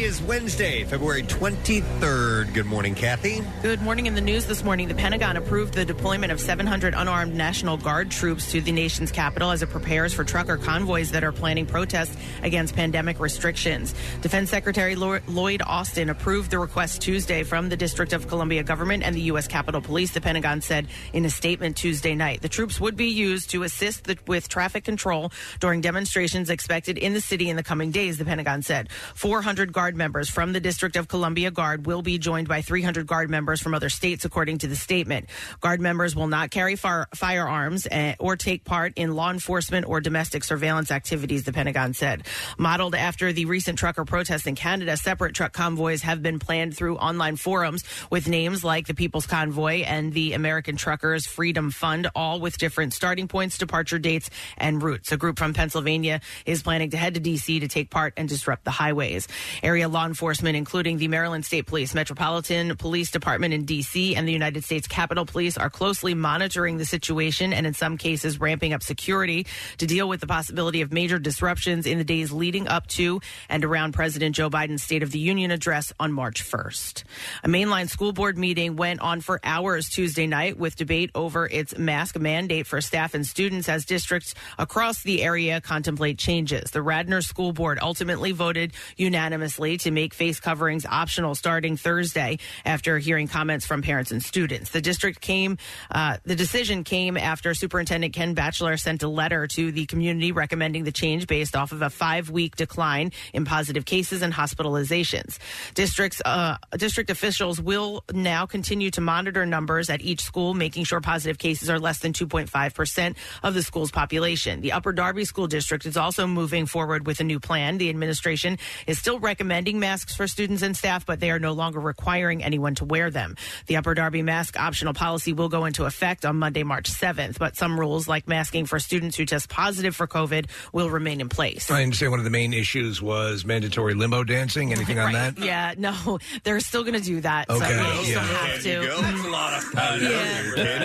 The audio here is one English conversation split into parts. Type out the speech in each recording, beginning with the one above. is Wednesday, February 23rd. Good morning, Kathy. Good morning. In the news this morning, the Pentagon approved the deployment of 700 unarmed National Guard troops to the nation's capital as it prepares for trucker convoys that are planning protests against pandemic restrictions. Defense Secretary Lo- Lloyd Austin approved the request Tuesday from the District of Columbia government and the U.S. Capitol Police, the Pentagon said in a statement Tuesday night. The troops would be used to assist the, with traffic control during demonstrations expected in the city in the coming days, the Pentagon said. 400 Guard members from the District of Columbia Guard will be joined by 300 Guard members from other states, according to the statement. Guard members will not carry fire, firearms eh, or take part in law enforcement or domestic surveillance activities, the Pentagon said. Modeled after the recent trucker protests in Canada, separate truck convoys have been planned through online forums with names like the People's Convoy and the American Truckers Freedom Fund, all with different starting points, departure dates, and routes. A group from Pennsylvania is planning to head to D.C. to take part and disrupt the highways. Area law enforcement, including the Maryland State Police, Metropolitan Police Department in D.C., and the United States Capitol Police, are closely monitoring the situation and, in some cases, ramping up security to deal with the possibility of major disruptions in the days leading up to and around President Joe Biden's State of the Union address on March 1st. A mainline school board meeting went on for hours Tuesday night with debate over its mask mandate for staff and students as districts across the area contemplate changes. The Radnor School Board ultimately voted unanimously to make face coverings optional starting Thursday after hearing comments from parents and students. The district came, uh, the decision came after Superintendent Ken Batchelor sent a letter to the community recommending the change based off of a five week decline in positive cases and hospitalizations. Districts, uh, district officials will now continue to monitor numbers at each school, making sure positive cases are less than 2.5% of the school's population. The Upper Darby School District is also moving forward with a new plan. The administration is still recommending masks for students and staff, but they are no longer requiring anyone to wear them. The Upper Darby mask optional policy will go into effect on Monday, March 7th, but some rules like masking for students who test positive for COVID will remain in place. I understand one of the main issues was mandatory limbo dancing. Anything on that? Yeah, no, they're still going to do that. Okay, so they still yeah. have There you to. go. That's a lot of Yeah,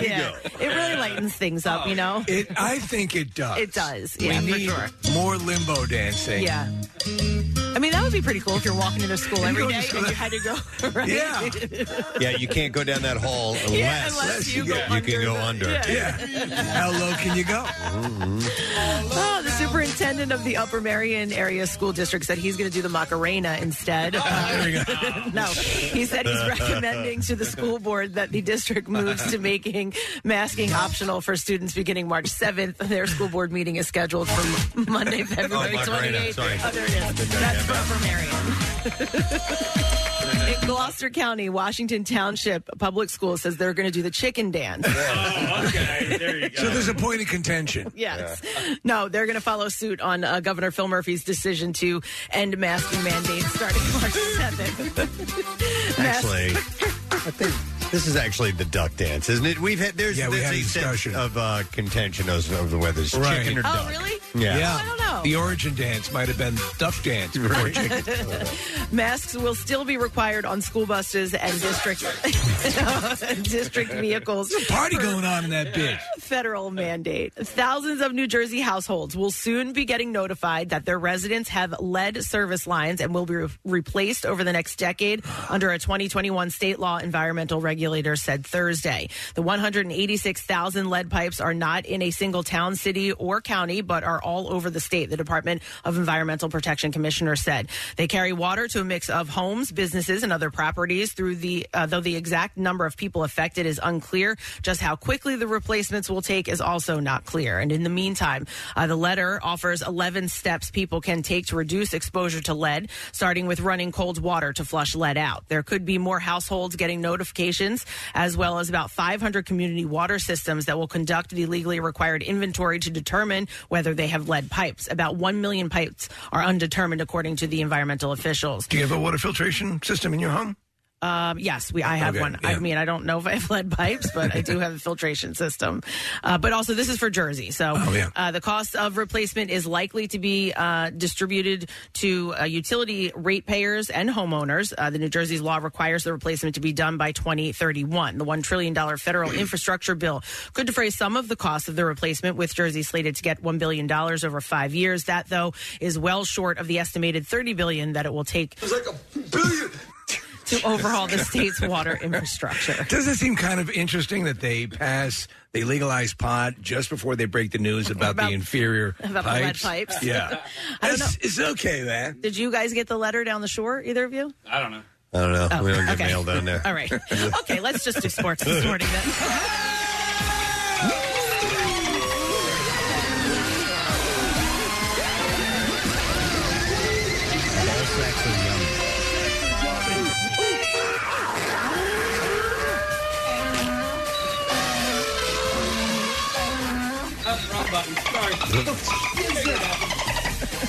yeah. It really lightens things up, you know? It, I think it does. It does, yeah, we for need sure. more limbo dancing. Yeah. I mean, that would be pretty cool if you're walking into school every go to day school- and you had to go. Right? Yeah. Yeah, you can't go down that hall unless, Yeah, unless you go under. can go the- under. yeah. Yeah. How low can you go? Oh, the superintendent of the Upper Marion Area School District said he's going to do the Macarena instead. Ah, There we go. no, he said he's recommending to the school board that the district moves to making masking optional for students beginning March 7th. Their school board meeting is scheduled for Mo- Monday, February Macarena, 28th. sorry. Oh, there it is. That's for Upper Marion. In Gloucester County, Washington Township Public School says they're going to do the chicken dance. Oh, okay. There you So go. there's a point of contention. Yes. No, they're going to follow suit on uh, Governor Phil Murphy's decision to end masking mandates starting March 7th. Actually, I think this is actually the duck dance, isn't it? We've had there's Yeah, we there's had a a discussion. sense of uh, contention as over whether it's Right. chicken or Oh, duck. really? Yeah. Oh, I don't know. The origin dance might have been duck dance. Before chicken. Masks will still be required on school buses and district district vehicles. Party going on in that bitch. federal mandate. Thousands of New Jersey households will soon be getting notified that their residents have lead service lines and will be re- replaced over the next decade under a 2021 state law environmental regulator said Thursday. The 186,000 lead pipes are not in a single town, city, or county, but are all over the state, the Department of Environmental Protection Commissioner said. They carry water to a mix of homes, businesses, and other properties through the uh, though the exact number of people affected is unclear. Just how quickly the replacements will take is also not clear. And in the meantime, uh, the letter offers 11 steps people can take to reduce exposure to lead, starting with running cold water to flush lead out. There could be more households getting notifications, as well as about 500 community water systems that will conduct the legally required inventory to determine whether they have lead pipes. About 1 million pipes are undetermined, according to the environmental officials. Do you have a water filtration system in your home? Um, yes, we. I have Okay, one. yeah. I mean, I don't know if I have lead pipes, but I do have a filtration system. Uh, but also, this is for Jersey, so Oh, yeah. uh, the cost of replacement is likely to be uh, distributed to uh, utility ratepayers and homeowners. Uh, the New Jersey's law requires the replacement to be done by 2031. The $1 trillion federal infrastructure bill could defray some of the cost of the replacement, with Jersey slated to get $1 billion over five years. That, though, is well short of the estimated $30 billion that it will take to overhaul the state's water infrastructure. Doesn't it seem kind of interesting that they pass, they legalize pot just before they break the news about, About- the inferior about the lead pipes? pipes. Yeah. I don't It's- It's okay, man. Did you guys get the letter down the shore, either of you? I don't know. I don't know. we don't get okay. mail down there. All right. Okay, let's just do sports this morning then.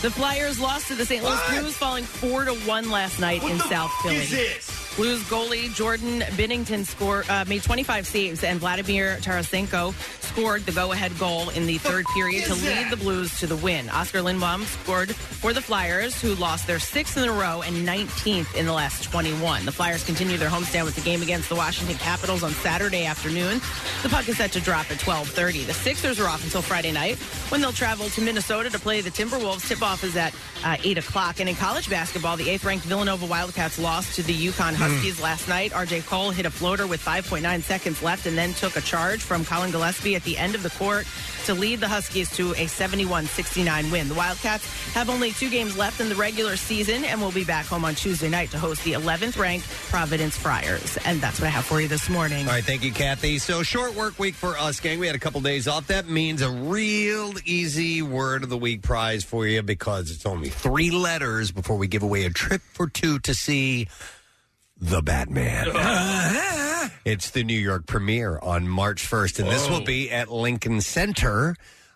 The Flyers lost to the St. Louis Blues, falling 4 to 1 last night in South Philly. Blues goalie Jordan Binnington score, uh, made 25 saves, and Vladimir Tarasenko scored the go-ahead goal in the third period to lead the Blues to the win. Oscar Lindbaum scored for the Flyers, who lost their sixth in a row and 19th in the last 21. The Flyers continue their homestand with the game against the Washington Capitals on Saturday afternoon. The puck is set to drop at 12:30. The Sixers are off until Friday night when they'll travel to Minnesota to play the Timberwolves. Tip-off is at uh, 8 o'clock. And in college basketball, the eighth-ranked Villanova Wildcats lost to the Yukon Huskies last night. RJ Cole hit a floater with 5.9 seconds left and then took a charge from Colin Gillespie at the end of the court to lead the Huskies to a 71-69 win. The Wildcats have only two games left in the regular season and will be back home on Tuesday night to host the 11th-ranked Providence Friars. And that's what I have for you this morning. All right, thank you, Kathy. So, short work week for us, gang. We had a couple days off. That means a real easy word of the week prize for you because it's only three letters before we give away a trip for two to see The Batman. Uh-huh. It's the New York premiere on March 1st, and this Whoa. will be at Lincoln Center.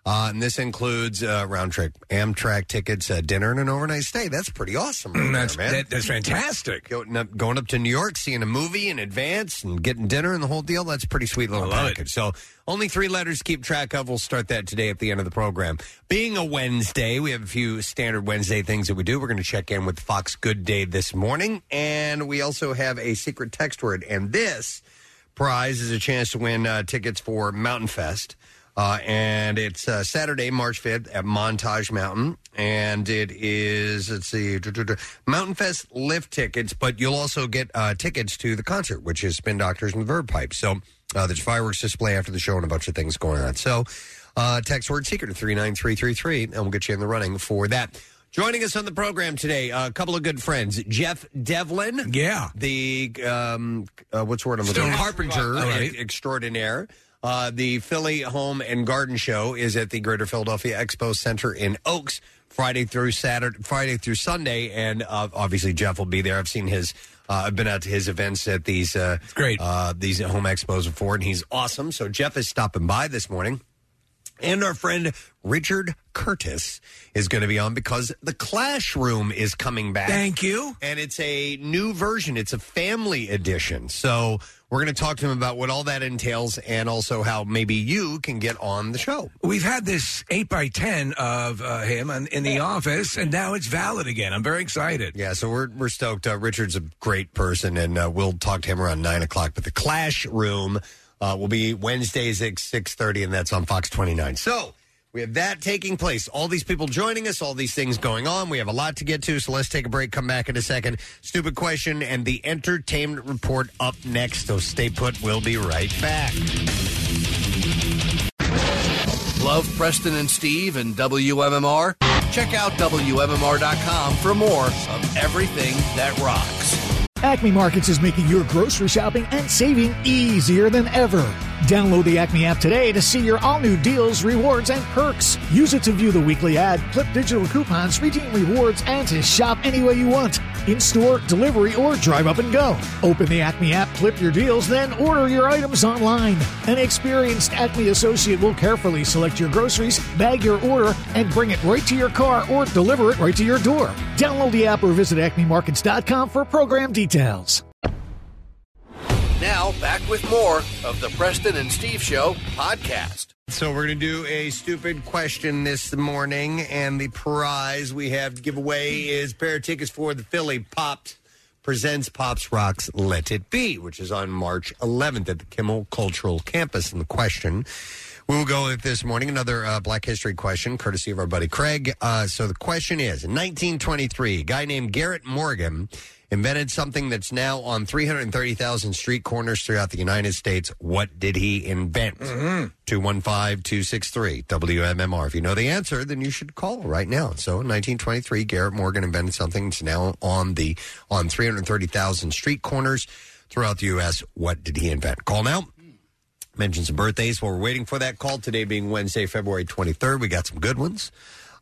Uh, and this includes uh, round trip Amtrak tickets, uh, dinner, and an overnight stay. That's pretty awesome. right That's- there, man. that- that's fantastic. Going up, going up to New York, seeing a movie in advance, and getting dinner and the whole deal. That's a pretty sweet little I love it. package. So, only three letters to keep track of. We'll start that today at the end of the program. Being a Wednesday, we have a few standard Wednesday things that we do. We're going to check in with Fox Good Day this morning, and we also have a secret text word. And this prize is a chance to win uh, tickets for Mountain Fest. Uh, and it's uh, Saturday, March 5th at Montage Mountain. And it is, let's see, duh, duh, duh, Mountain Fest lift tickets, but you'll also get uh, tickets to the concert, which is Spin Doctors and the Verb Pipe. So uh, there's fireworks display after the show and a bunch of things going on. So uh, text word secret to 39333, and we'll get you in the running for that. Joining us on the program today, uh, a couple of good friends, Jeff Devlin. Yeah. The, um, uh, what's the word I'm looking for? Stone- Carpenter All right. extraordinaire. Uh, the Philly Home and Garden Show is at the Greater Philadelphia Expo Center in Oaks Friday through Saturday, Friday through Sunday, and uh, obviously Jeff will be there. I've seen his, uh, I've been out to his events at these uh, great uh, these home expos before, and he's awesome. So Jeff is stopping by this morning. And our friend Richard Curtis is going to be on because The Clashroom is coming back. Thank you. And it's a new version, it's a family edition. So we're going to talk to him about what all that entails and also how maybe you can get on the show. We've had this 8 by 10 of uh, him in, in the office, and now it's valid again. I'm very excited. Yeah, so we're we're stoked. Uh, Richard's a great person, and uh, we'll talk to him around nine o'clock. But the Clash Room uh, will be Wednesdays at six thirty, and that's on Fox twenty nine. So we have that taking place. All these people joining us, all these things going on. We have a lot to get to, so let's take a break. Come back in a second. Stupid question and the entertainment report up next. So stay put. We'll be right back. Love Preston and Steve and WMMR? Check out WMMR.com for more of everything that rocks. Acme Markets is making your grocery shopping and saving easier than ever. Download the Acme app today to see your all new deals, rewards, and perks. Use it to view the weekly ad, clip digital coupons, redeem rewards, and to shop any way you want in store, delivery, or drive up and go. Open the Acme app, clip your deals, then order your items online. An experienced Acme associate will carefully select your groceries, bag your order, and bring it right to your car or deliver it right to your door. Download the app or visit acmemarkets.com for program details. Now, back with more of the Preston and Steve Show podcast. So we're going to do a stupid question this morning, and the prize we have to give away is pair of tickets for the Philly Pops presents Pops Rocks Let It Be, which is on March 11th at the Kimmel Cultural Campus. And the question we will go with this morning, another uh, Black History question, courtesy of our buddy Craig. Uh, so the question is, in 1923, a guy named Garrett Morgan invented something that's now on 330,000 street corners throughout the United States. What did he invent? 215 263 WMMR. If you know the answer, then you should call right now. So in 1923, Garrett Morgan invented something that's now on the on 330,000 street corners throughout the U.S. What did he invent? Call now. Mention some birthdays while we're waiting for that call. Today being Wednesday, February 23rd. We got some good ones.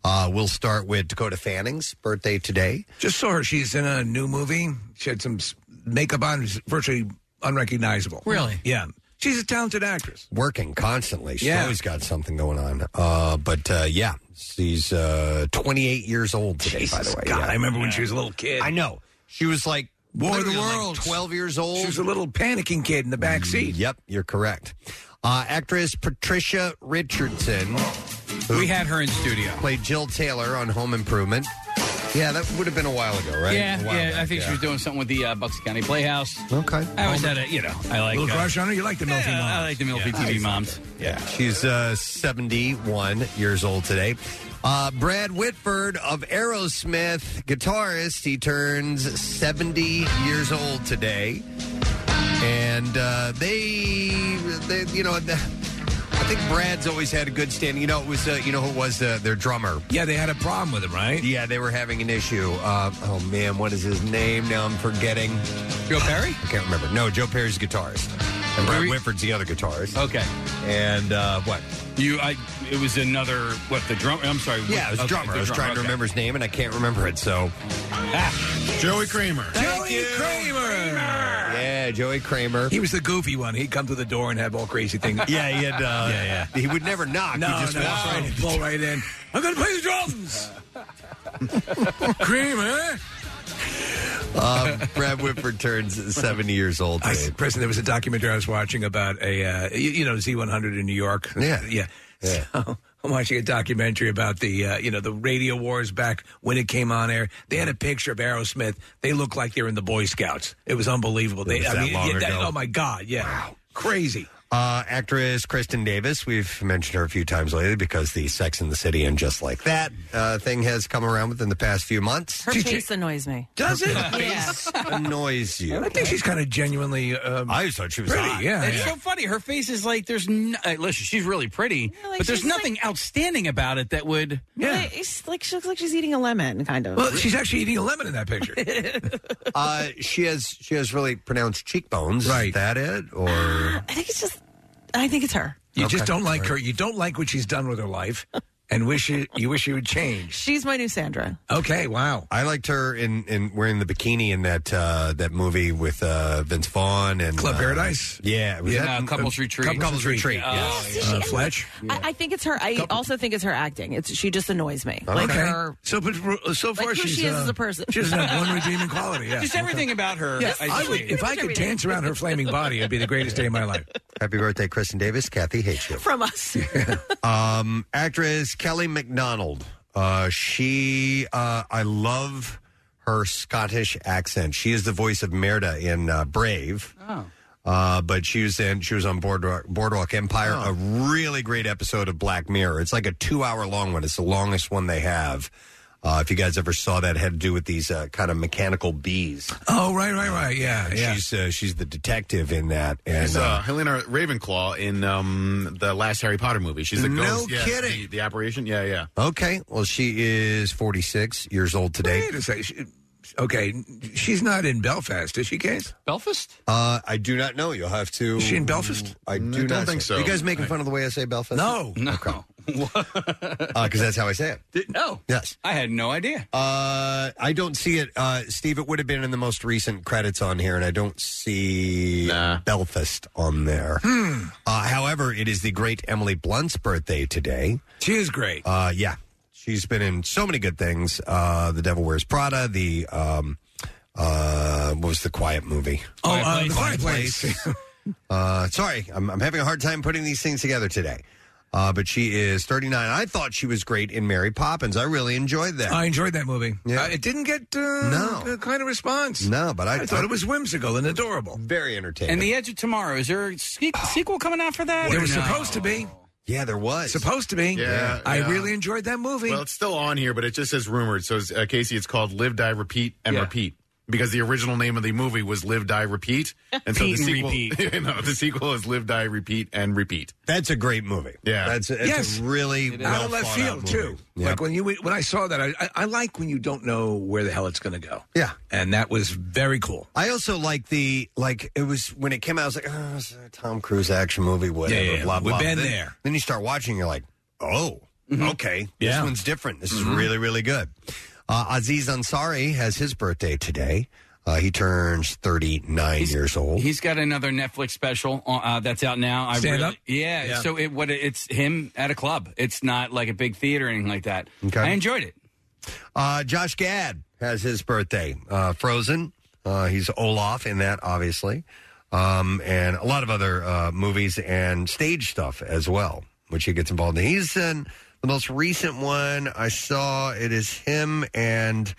Uh, we'll start with Dakota Fanning's birthday today. Just saw her. She's in a new movie. She had some s- makeup on, she's virtually unrecognizable. Really? Yeah. She's a talented actress. working constantly. She's Yeah. always got something going on. Uh, but uh, yeah, she's uh, 28 years old today, by the way. God, Yeah. I remember when she was a little kid. I know. She was like War of the literally, like, World. 12 years old. Mm, She was a little panicking kid in the back seat. Yep, you're correct. Uh, actress Patricia Richardson. We had her in studio. Played Jill Taylor on Home Improvement. Yeah, that would have been a while ago, right? Yeah, A while yeah. back, I think yeah. she was doing something with the uh, Bucks County Playhouse. Okay. I was at a, you know, I like uh, Little crush on her. You like the Milfy Moms. I like the Milfy TV Moms. Yeah. She's uh, 71 years old today. Uh, Brad Whitford of Aerosmith, guitarist, he turns 70 years old today. And uh, they, they, you know, the, I think Brad's always had a good standing. You know, it was, uh, you know, who it was uh, their drummer. Yeah, they had a problem with him, right? Yeah, they were having an issue. Uh, oh man, what is his name? Now I'm forgetting. Joe Perry? I can't remember. No, Joe Perry's guitarist, and Brad Whitford's the other guitarist. Okay. And uh, what? You, I. It was another what the drum. I'm sorry. Yeah, it was okay, drummer. the I was trying to okay. remember his name, and I can't remember it. So, Joey Kramer. Joey Kramer. yeah, Joey Kramer. He was the goofy one. He'd come to the door and have all crazy things. Yeah, he had. Uh, yeah, yeah. He would never knock. No, he just no, walked right in. blow right in. I'm going to play the drums. Kramer. Uh, Brad Whitford turns 70 years old. I, today. Preston, there was a documentary I was watching about a, uh, you, you know, Z100 in New York. Yeah. Yeah. So I'm watching a documentary about the, uh, you know, the radio wars back when it came on air. They had a picture of Aerosmith. They looked like they were in the Boy Scouts. It was unbelievable. It they, was that long yeah, ago. oh, my God. Yeah. Crazy. Uh, actress Kristen Davis, we've mentioned her a few times lately because the Sex in the City and Just Like That uh, thing has come around within the past few months. Her face annoys me. Does it? Yes. annoys you. I think she's kind of genuinely. Um, I thought she was pretty. hot. Yeah. It's so funny. Her face is like there's. No, uh, listen, she's really pretty, like, but there's she's nothing outstanding about it that would. Like, It's like she looks like she's eating a lemon, kind of. Well, she's actually eating a lemon in that picture. Uh, she has she has really pronounced cheekbones. Right. Is that it? Or I think it's just. I think it's her. You Okay. just don't like her. You don't like what she's done with her life, and wish you, you wish you would change. She's my new Sandra. Okay, wow. I liked her in, in wearing the bikini in that uh, that movie with uh, Vince Vaughn and Club uh, Paradise? Yeah, was Yeah, that- uh, Couples Retreat. Couples Retreat. Oh, yeah. yeah. Uh, Fletch. I, I think it's her. I also think it's her acting. It's she just annoys me. Like okay. her. So, but uh, so far who she's she is uh, as a person. She doesn't have one redeeming quality. Yeah. Just everything about her. Yes, I, I would. If I could Everything. dance around her flaming body, it'd be the greatest day of my life. Happy birthday, Kristen Davis. Kathy hates you. From us. Um, actress Kelly MacDonald. Uh, she, uh, I love her Scottish accent. She is the voice of Merida in uh, Brave. Oh. Uh, but she was in, she was on Boardwalk, Boardwalk Empire, a really great episode of Black Mirror. It's like a two hour long one. It's the longest one they have. Uh, if you guys ever saw that, it had to do with these uh, kind of mechanical bees. Oh, right, right, right. Yeah, And yeah. She's uh, she's the detective in that. And It's uh, uh, Helena Ravenclaw in um, the last Harry Potter movie. She's the No ghost. yeah, kidding. The, the apparition. Yeah, yeah. uh, okay, well, she is forty six years old today. Wait a second. She- okay, she's not in Belfast, is she, Case? Belfast. Uh, I do not know. You'll have to. Is she in Belfast? I do don't not think say- so. You guys making fun of the way I say Belfast? No. No. because Uh, that's how I say it. Did- no. Yes. I had no idea. Uh, I don't see it, uh, Steve. It would have been in the most recent credits on here, and I don't see Nah. Belfast on there. Hmm. Uh, however, it is the great Emily Blunt's birthday today. She is great. Uh, yeah, she's been in so many good things. Uh, the Devil Wears Prada, the um, Uh, what was the quiet movie? Oh, uh, The Quiet Place. uh, sorry, I'm, I'm having a hard time putting these things together today. Uh, but she is 39. I thought she was great in Mary Poppins. I really enjoyed that. I enjoyed that movie. Yeah. Uh, it didn't get uh, no. the kind of response. No, but I, thought it was whimsical and adorable. Very entertaining. And the Edge of Tomorrow is there a se- sequel coming out for that? There was Or no? supposed to be. Yeah, there was supposed to be. Yeah, I yeah. really enjoyed that movie. Well, it's still on here, but it just says rumored. So, it's- uh, Casey, it's called Live, Die, Repeat, and Yeah. Repeat. Because the original name of the movie was Live, Die, Repeat. And so the Pete and sequel, repeat. no, the sequel is Live, Die, Repeat, and Repeat. That's a great movie. Yeah. That's, that's yes, a really well out of left thought field out too. movie. Yeah. Like when you when I saw that, I, I, I like when you don't know where the hell it's going to go. Yeah. and that was very cool. I also like the like it was when it came out. I was like, oh, it's a Tom Cruise action movie, whatever. Yeah, yeah, yeah. Blah We've blah. been then, there. Mm-hmm. Then you start watching, you're like, oh, okay, this Yeah. one's different. This Mhm. is really really good. Uh, Aziz Ansari has his birthday today. Uh, he turns 39 years old. He's got another Netflix special uh, that's out now. I Stand really, Up? Yeah, Yeah. So it what it- it's him at a club. It's not like a big theater or anything like that. Okay. I enjoyed it. Uh, Josh Gad has his birthday. Uh, Frozen. Uh, he's Olaf in that, obviously, um, and a lot of other uh, movies and stage stuff as well, which he gets involved in. He's in the most recent one I saw. It is him and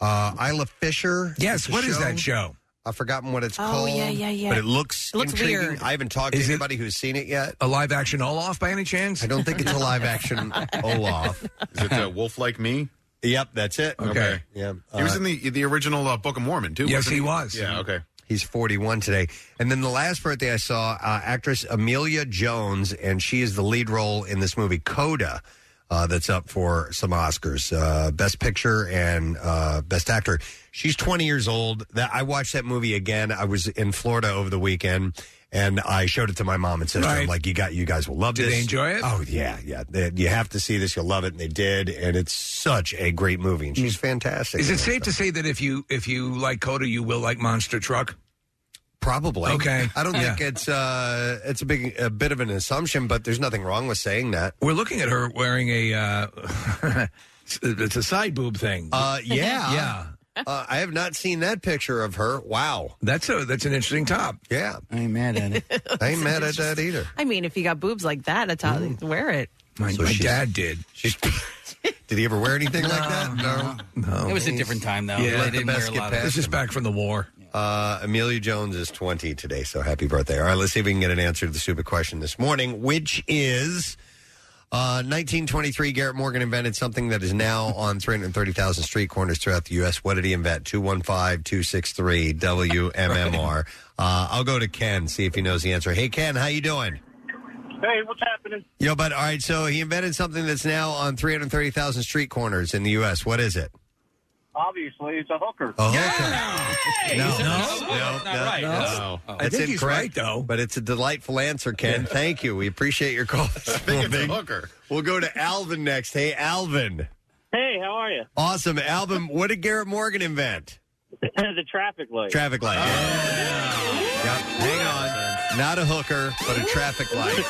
uh, Isla Fisher. Yes, what what is is that show? I've forgotten what it's Oh, called. yeah, yeah, yeah. But it looks It looks intriguing. weird. I haven't talked Is to it- anybody who's seen it yet. A live action Olaf by any chance? I don't think it's a live action Olaf. Is it uh, Wolf Like Me? Yep, that's it. Okay. Yeah. he was Uh, in the the original uh, Book of Mormon, too. Yes, wasn't he was. Mm-hmm. Yeah, okay. He's 41 today. And then the last birthday I saw, uh, actress Amelia Jones, and she is the lead role in this movie, Coda, uh, that's up for some Oscars, uh, Best Picture and uh, Best Actor. She's 20 years old. That I watched that movie again. I was in Florida over the weekend. And I showed it to my mom and sister. I'm Right. like, you got, you guys will love Did this. they enjoy it? Oh yeah, yeah. They- you have to see this. You'll love it, and they did. And it's such a great movie. And she's fantastic. Mm. Is in it safe to say that if you if you like Coda, you will like Monster Truck? Probably. Okay. I don't Yeah. think it's uh, it's a big a bit of an assumption, but there's nothing wrong with saying that. We're looking at her wearing a. Uh, it's a side boob thing. Uh, yeah, yeah. Uh, I have not seen that picture of her. Wow, That's a that's an interesting top. Yeah, I ain't mad at it. I ain't mad at that either. I mean, if you got boobs like that, it's how wear it. My, my dad did. Did he ever wear anything like that? No, It was a different time though. Yeah, They let the didn't wear best a get lot of- past This is back from the war. Uh, Amelia Jones is 20 today, so happy birthday. All right, let's see if we can get an answer to the stupid question this morning, which is uh, 1923, Garrett Morgan invented something that is now on 330,000 street corners throughout the U.S. What did he invent? 215 263 WMMR. Uh, I'll go to Ken, see if he knows the answer. Hey, Ken, how you doing? Hey, what's happening? Yo, bud. All right, so he invented something that's now on 330,000 street corners in the U.S. What is it? Obviously, it's a hooker. Oh, No, no, no, no, Oh. no. no. That's incorrect, though. But it's a delightful answer, Ken. Thank you. We appreciate your call. This morning. We'll go to Alvin next. Hey, Alvin. Hey, how are you? Awesome, Alvin. What did Garrett Morgan invent? the traffic light. Traffic light. Yep. Hang on. Not a hooker, but a traffic light.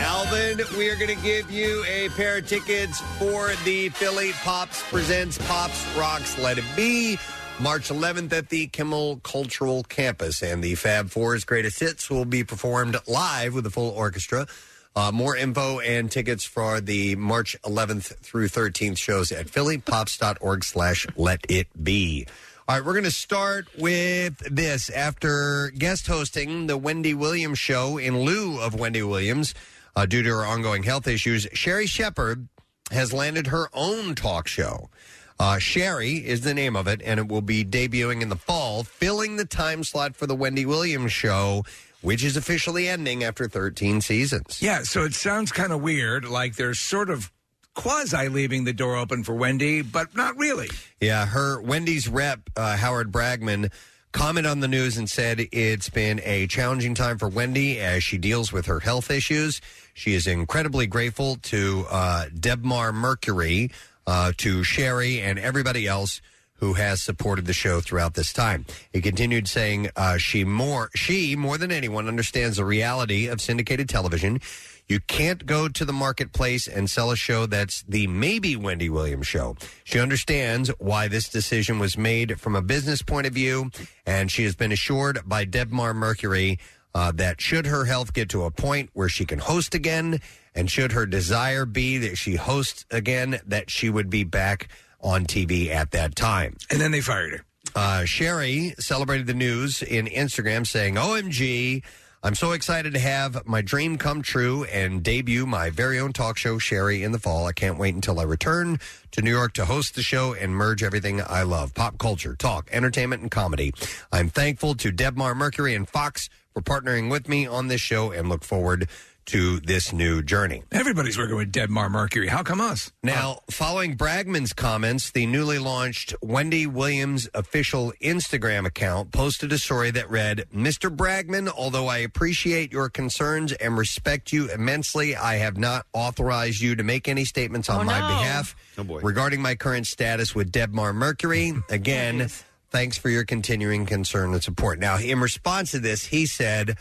Alvin, we are going to give you a pair of tickets for the Philly Pops Presents Pops Rocks Let It Be. March 11th at the Kimmel Cultural Campus. And the Fab Four's greatest hits will be performed live with a full orchestra. Uh, more info and tickets for the March 11th through 13th shows at phillypops.org slash let it be. All right, we're going to start with this. After guest hosting the Wendy Williams show in lieu of Wendy Williams uh, due to her ongoing health issues, Sherry Shepard has landed her own talk show. Uh, Sherry is the name of it, and it will be debuting in the fall, filling the time slot for the Wendy Williams show, which is officially ending after 13 seasons. Yeah, so it sounds kind of weird. Like they're sort of quasi leaving the door open for Wendy, but not really. Yeah, her Wendy's rep uh, Howard Bragman commented on the news and said it's been a challenging time for Wendy as she deals with her health issues. She is incredibly grateful to uh, Debmar Mercury, uh, to Sherry, and everybody else who has supported the show throughout this time. He continued saying, uh, "She more she more than anyone understands the reality of syndicated television. You can't go to the marketplace and sell a show that's the maybe Wendy Williams show. She understands why this decision was made from a business point of view, and she has been assured by Debmar Mercury uh, that should her health get to a point where she can host again, and should her desire be that she hosts again, that she would be back on TV at that time. And then they fired her. Uh, Sherry celebrated the news in Instagram saying, OMG, I'm so excited to have my dream come true and debut my very own talk show, Sherry, in the fall. I can't wait until I return to New York to host the show and merge everything I love pop culture, talk, entertainment, and comedy. I'm thankful to Debmar Mercury and Fox for partnering with me on this show and look forward to this new journey. Everybody's working with Debmar Mercury. How come us? Now, following Bragman's comments, the newly launched Wendy Williams official Instagram account posted a story that read Mr. Bragman, although I appreciate your concerns and respect you immensely, I have not authorized you to make any statements on my behalf regarding my current status with Debmar Mercury. Again, thanks for your continuing concern and support. Now, in response to this, he said,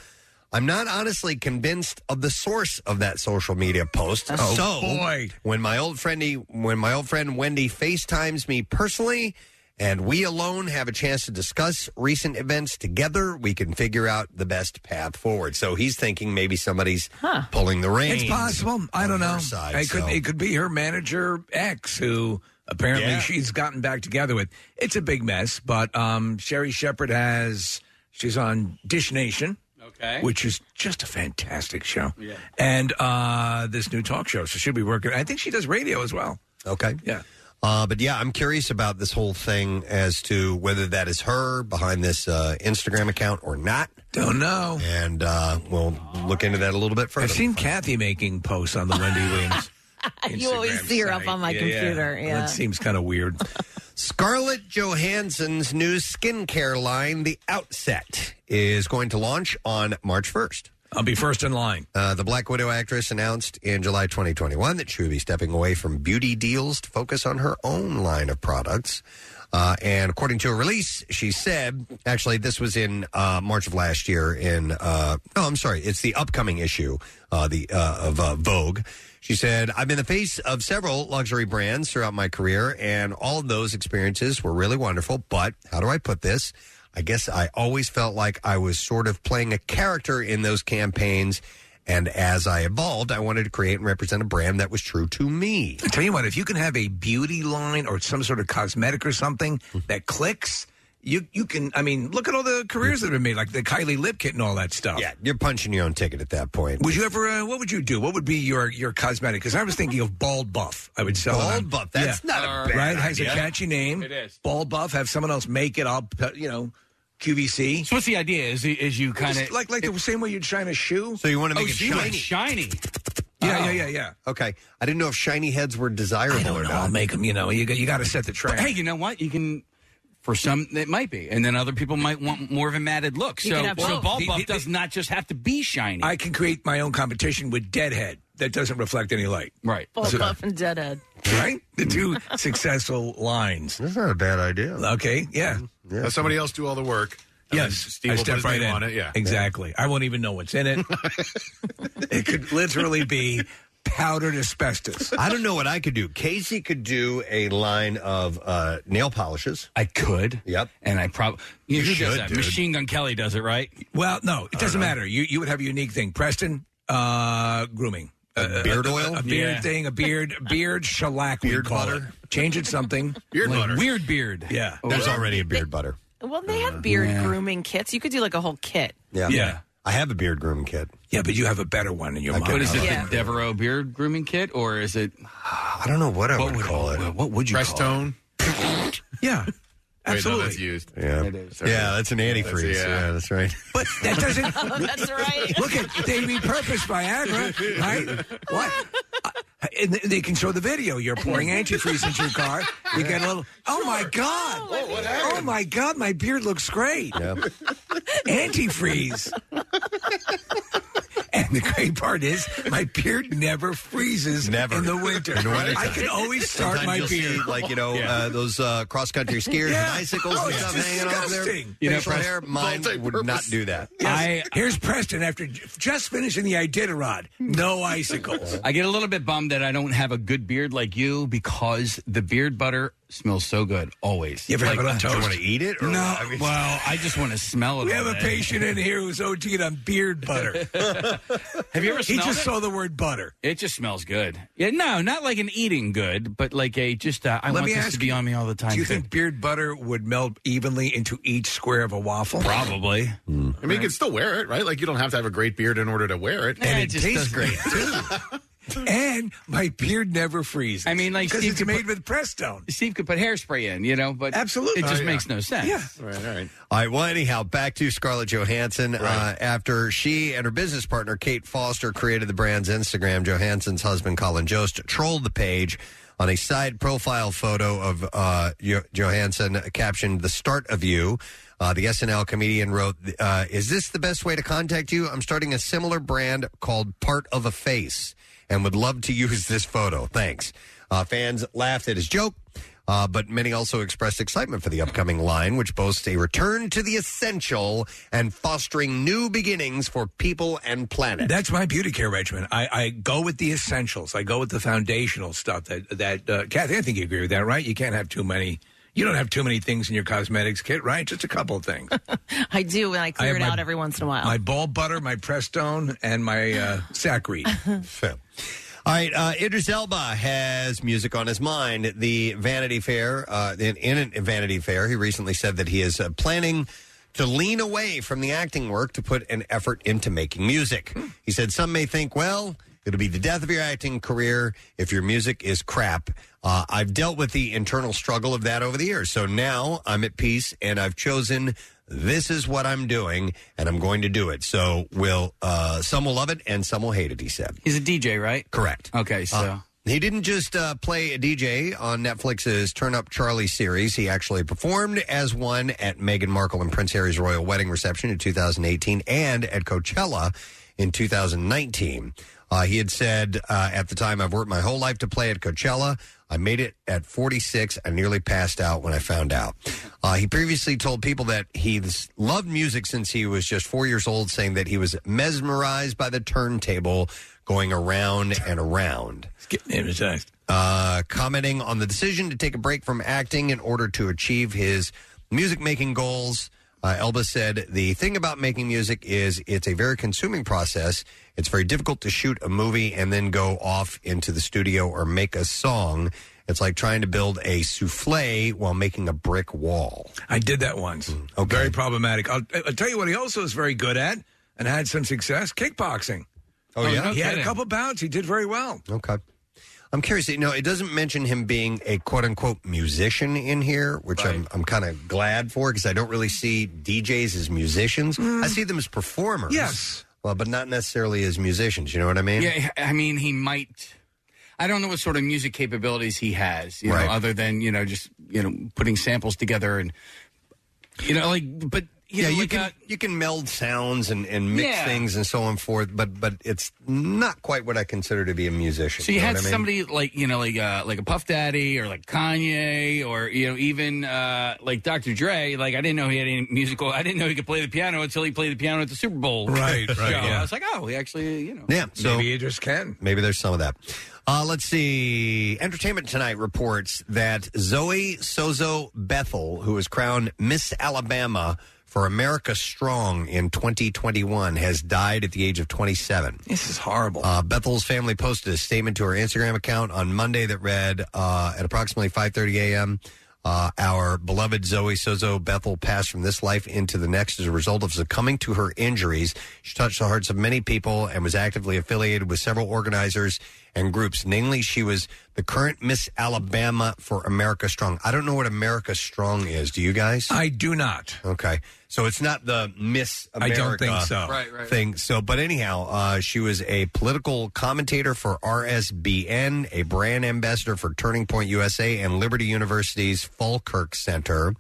I'm not honestly convinced of the source of that social media post. Oh, so boy. when my old friendy when my old friend Wendy FaceTimes me personally and we alone have a chance to discuss recent events together, we can figure out the best path forward. So he's thinking maybe somebody's pulling the reins. It's possible. I on don't her know. side, it could so- it could be her manager ex who apparently Yeah. she's gotten back together with. It's a big mess, but um, Sherry Shepard has she's on Dish Nation, Okay. which is just a fantastic show, Yeah. and uh, this new talk show. So she'll be working. I think she does radio as well. Okay. Yeah. Uh, but yeah, I'm curious about this whole thing as to whether that is her behind this uh, Instagram account or not. Don't know. And uh, we'll look into that a little bit further. I've seen Kathy making posts on the Wendy Williams. You always Instagram see her site. up on my Yeah, computer. Yeah. That seems kind of weird. Scarlett Johansson's new skincare line, The Outset, is going to launch on March 1st. I'll be first in line. Uh, the Black Widow actress announced in July 2021 that she would be stepping away from beauty deals to focus on her own line of products. Uh, and according to a release, she said, actually, this was in uh, March of last year. In uh, no, I'm sorry, it's the upcoming issue uh, the uh, of uh, Vogue. She said, "I've been the face of several luxury brands throughout my career, and all of those experiences were really wonderful. But how do I put this? I guess I always felt like I was sort of playing a character in those campaigns." And as I evolved, I wanted to create and represent a brand that was true to me. I tell you what, if you can have a beauty line or some sort of cosmetic or something that clicks, you you can. I mean, look at all the careers that have been made, like the Kylie lip kit and all that stuff. Yeah, you're punching your own ticket at that point. Would you ever? Uh, what would you do? What would be your your cosmetic? Because I was thinking of Bald Buff. I would sell it Bald on- Buff, that's not a bad right. Has a idea. catchy name. It is. Bald Buff. Have someone else make it. I'll put, you know QVC. So what's the idea? Is is you kind Just of like like the same way you'd shine a shoe. So you want to make oh, it she went shiny? shiny? yeah, yeah, yeah, yeah. okay, I didn't know if shiny heads were desirable Oh. I don't or know. not. I'll make them. You know, you got you got to set the track. Hey, you know what? You can. For some, it might be, and then other people might want more of a matted look. You so, can have so both. ball The- buff the- does not just have to be shiny, I can create my own competition with Deadhead that doesn't reflect any light. right? Full Puff and Deadhead. Right? The two successful lines. That's not a bad idea. Okay, yeah. Let somebody else do all the work. and then Steve I will put step his right name in. on it. Yeah. Exactly. I won't even know what's in it. it could literally be powdered asbestos. I don't know what I could do. Casey could do a line of uh, nail polishes. I could. Yep. And I probably you know, who should, does that? dude. Machine Gun Kelly does it, right? Well, no, it doesn't matter. You you would have a unique thing. Preston, uh grooming. Uh, Beard oil. a beard Yeah. thing, a beard, beard shellac. Beard we call butter. It. Change it something. Beard Like butter. Weird beard. Yeah. There's already a beard butter. Well, they Uh, have beard grooming kits. You could do like a whole kit. Yeah. Yeah. I have a beard groom kit. Yeah, but you have a better one in your mind. What is it? Yeah. The Devereaux beard grooming kit, or is it? I don't know what I What would would call it. What would you Press call it? tone. Yeah. Wait, no, Absolutely. that's used. Yeah. Yeah, that's an antifreeze. yeah. yeah. that's right. But that doesn't Oh, That's right. Look at they repurposed Viagra, right? What? Uh, And they can show the video. You're pouring antifreeze into your car. You get a little. Oh my god! Oh, my god! My beard looks great. Yeah. Antifreeze. and the great part is my beard never freezes Never. in the winter. In the winter I time. can always start Sometimes my you'll beard. see, like you know uh, those uh, cross country skiers Yeah. and icicles Oh, and it's stuff hanging off there. disgusting. You You know, know, Preston- hair, mine would not do that. Yes. Here's Preston after j- just finishing the Iditarod. No icicles. I get a little bit bummed that I don't have a good beard like you because the beard butter smells so good always. You ever have Like, it on toast? no. No. well, I just want to smell it. We all have a day. patient in here who's OT'd on beard butter. Have you ever He smelled just it? saw the word butter. It just smells good. Yeah, no, not like an eating good, but like a just. Uh, I Let want me this ask to be you, on me all the time. Do you good. think beard butter would melt evenly into each square of a waffle? Probably. I mean, you can still wear it, right? Like you don't have to have a great beard in order to wear it. And it, tastes great, too. and my beard never freezes. I mean, like because Steve it's could made put- with Prestone. Steve could put hairspray in, you know, but Absolutely. it just Oh, yeah. makes no sense. Yeah. All right, all right. All right. Well, anyhow, back to Scarlett Johansson. Uh, after she and her business partner, Kate Foster, created the brand's Instagram, Johansson's husband, Colin Jost, trolled the page on a side profile photo of uh, jo- Johansson captioned, The Start of You. Uh, the SNL comedian wrote, uh, Is this the best way to contact you? I'm starting a similar brand called Part of a Face and would love to use this photo. Thanks. Uh, fans laughed at his joke, uh, but many also expressed excitement for the upcoming line, which boasts a return to the essential and fostering new beginnings for people and planet. That's my beauty care regimen. I, I go with the essentials. I go with the foundational stuff. That that uh, Kathy, I think you agree with that, right? You can't have too many. You don't have too many things in your cosmetics kit, right? Just a couple of things. I do, and I I clear have it my- out every once in a while. my ball butter, my Prestone, and my uh, Sacri. So. All right, uh, Idris Elba has music on his mind. The Vanity Fair, uh, in, in Vanity Fair, he recently said that he is uh, planning to lean away from the acting work to put an effort into making music. He said, Some may think, well, it'll be the death of your acting career if your music is crap. Uh, I've dealt with the internal struggle of that over the years. So now I'm at peace and I've chosen this is what I'm doing and I'm going to do it. So will uh, some will love it and some will hate it, he said. He's a DJ, right? Correct. Okay, so. Uh, he didn't just uh, play a DJ on Netflix's Turn Up Charlie series. He actually performed as one at Meghan Markle and Prince Harry's royal wedding reception in 2018 and at Coachella in 2019. Uh, he had said, uh, at the time, I've worked my whole life to play at Coachella. I made it at 46. I nearly passed out when I found out. Uh, he previously told people that he's loved music since he was just four years old, saying that he was mesmerized by the turntable going around and around. It's getting hypnotized. Uh, commenting on the decision to take a break from acting in order to achieve his music making goals, uh, Elba said, The thing about making music is it's a very consuming process. It's very difficult to shoot a movie and then go off into the studio or make a song. It's like trying to build a souffle while making a brick wall. Hmm. I did that once. okay. Very problematic. I'll, I'll tell you what he also is very good at and had some success kickboxing. Oh, yeah? he had a kidding. couple bouts. He did very Oh. well. Okay. I'm curious. You know, it doesn't mention him being a quote unquote musician in here, which I'm, I'm kind of glad for because I don't really see DJs as musicians. Mm. I see them as performers. Yes. Well, but not necessarily as musicians. You know what I mean? Yeah, I mean, he might. I don't know what sort of music capabilities he has, you Right. know, other than you know just you know putting samples together and you know like, but you Yeah, know, you like, can uh, you can meld sounds and, and mix Yeah. things and so on forth, but but it's not quite what I consider to be a musician. so you know had what I mean? somebody like you know like uh, like a Puff Daddy or like Kanye or you know even uh, like Dr. Dre. Like I didn't know he had any musical. I didn't know he could play the piano until he played the piano at the Super Bowl. Right, right, show. yeah. I was like, oh, he actually you know. Yeah. So Maybe he just can. Maybe there's some of that. Uh, let's see. Entertainment Tonight reports that Zoe Sozo Bethel, who was crowned Miss Alabama for America Strong in 2021, has died at the age of 27. This is horrible. Uh, Bethel's family posted a statement to her Instagram account on Monday that read, uh, at approximately 5.30 a.m., uh, our beloved Zoe Sozo Bethel passed from this life into the next as a result of succumbing to her injuries. She touched the hearts of many people and was actively affiliated with several organizers and groups. Namely, she was the current Miss Alabama for America Strong. I don't know what America Strong is. Do you guys? I do not. Okay, so it's not the Miss I America. don't think so. Right, right. Thing. So, but anyhow, uh, she was a political commentator for RSBN, a brand ambassador for Turning Point USA and Liberty University's Falkirk Center.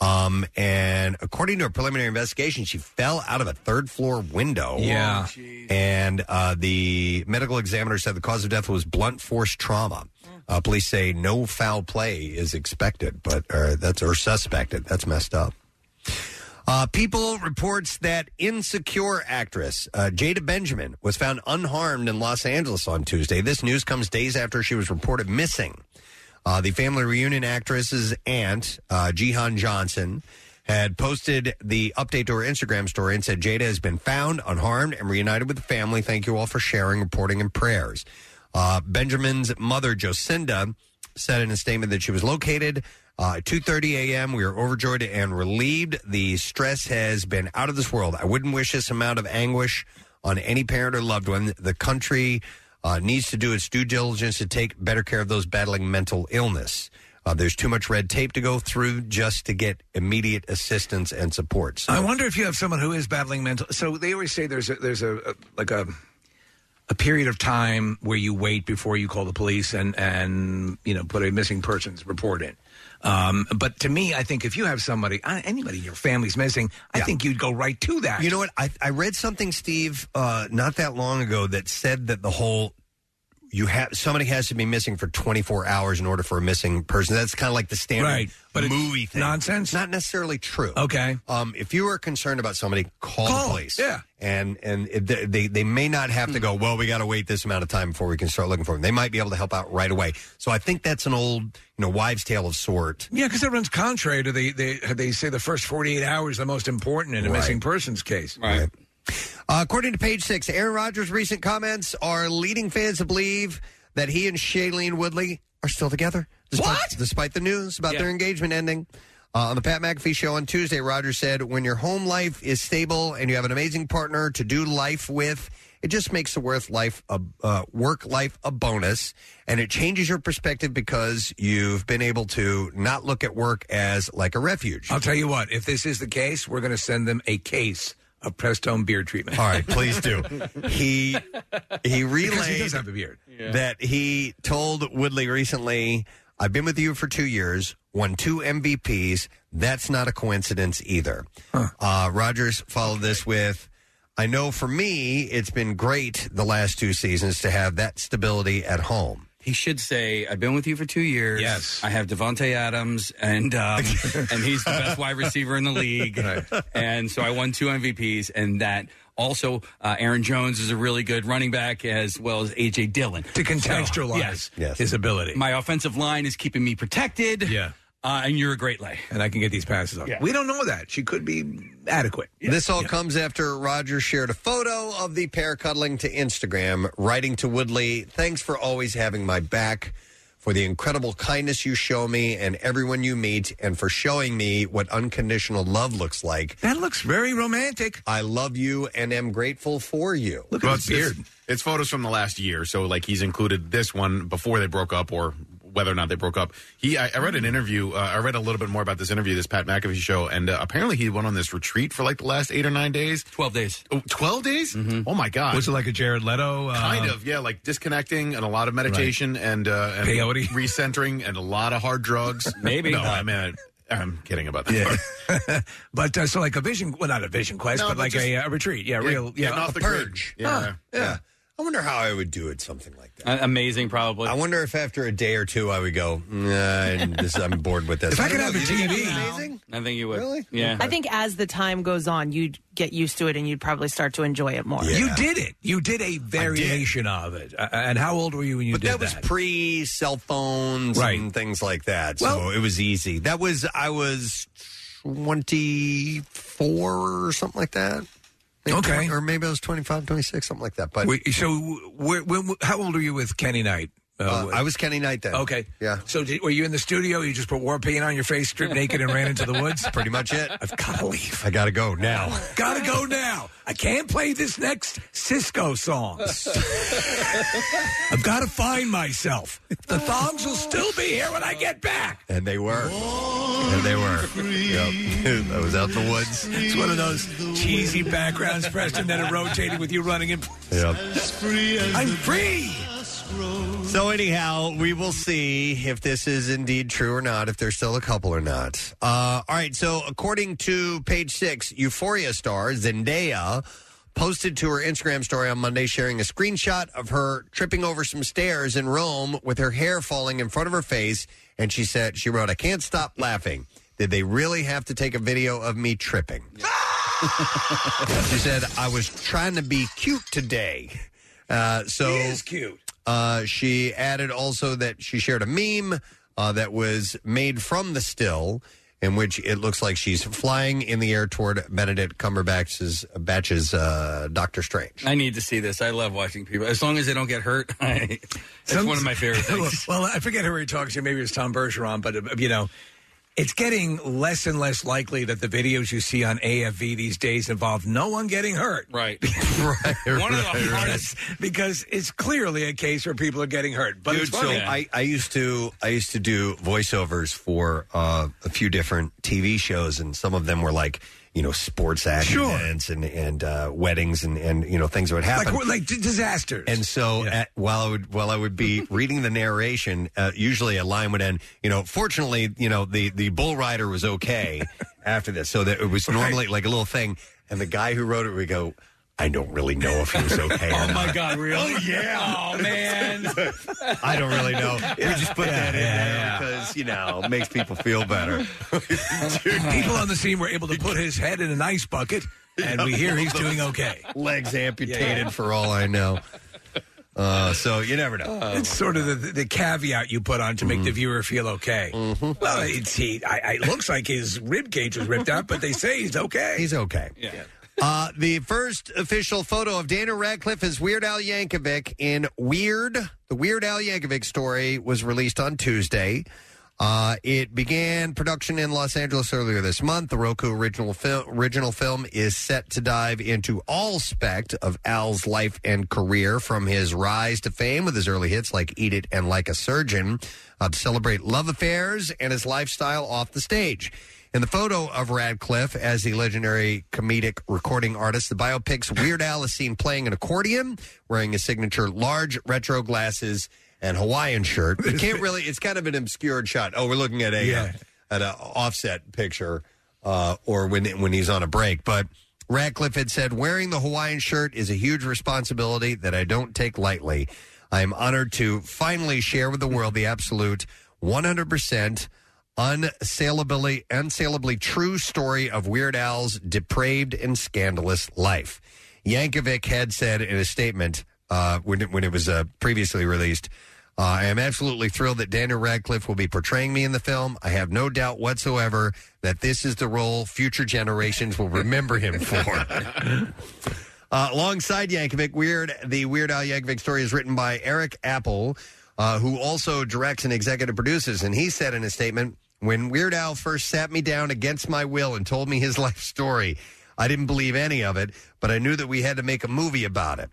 Um, and according to a preliminary investigation, she fell out of a third floor window. Yeah. and uh, the medical examiner said the cause of death was blunt force trauma. Uh, police say no foul play is expected, but or that's or suspected. That's messed up. Uh, People reports that insecure actress uh, Jada Benjamin was found unharmed in Los Angeles on Tuesday. This news comes days after she was reported missing. Uh, the family reunion actress's aunt, uh, Jihan Johnson, had posted the update to her Instagram story and said Jada has been found, unharmed, and reunited with the family. Thank you all for sharing, reporting, and prayers. Uh, Benjamin's mother, Jocinda, said in a statement that she was located uh, at 2.30 a.m. We are overjoyed and relieved. The stress has been out of this world. I wouldn't wish this amount of anguish on any parent or loved one. The country uh, needs to do its due diligence to take better care of those battling mental illness. Uh, there's too much red tape to go through just to get immediate assistance and support. So- I wonder if you have someone who is battling mental. So they always say there's a, there's a, um, a like a a period of time where you wait before you call the police and and you know put a missing persons report in. Um, but to me, I think if you have somebody, uh, anybody, in your family's missing, I think you'd go right to that. You know what? I, I read something, Steve, uh, not that long ago that said that the whole you have somebody has to be missing for 24 hours in order for a missing person. That's kind of like the standard Right, but it's movie thing. nonsense. Not necessarily true. Okay. Um, if you are concerned about somebody, call, Call, the police. yeah. Hmm. And and it- they- they they may not have to go. Well, we got to wait this amount of time before we can start looking for them. They might be able to help out right away. So I think that's an old you know wives' tale of sort. Yeah, because that runs contrary to the they they say the first forty eight hours are the most important in a Right. missing persons case. Right. Uh, according to page six, Aaron Rodgers' recent comments are leading fans to believe that he and Shailene Woodley are still together. Despite, what? Despite the news about their engagement ending. Uh, on the Pat McAfee show on Tuesday, Rodgers said, When your home life is stable and you have an amazing partner to do life with, it just makes the worth life a, uh, work life a bonus, and it changes your perspective because you've been able to not look at work as like a refuge. I'll tell you what, if this is the case, we're going to send them a case of Prestone beard treatment. All right, please do. he he Because he relayed does have a beard. that he told Woodley recently, "I've been with you for two years, won two MVPs. That's not a coincidence either." Uh, Rogers followed this with, "I know for me, it's been great the last two seasons to have that stability at home." He should say, "I've been with you for two years. Yes, I have Devonte Adams, and um, and he's the best wide receiver in the league. And so I won two MVPs, and that also uh, Aaron Jones is a really good running back as well as AJ Dillon. To So, contextualize yes, his ability. my offensive line is keeping me protected. Yeah. uh, and you're a great lay. And I can get these passes off. Yeah. We don't know that. She could be adequate. This all comes after Rogers shared a photo of the pair cuddling to Instagram, writing to Woodley, Thanks for always having my back, for the incredible kindness you show me and everyone you meet, and for showing me what unconditional love looks like. That looks very romantic. I love you and am grateful for you. Look Well, it's, it's, it's photos from the last year, so like he's included this one before they broke up, or whether or not they broke up. He, I, I read an interview. Uh, I read a little bit more about this interview, this Pat McAfee show, and uh, apparently he went on this retreat for like the last eight or nine days. Twelve days. Mm-hmm. Oh, Twelve days? Oh my god! Was it like a Jared Leto? uh, kind of yeah, like disconnecting and a lot of meditation and, uh, and Peyote. recentering and a lot of hard drugs. Maybe. no, I mean. I- I'm kidding about that. Yeah. But uh, so like a vision, well, not a vision quest, No, but but like just- a, uh retreat. Yeah, Yeah, real. Yeah, getting off a the grid. purge. Yeah. Huh, yeah. I wonder how I would do it, something like that. A- amazing, probably. I wonder if after a day or two I would go, nah, this, I'm bored with this. If I could don't know, have a do you think that'd TV. be amazing? I think you would. Really? Yeah. I think as the time goes on, you'd get used to it and you'd probably start to enjoy it more. You did it. You did a variation of it. Uh, and how old were you when you But did that was pre cell phones Right. and things like that. Well- so it was easy. That was I was twenty four or something like that. Maybe Okay. 20 or maybe I was 25, 26, something like that. But Wait, so, where, when, how old were you with Kenny Knight? uh, I was Kenny Knight then. Okay. Yeah. So did, were you in the studio? You just put war paint on your face, stripped naked, and ran into the woods? Pretty much it. I've got to leave. I gotta go now. Gotta go now. I can't play this next Cisco song. I've got to find myself. The thongs will still be here when I get back. And they were. And they were. Yep. I was out in the woods. It's one of those cheesy backgrounds, Preston, that are rotating with you running in. Yep. I'm free. So anyhow, we will see if this is indeed true or not, if they're still a couple or not. Uh, all right. So according to page six, Euphoria star Zendaya posted to her Instagram story on Monday, sharing a screenshot of her tripping over some stairs in Rome with her hair falling in front of her face, and she said she wrote, "I can't stop laughing." Did they really have to take a video of me tripping? she said, I was trying to be cute today. Uh, so He is cute. Uh, she added also that she shared a meme uh, that was made from the still, in which it looks like she's flying in the air toward Benedict Cumberbatch's Batch's, uh, Doctor Strange. I need to see this. I love watching people. As long as they don't get hurt, I, it's Some- one of my favorite things. well, I forget who we were talking to. Maybe it was Tom Bergeron, but uh, you know, it's getting less and less likely that the videos you see on AFV these days involve no one getting hurt. Right. right. One of the right, right. hardest because it's clearly a case where people are getting hurt. But it's Dude, so funny. I, I used to I used to do voiceovers for uh, a few different TV shows, and some of them were like you know sports accidents and and uh, weddings and and you know things that would happen Like, like d- disasters. And so at, while I would while I would be reading the narration, uh, usually a line would end. You know, fortunately, you know the the bull rider was okay after this, so that it was normally like a little thing. And the guy who wrote it would go, "I don't really know if he was okay." or Oh my not." god, really? Oh yeah. Oh man. I don't really know. We just put that in there yeah. because you know it makes people feel better. people on the scene were able to put his head in an ice bucket, and we hear he's doing okay. Legs amputated for all I know. Uh, so you never know. Mm-hmm. It's sort of the, the caveat you put on to make the viewer feel okay. Well, it's he. I, I, it looks like his rib cage was ripped out, but they say he's okay. He's okay. Yeah. Uh, the first official photo of Daniel Radcliffe as Weird Al Yankovic in Weird, the Weird Al Yankovic story was released on Tuesday. Uh, it began production in Los Angeles earlier this month. The Roku original film, original film is set to dive into all aspect of Al's life and career, from his rise to fame with his early hits like "Eat It" and "Like a Surgeon," uh, to celebrate love affairs and his lifestyle off the stage. In the photo of Radcliffe as the legendary comedic recording artist, the biopic's Weird Al is seen playing an accordion, wearing his signature large retro glasses and Hawaiian shirt. You can't really; it's kind of an obscured shot. Oh, we're looking at a uh, Yeah. at an offset picture, uh, or when when he's on a break. But Ratcliffe had said, "Wearing the Hawaiian shirt is a huge responsibility that I don't take lightly. I am honored to finally share with the world the absolute 100 percent." Unsalably, unsalably true story of Weird Al's depraved and scandalous life. Yankovic had said in a statement uh, when, it- when it was uh, previously released, uh, I am absolutely thrilled that Daniel Radcliffe will be portraying me in the film. I have no doubt whatsoever that this is the role future generations will remember him for. Uh, alongside Yankovic, Weird the Weird Al Yankovic story is written by Eric Apple, uh, who also directs and executive produces. And he said in a statement, "When Weird Al first sat me down against my will and told me his life story, I didn't believe any of it, but I knew that we had to make a movie about it."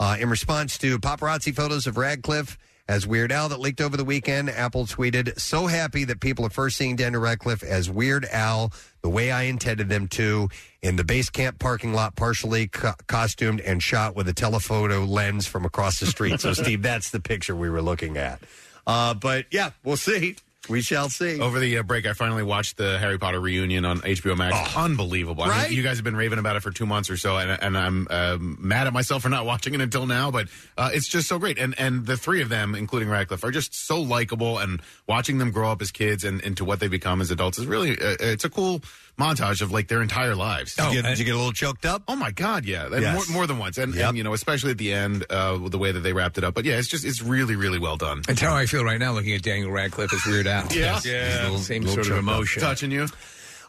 Uh, in response to paparazzi photos of Radcliffe as Weird Al that leaked over the weekend, Apple tweeted, So happy that people are first seeing Daniel Radcliffe as Weird Al the way I intended them to in the base camp parking lot, partially co- costumed and shot with a telephoto lens from across the street. So, Steve, that's the picture we were looking at. Uh, but yeah, we'll see. We shall see. Over the uh, break, I finally watched the Harry Potter reunion on HBO Max. Unbelievable! I Oh. Right? mean, you guys have been raving about it for two months or so, and, and I'm um mad at myself for not watching it until now. But uh, it's just so great, and and the three of them, including Radcliffe, are just so likable. And watching them grow up as kids and into what they become as adults is really uh, it's a cool montage of like their entire lives. Did you, get, did you get a little choked up? Oh my God, yeah, And Yes. more, more than once, and, Yep. and you know, especially at the end, uh, with the way that they wrapped it up. But yeah, it's just it's really, really well done. That's how I feel right now looking at Daniel Radcliffe as Weird Al. Yeah. yeah. Same little sort of choked up. emotion. Touching you.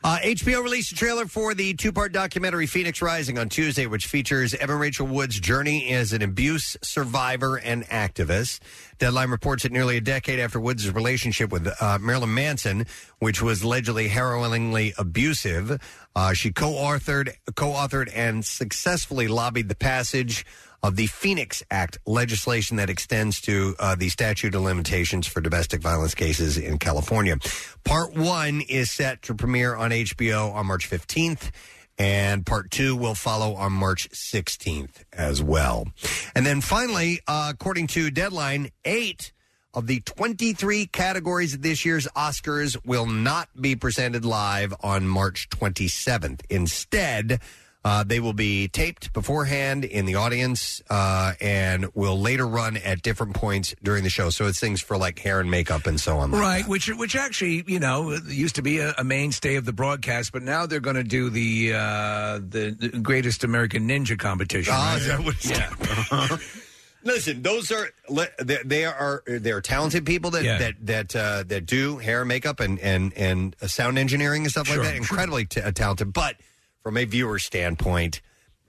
Uh, HBO released a trailer for the two part documentary Phoenix Rising on Tuesday, which features Evan Rachel Wood's journey as an abuse survivor and activist. Deadline reports that nearly a decade after Wood's relationship with uh, Marilyn Manson, which was allegedly harrowingly abusive, uh, she co authored co-authored and successfully lobbied the passage of the Phoenix Act legislation that extends to uh, the statute of limitations for domestic violence cases in California. Part one is set to premiere on HBO on March 15th. And part two will follow on March 16th as well. And then finally, uh, according to Deadline, eight of the 23 categories of this year's Oscars will not be presented live on March 27th. Instead, uh, they will be taped beforehand in the audience uh, and will later run at different points during the show. So it's things for like hair and makeup and so on. Right, which which actually, you know, used to be a, a mainstay of the broadcast, but now they're going to do the uh, the the greatest American Ninja competition. Ah, right? is that what it's- Listen, those are le- they they are they are talented people that Yeah. that that uh, that do hair, and makeup, and and and uh, sound engineering and stuff Sure, like that. Incredibly t- uh, talented, but from a viewer standpoint,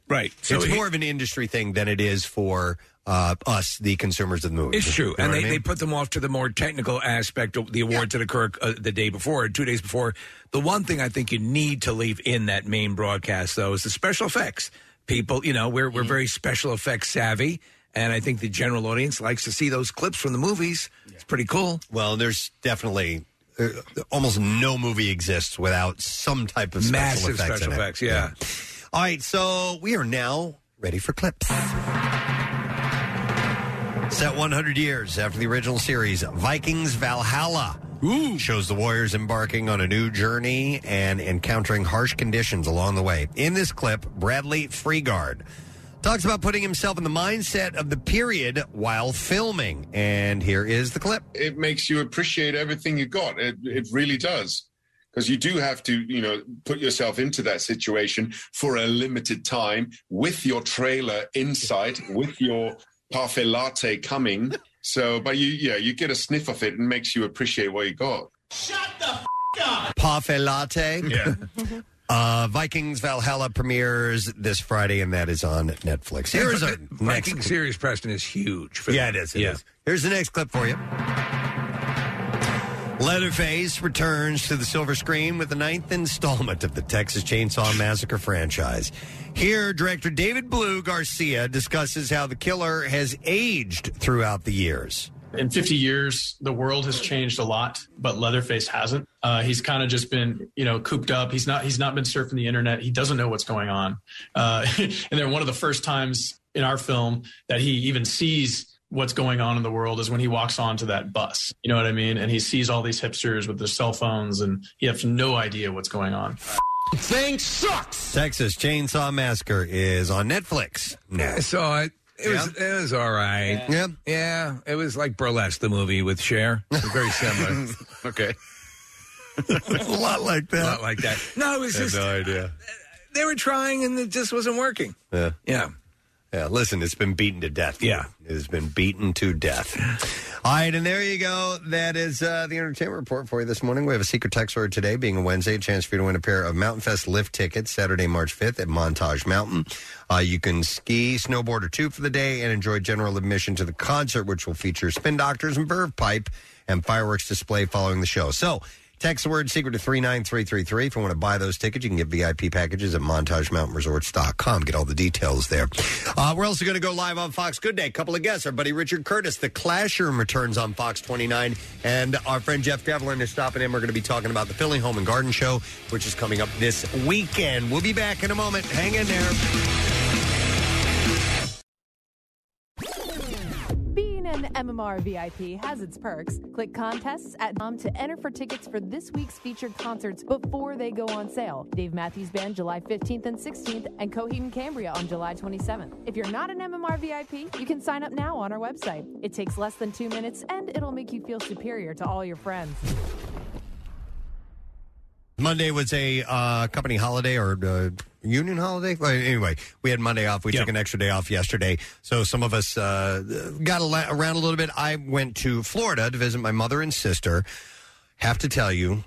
right? So it's more of an industry thing than it is for uh, us, the consumers of the movies. It's true, You know and what they, I mean? they put them off to the more technical aspect of the awards that occur uh, the day before, two days before. The one thing I think you need to leave in that main broadcast, though, is the special effects. People, you know, we're Mm-hmm. we're very special effects savvy, and I think the general audience likes to see those clips from the movies. It's pretty cool. Well, there's definitely uh, almost no movie exists without some type of special Massive effects. in special it. effects, yeah. All right, so we are now ready for clips. Set 100 years after the original series, Vikings Valhalla shows the warriors embarking on a new journey and encountering harsh conditions along the way. In this clip, Bradley Freegard talks about putting himself in the mindset of the period while filming. And here is the clip. it makes you appreciate everything you got. It, it really does. Because you do have to, you know, put yourself into that situation for a limited time with your trailer insight, with your parfait latte coming. So, but you, yeah, you get a sniff of it and makes you appreciate what you got. Parfait latte. Yeah. Uh, Vikings Valhalla premieres this Friday, and that is on Netflix. Here's our next. Viking series, Preston, is huge. For Yeah, that. it is. It is. Here's the next clip for you. Leatherface returns to the silver screen with the ninth installment of the Texas Chainsaw Massacre franchise. Here, director David Blue Garcia discusses how the killer has aged throughout the years. In 50 years, the world has changed a lot, but Leatherface hasn't. Uh, he's kind of just been, you know, cooped up. He's not. He's not been surfing the internet. He doesn't know what's going on. Uh, and then one of the first times in our film that he even sees what's going on in the world is when he walks onto that bus. You know what I mean? And he sees all these hipsters with their cell phones, and he has no idea what's going on. Thing sucks. Texas Chainsaw Massacre is on Netflix. No. I saw it. It was it was all right. Yeah, yeah. It was like burlesque, the movie with Cher. It was very similar. okay, a lot like that. A lot like that. uh, No, it was just idea. they were trying and it just wasn't working. Yeah. Yeah. Yeah. Listen, it's been beaten to death. Yeah. It has been beaten to death. All right, and there you go. That is uh, the entertainment report for you this morning. We have a secret text word today, being a Wednesday, a chance for you to win a pair of Mountain Fest lift tickets Saturday, March 5th at Montage Mountain. Uh, you can ski, snowboard, or two for the day and enjoy general admission to the concert, which will feature spin doctors and Verve Pipe and fireworks display following the show. So, Text the word secret to 39333. If you want to buy those tickets, you can get VIP packages at montagemountainresorts.com. Get all the details there. Uh, we're also going to go live on Fox Good Day. Couple of guests. Our buddy Richard Curtis, The Clashroom returns on Fox 29. And our friend Jeff Devlin is stopping in. We're going to be talking about the Philly Home and Garden Show, which is coming up this weekend. We'll be back in a moment. Hang in there. Being an MMR VIP has its perks. Click contests at mom to enter for tickets for this week's featured concerts before they go on sale. Dave Matthews Band July 15th and 16th, and Coheed and Cambria on July 27th. If you're not an MMR VIP, you can sign up now on our website. It takes less than two minutes, and it'll make you feel superior to all your friends. Monday was a uh, company holiday or uh, union holiday. Well, Anyway, we had Monday off. We took an extra day off yesterday, so some of us uh, got a la- around a little bit. I went to Florida to visit my mother and sister. Have to tell you,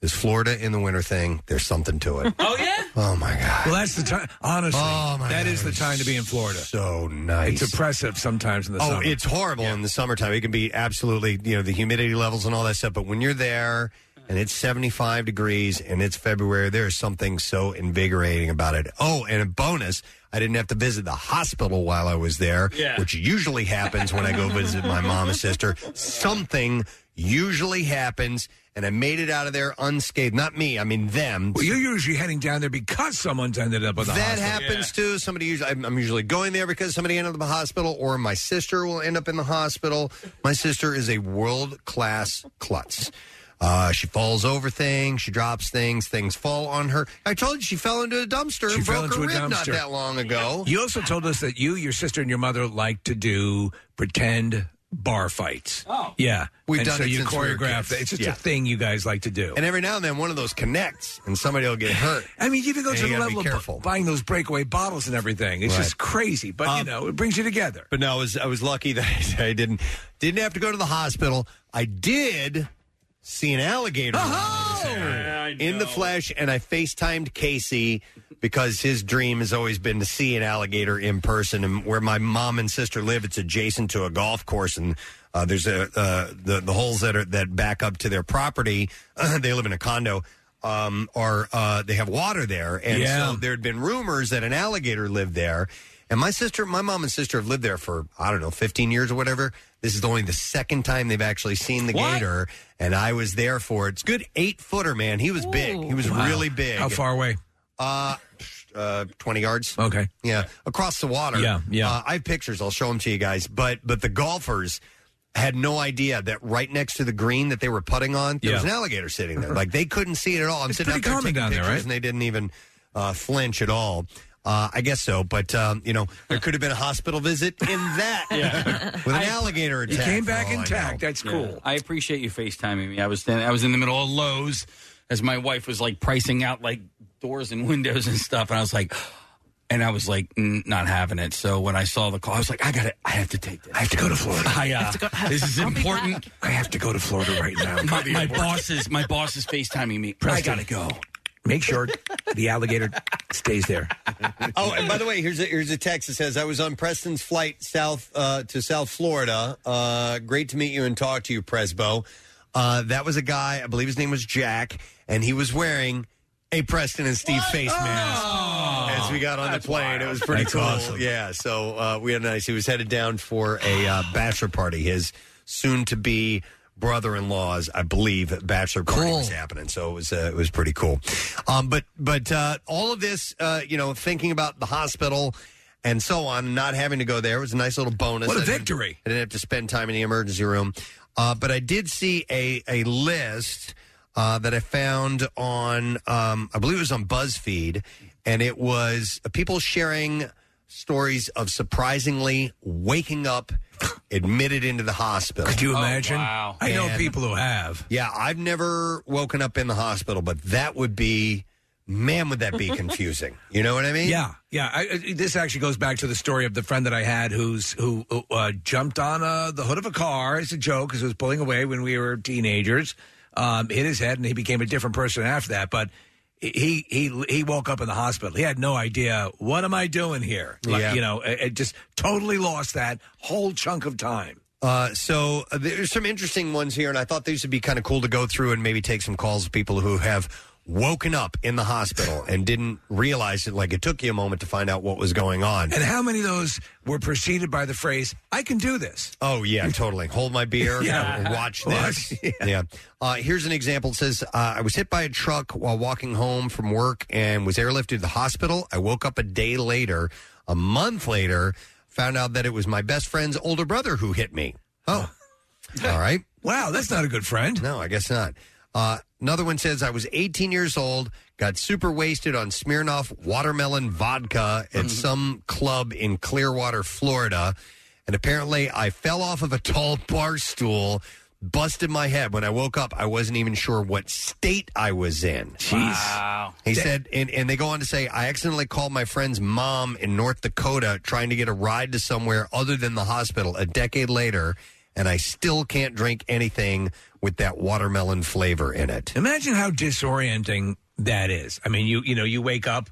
this Florida in the winter thing, there's something to it. Oh yeah. Oh my god. Well, that's the time. Honestly, Oh, my that God, is the time to be in Florida. So nice. It's oppressive sometimes in the oh, summer. it's horrible in the summertime. It can be absolutely, you know, the humidity levels and all that stuff. But when you're there and it's 75 degrees and it's February, there is something so invigorating about it. Oh, and a bonus, I didn't have to visit the hospital while I was there, Yeah. which usually happens when I go visit my mom and sister. Something usually happens. And and I made it out of there unscathed. Not me, I mean them. Well, you're usually heading down there because someone's ended up in the that hospital. happens too. Somebody usually, I'm, I'm usually going there because somebody ended up in the hospital, or my sister will end up in the hospital. My sister is a world class klutz. Uh, she falls over things, she drops things, things fall on her. I told you she fell into a dumpster She and fell broke into her a rib not dumpster. that long ago. You also told us that you, your sister, and your mother like to do pretend bar fights. Oh, yeah, We've and done so it you since we were choreographed. kids. it. It's just Yeah. a thing you guys like to do. And every now and then, one of those connects, and somebody will get hurt. I mean, you even go And to the gotta be level of bu- careful. buying those breakaway bottles and everything. It's Right. just crazy, but you Um, know, it brings you together. But no, I was I was lucky that I didn't didn't have to go to the hospital. I did see an alligator in the flesh, and I FaceTimed Casey because his dream has always been to see an alligator in person. And where my mom and sister live, it's adjacent to a golf course, and uh, there's a uh, the the holes that are that back up to their property. they live in a condo. Um, are uh, they have water there, and Yeah. so there had been rumors that an alligator lived there. And my sister, my mom and sister have lived there for, I don't know, 15 years or whatever. This is only the second time they've actually seen the gator. And I was there for it. It's a good eight footer, man. He was big. He was Wow. really big. How far away? Uh, uh, 20 yards. Okay. Yeah. Across the water. Yeah, yeah. Uh, I have pictures. I'll show them to you guys. But, but the golfers had no idea that right next to the green that they were putting on, there was Yeah. an alligator sitting there. Like they couldn't see it at all. I'm It's sitting pretty out there common taking down there, pictures, right? And they didn't even uh, flinch at all. Uh, I guess so, but um, you know there could have been a hospital visit in that with an alligator attack. for all I know. Oh, Yeah. I appreciate you FaceTiming me. I was standing, I was in the middle of Lowe's as my wife was like pricing out like doors and windows and stuff, and I was like. And I was like, mm, not having it. So when I saw the call, I was like, I got to I have to take this. I have to go to Florida. I, uh, this is important. I have to go to Florida right now. My, my boss is my boss is FaceTiming me. I Preston. gotta go. Make sure the alligator stays there. oh, and by the way, here's a, here's a text that says I was on Preston's flight south uh, to South Florida. Uh, great to meet you and talk to you, Presbo. Uh, that was a guy, I believe his name was Jack, and he was wearing a Preston and Steve face mask as we got on the plane. It was pretty Oh. That's cool. awesome. Yeah, so uh, we had a nice. He was headed down for a uh, bachelor party. His soon to be brother-in-law's, I believe, bachelor party was happening. So it was uh, it was pretty cool. Um, but but uh, all of this, uh, you know, thinking about the hospital and so on, not having to go there was a nice little bonus. What a I didn't- victory. I didn't have to spend time in the emergency room. Uh, but I did see a a list uh, that I found on um, I believe it was on BuzzFeed, and it was people sharing stories of surprisingly waking up admitted into the hospital. Could you imagine? I know people who have. Yeah, I've never woken up in the hospital, but that would be man, would that be confusing? you know what I mean? Yeah, yeah. I, I- this actually goes back to the story of the friend that I had who's who uh, jumped on uh, the hood of a car as a joke because it was pulling away when we were teenagers. Um, hit his head, and he became a different person after that. But he he he woke up in the hospital. He had no idea what am I doing here. Like, Yeah. you know, it, it just totally lost that whole chunk of time. Uh, so uh, there's some interesting ones here, and I thought these would be kind of cool to go through and maybe take some calls of people who have woken up in the hospital and didn't realize it. Like it took you a moment to find out what was going on. And how many of those were preceded by the phrase "I can do this"? Oh yeah, totally. Hold my beer. Yeah. Watch this. Yeah. Uh, here's an example. It says uh, I was hit by a truck while walking home from work and was airlifted to the hospital. I woke up a day later. A month later, found out that it was my best friend's older brother who hit me. Oh, all right. Wow, that's not a good friend. No, I guess not. Uh, another one says I was 18 years old, got super wasted on Smirnoff watermelon vodka Mm-hmm. at some club in Clearwater, Florida, and apparently I fell off of a tall bar stool, busted my head. When I woke up, I wasn't even sure what state I was in. Jeez. He said, and, and they go on to say, I accidentally called my friend's mom in North Dakota trying to get a ride to somewhere other than the hospital a decade later, and I still can't drink anything with that watermelon flavor in it. Imagine how disorienting that is. I mean, you you know, you wake up.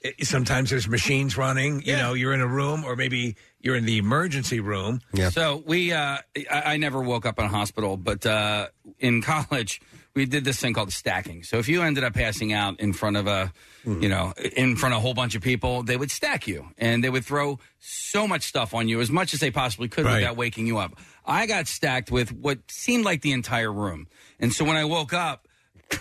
it- Sometimes there's machines running. You know, you're in a room, or maybe you're in the emergency room. So we, uh, I, I never woke up in a hospital, but uh, in college we did this thing called stacking. So if you ended up passing out in front of a, you know, in front of a whole bunch of people, they would stack you and they would throw so much stuff on you as much as they possibly could Right. without waking you up. I got stacked with what seemed like the entire room. And so when I woke up,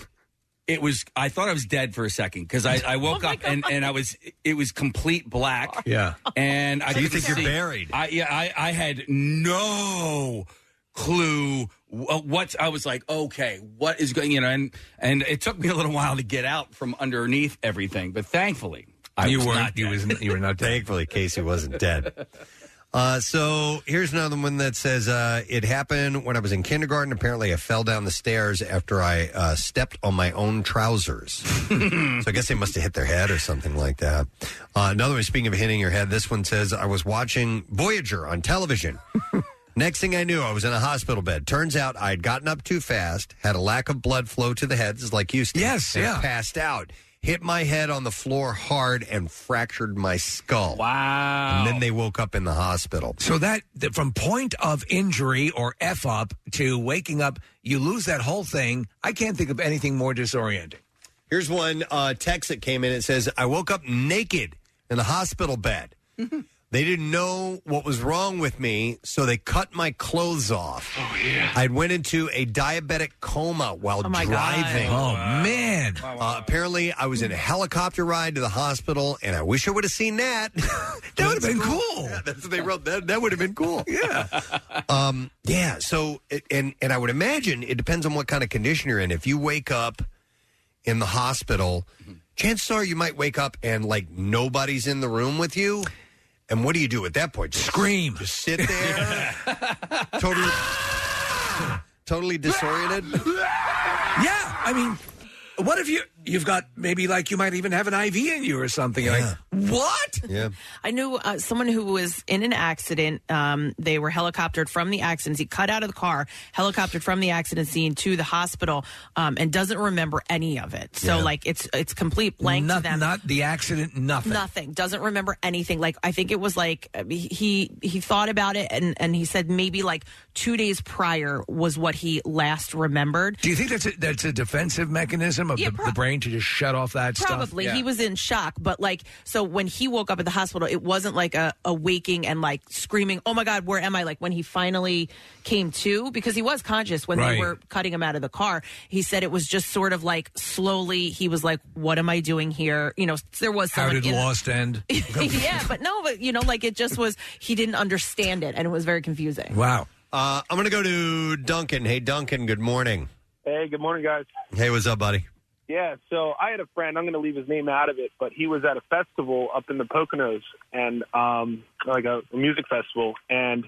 it was I thought I was dead for a second because I, I woke up and, and I was it was complete black. Yeah. And I So you couldn't think you're see- buried. I yeah, I, I had no clue wh- what I was like, okay, what is going you know, and and it took me a little while to get out from underneath everything, but thankfully I You was weren't- not you was- dead. you were not dead. Thankfully Casey wasn't dead. Uh, so here's another one that says uh, it happened when I was in kindergarten. Apparently, I fell down the stairs after I uh, stepped on my own trousers. so I guess they must have hit their head or something like that. Uh, another one, speaking of hitting your head, this one says I was watching Voyager on television. Next thing I knew, I was in a hospital bed. Turns out I'd gotten up too fast, had a lack of blood flow to the head, this is like you, Steve. Yes, yeah. Passed out, hit my head on the floor hard, and fractured my skull. Wow. And then they woke up in the hospital. So that that from point of injury or f up to waking up, you lose that whole thing. I can't think of anything more disorienting. Here's one uh, text that came in. It says, I woke up naked in a hospital bed. they didn't know what was wrong with me, so they cut my clothes off. Oh, yeah. I went into a diabetic coma while Oh, my God. driving. Oh, Wow. man. Uh, apparently, I was in a helicopter ride to the hospital, and I wish I would have seen that. that would have been cool. Yeah, that's what they wrote. That, that would have been cool. yeah. Um, yeah. So, it- and, and I would imagine it depends on what kind of condition you're in. If you wake up in the hospital, chances are you might wake up and like nobody's in the room with you. And what do you do at that point? Just scream. Just sit there. totally totally disoriented. Yeah, I mean, what if you you've got maybe like you might even have an IV in you or something? You're Like what? Yeah. I knew uh, someone who was in an accident. Um, they were helicoptered from the accident. He cut out of the car, helicoptered from the accident scene to the hospital, um, and doesn't remember any of it. So Yeah. like it's it's complete blank not, to them. not the accident, nothing. Doesn't remember anything. Like I think it was like uh, he he thought about it and and he said maybe like two days prior was what he last remembered. Do you think that's a, that's a defensive mechanism of the, the brain to just shut off that stuff? Probably. He was in shock, but like, so when he woke up at the hospital, it wasn't like a, a waking and like screaming, oh my God, where am I? Like when he finally came to, because he was conscious when Right. they were cutting him out of the car, he said it was just sort of like slowly, he was like, what am I doing here? You know, there was How someone did in the- Lost end? yeah, but no, but you know, like it just was, he didn't understand it and it was very confusing. Wow. Uh, I'm going to go to Duncan. Hey, Duncan, good morning. Hey, good morning, guys. Hey, what's up, buddy? Yeah, so I had a friend. I'm going to leave his name out of it, but he was at a festival up in the Poconos, and um, like a, a music festival, and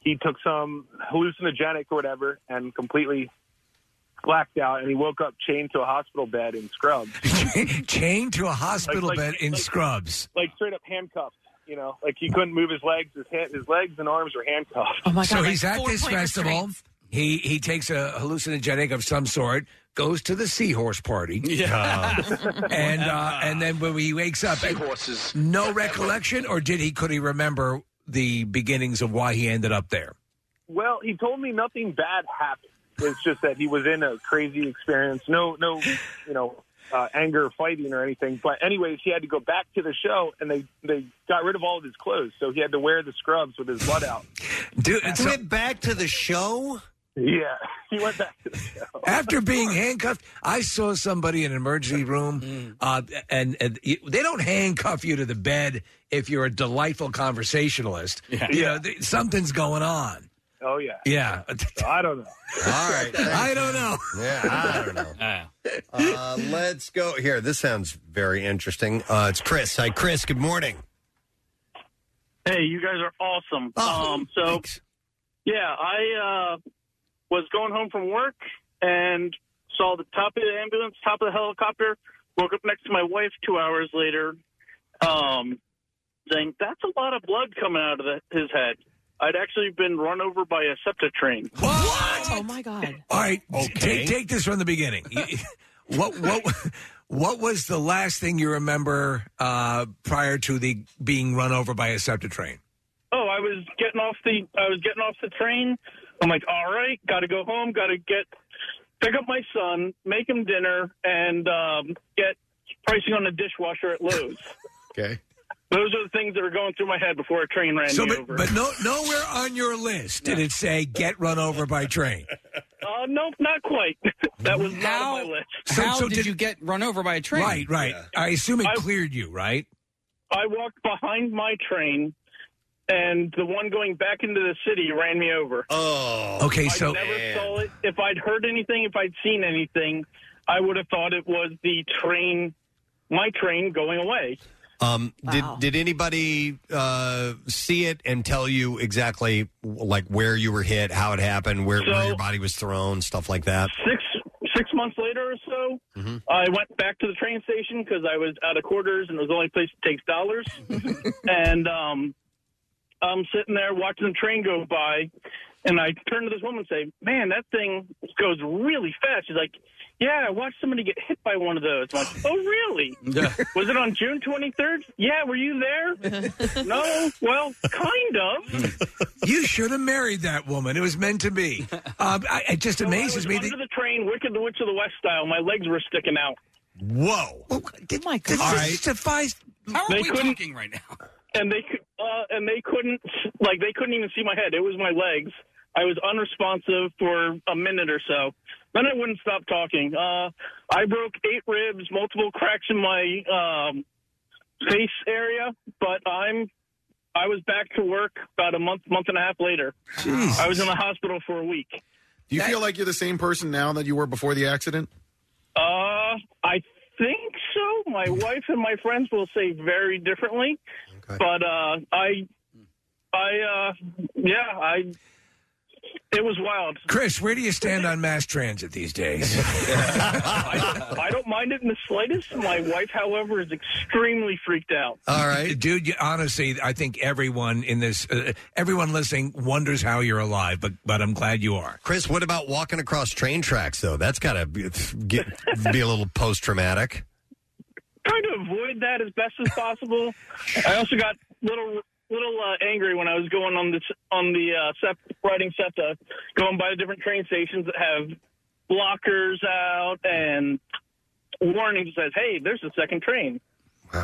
he took some hallucinogenic or whatever, and completely blacked out, and he woke up chained to a hospital bed in scrubs, Chained to a hospital Like- like- bed in like- scrubs. like straight up handcuffed. You know, like he couldn't move his legs. His hand, his legs and arms were handcuffed. so he's at this festival. He he takes a hallucinogenic of some sort, goes to the seahorse party, Yeah. Um, and uh, and then when he wakes up, seahorses. No recollection, or did he? Could he remember the beginnings of why he ended up there? Well, he told me nothing bad happened. It's just that he was in a crazy experience. No, no, you know, uh, anger, or fighting, or anything. But anyways, he had to go back to the show, and they they got rid of all of his clothes, so he had to wear the scrubs with his blood out. Dude, He went back to the show. Yeah, he went back. To the show. After being handcuffed, I saw somebody in an emergency room, uh, and, and you- they don't handcuff you to the bed if you're a delightful conversationalist. You know, th- something's going on. Oh yeah. Yeah. I don't know. All right. I don't know. Yeah, I don't know. Uh, let's go here. This sounds very interesting. Uh, it's Chris. Hi, Chris. Good morning. Hey, you guys are awesome. um, so, yeah, I uh, was going home from work and saw the top of the ambulance, top of the helicopter. Woke up next to my wife two hours later, um, saying that's a lot of blood coming out of the, his head. I'd actually been run over by a septa train. Oh my God. All right, take, take this from the beginning. You- what what what was the last thing you remember uh, prior to the being run over by a septa train? Oh, I was getting off the I was getting off the train. I'm like, all right, got to go home, got to get pick up my son, make him dinner, and um, get pricing on the dishwasher at Lowe's. Okay. Those are the things that were going through my head before a train ran So, me but, over. but no, nowhere on your list did it say get run over by train. Uh, nope, not quite. that was not on my list. How did, you get run over by a train? Right, right. I assume it cleared you, right? I walked behind my train, and the one going back into the city ran me over. Oh, Okay, so- I never saw it. If I'd heard anything, if I'd seen anything, I would have thought it was the train, my train going away. Um, Did did anybody uh, see it and tell you exactly like where you were hit, how it happened, where, where your body was thrown, stuff like that? Six six months later or so, I went back to the train station because I was out of quarters and it was the only place that takes dollars. and um, I'm sitting there watching the train go by, and I turn to this woman and say, "Man, that thing goes really fast." She's like, "Yeah, I watched somebody get hit by one of those." I'm like, "Oh, really? was it on June 23rd? Yeah, were you there? no, well, kind of." You should have married that woman. It was meant to be. Um, I, it just amazes me. Under That, the train, Wicked the Witch of the West style, my legs were sticking out. Whoa! Oh my this is defies. How are They we couldn't- talking right now? and they cou- uh, and they couldn't like they couldn't even see my head. It was my legs. I was unresponsive for a minute or so. Then I wouldn't stop talking. Uh, I broke eight ribs, multiple cracks in my um, face area, but I'm I was back to work about a month month and a half later. I was in the hospital for a week. Do you feel like you're the same person now that you were before the accident? Uh, I think so. My wife and my friends will say very differently, but uh, I, I, uh, yeah, I. It was wild. Chris, where do you stand on mass transit these days? I, I don't mind it in the slightest. My wife, however, is extremely freaked out. All right, dude. You, honestly, I think everyone in this, uh, everyone listening, wonders how you're alive. But but I'm glad you are. Chris, what about walking across train tracks though? That's got to be, get- be a little post traumatic. Try to avoid that as best as possible. I also got little little uh, angry when I was going on this on the uh, sep- riding SEPTA, going by the different train stations that have blockers out and warnings that says, "Hey, there's a second train."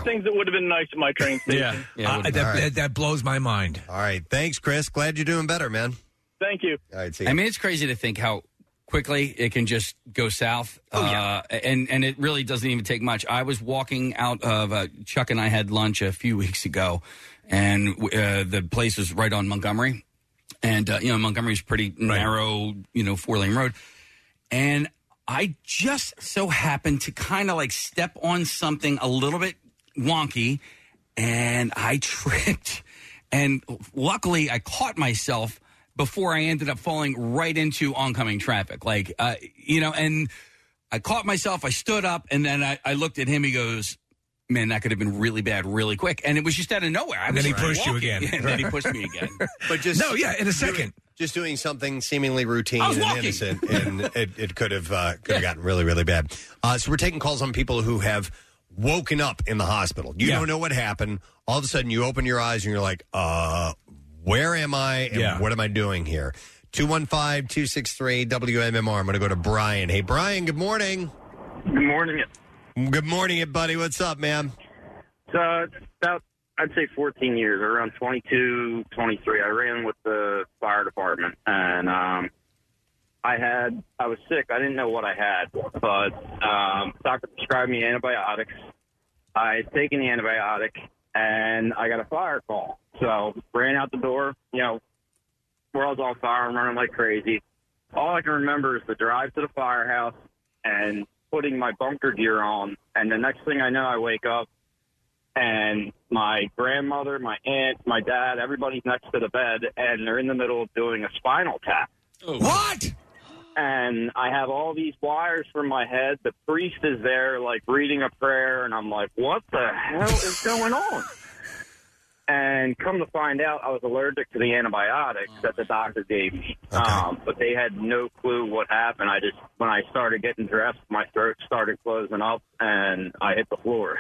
Things that would have been nice at my train station. Uh, that, that, that blows my mind. All right, thanks, Chris. Glad you're doing better, man. Thank you. All right, see. ya. I mean, it's crazy to think how quickly it can just go south. Oh, yeah. uh, and, and it really doesn't even take much. I was walking out of uh, Chuck and I had lunch a few weeks ago, and uh, the place is right on Montgomery. And, uh, you know, Montgomery's pretty narrow, you know, four lane road. And I just so happened to kind of like step on something a little bit wonky, and I tripped. And luckily, I caught myself before I ended up falling right into oncoming traffic. Like, uh, you know, and I caught myself, I stood up, and then I, I looked at him. He goes, Man, that could have been really bad really quick. And it was just out of nowhere. I And was then he just pushed you walking. again. Yeah, and then he pushed me again. But just No, yeah, in a second. doing- just doing something seemingly routine I was and walking. innocent, and it, it could have uh, could have gotten really really bad. Uh, so we're taking calls on people who have woken up in the hospital. You don't know what happened. All of a sudden, you open your eyes and you're like, "Uh, where am I? And Yeah. what am I doing here?" 215-263 WMMR. I'm going to go to Brian. Hey, Brian. Good morning. Good morning. Good morning, buddy. What's up, man? Uh, about, I'd say 14 years, around 22, 23. I ran with the fire department, and um, I had, I was sick. I didn't know what I had, but um, doctor prescribed me antibiotics. I had taken the antibiotic, and I got a fire call. So ran out the door. You know, world's on fire. I'm running like crazy. All I can remember is the drive to the firehouse and putting my bunker gear on. And the next thing I know, I wake up and my grandmother, my aunt, my dad, everybody's next to the bed, and they're in the middle of doing a spinal tap. Oh. What? And I have all these wires from my head. The priest is there, like reading a prayer, and I'm like, "What the hell is going on?" And come to find out, I was allergic to the antibiotics that the doctor gave me. Um, but they had no clue what happened. I just, when I started getting dressed, my throat started closing up, and I hit the floor.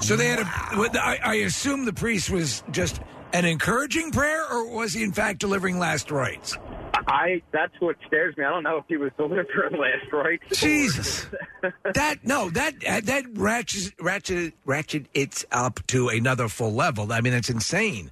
So they had a. with- I, I assume the priest was just an encouraging prayer, or was he in fact delivering last rites? I that's what scares me. I don't know if he was delivering last, right? Jesus. that no, that that ratchet ratchet ratchet it's up to another full level. I mean, it's insane.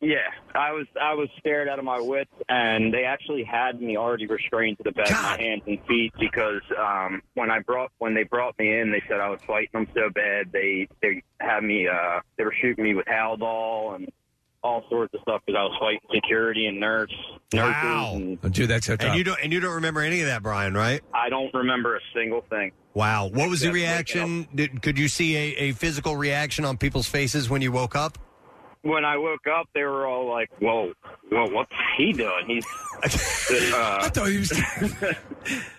Yeah, I was I was scared out of my wits, and they actually had me already restrained to the bed, my hands and feet, because um, when I brought when they brought me in, they said I was fighting them so bad they they had me uh, they were shooting me with Haldol and all sorts of stuff because I was fighting security and nurse nurses. And Oh, Dude, that's so And you don't and you don't remember any of that, Brian, right? I don't remember a single thing. Wow. What was the That's waking reaction? Did, could you see a, a physical reaction on people's faces when you woke up? When I woke up, they were all like, "Whoa, whoa, what's he doing?" He's uh, I thought he was. it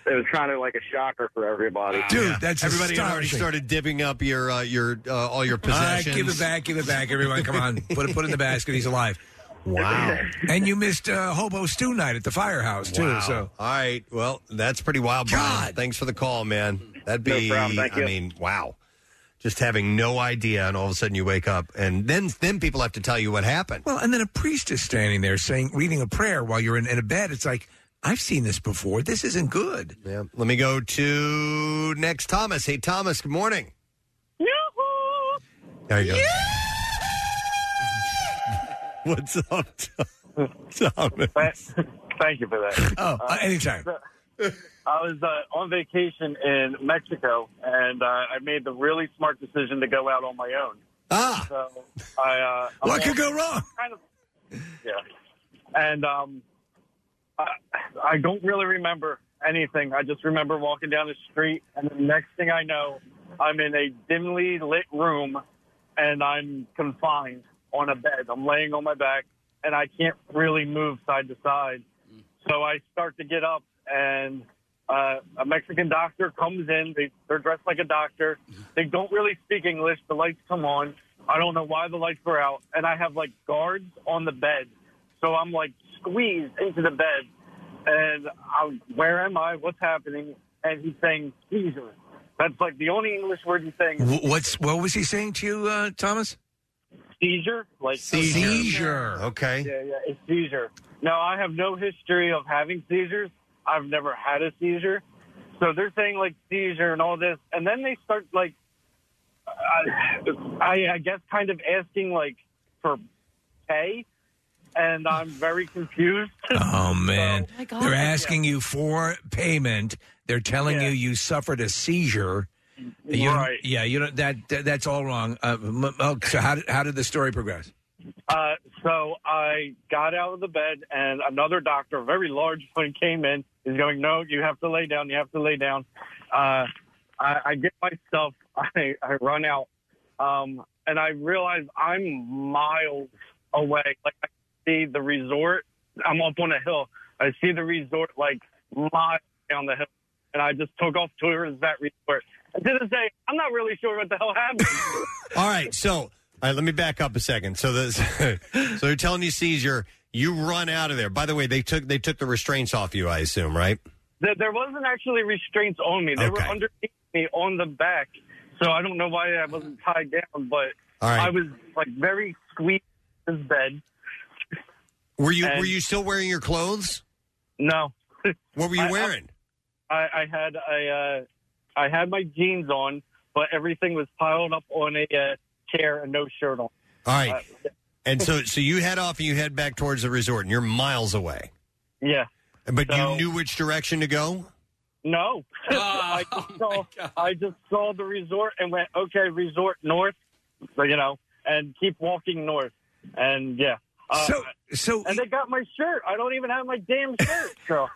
was kind of like a shocker for everybody, everybody had already started dipping up your uh, your uh, all your All right, possessions. give it back, give it back, everyone. Come on, put it put it in the basket. He's alive. Wow. And you missed uh, hobo stew night at the firehouse too. Wow. So all right, well, that's pretty wild. Brian. thanks for the call, man. That'd be. No problem. Thank I you. mean, wow. Just having no idea, and all of a sudden you wake up, and then then people have to tell you what happened. well, and then a priest is standing there saying, reading a prayer while you're in, in a bed. It's like I've seen this before. This isn't good. Yeah. Let me go to next Thomas. Hey, Thomas. Good morning. There you go. What's up, Thomas? Thank you for that. Uh, Oh, anytime. I was uh, on vacation in Mexico, and uh, I made the really smart decision to go out on my own. Ah. So I. Uh, What could go wrong? Kind of. Yeah. And um, I, I don't really remember anything. I just remember walking down the street, and the next thing I know, I'm in a dimly lit room, and I'm confined on a bed. I'm laying on my back, and I can't really move side to side. So I start to get up, and uh, a Mexican doctor comes in. They, they're dressed like a doctor. They don't really speak English. The lights come on. I don't know why the lights were out. And I have like guards on the bed. So I'm like squeezed into the bed. And I'm, where am I? What's happening? And he's saying, Jesus. That's like the only English word he's saying. Wh- What's what was he saying to you, uh, Thomas? Seizure? Like Seizure. Seizure. Okay. Yeah, yeah, it's seizure. Now I have no history of having seizures. I've never had a seizure. So they're saying like seizure and all this, and then they start like, I, I, I guess, kind of asking like for pay, and I'm very confused. Oh man, my God. they're asking you for payment. They're telling you you suffered a seizure. You, Right. Yeah, you know that, that that's all wrong. Uh, m- oh, so how did, how did the story progress? Uh, so I got out of the bed, and another doctor, a very large one, came in. Is going, no, you have to lay down. You have to lay down. Uh, I, I get myself. I, I run out, um, and I realize I'm miles away. Like I see the resort. I'm up on a hill. I see the resort like miles down the hill, and I just took off towards that resort. And to this day, I'm not really sure what the hell happened. All right, so all right, let me back up a second. So this, so they're telling you seizure. You run out of there. By the way, they took they took the restraints off you. I assume, right? There, there wasn't actually restraints on me. They were underneath me on the back. So I don't know why I wasn't tied down, but All right. I was like very squeezed in this bed. Were you were you still wearing your clothes? No. What were you wearing? I, I had I, uh, I had my jeans on, but everything was piled up on a uh, chair and no shirt on. All right. And so so you head off and you head back towards the resort, and you're miles away. Yeah. But you knew which direction to go. No. I, Oh, just saw, I just saw the resort and went, okay, resort north, so, you know, and keep walking north. And yeah. Uh, So- so and they got my shirt. I don't even have my damn shirt. Girl.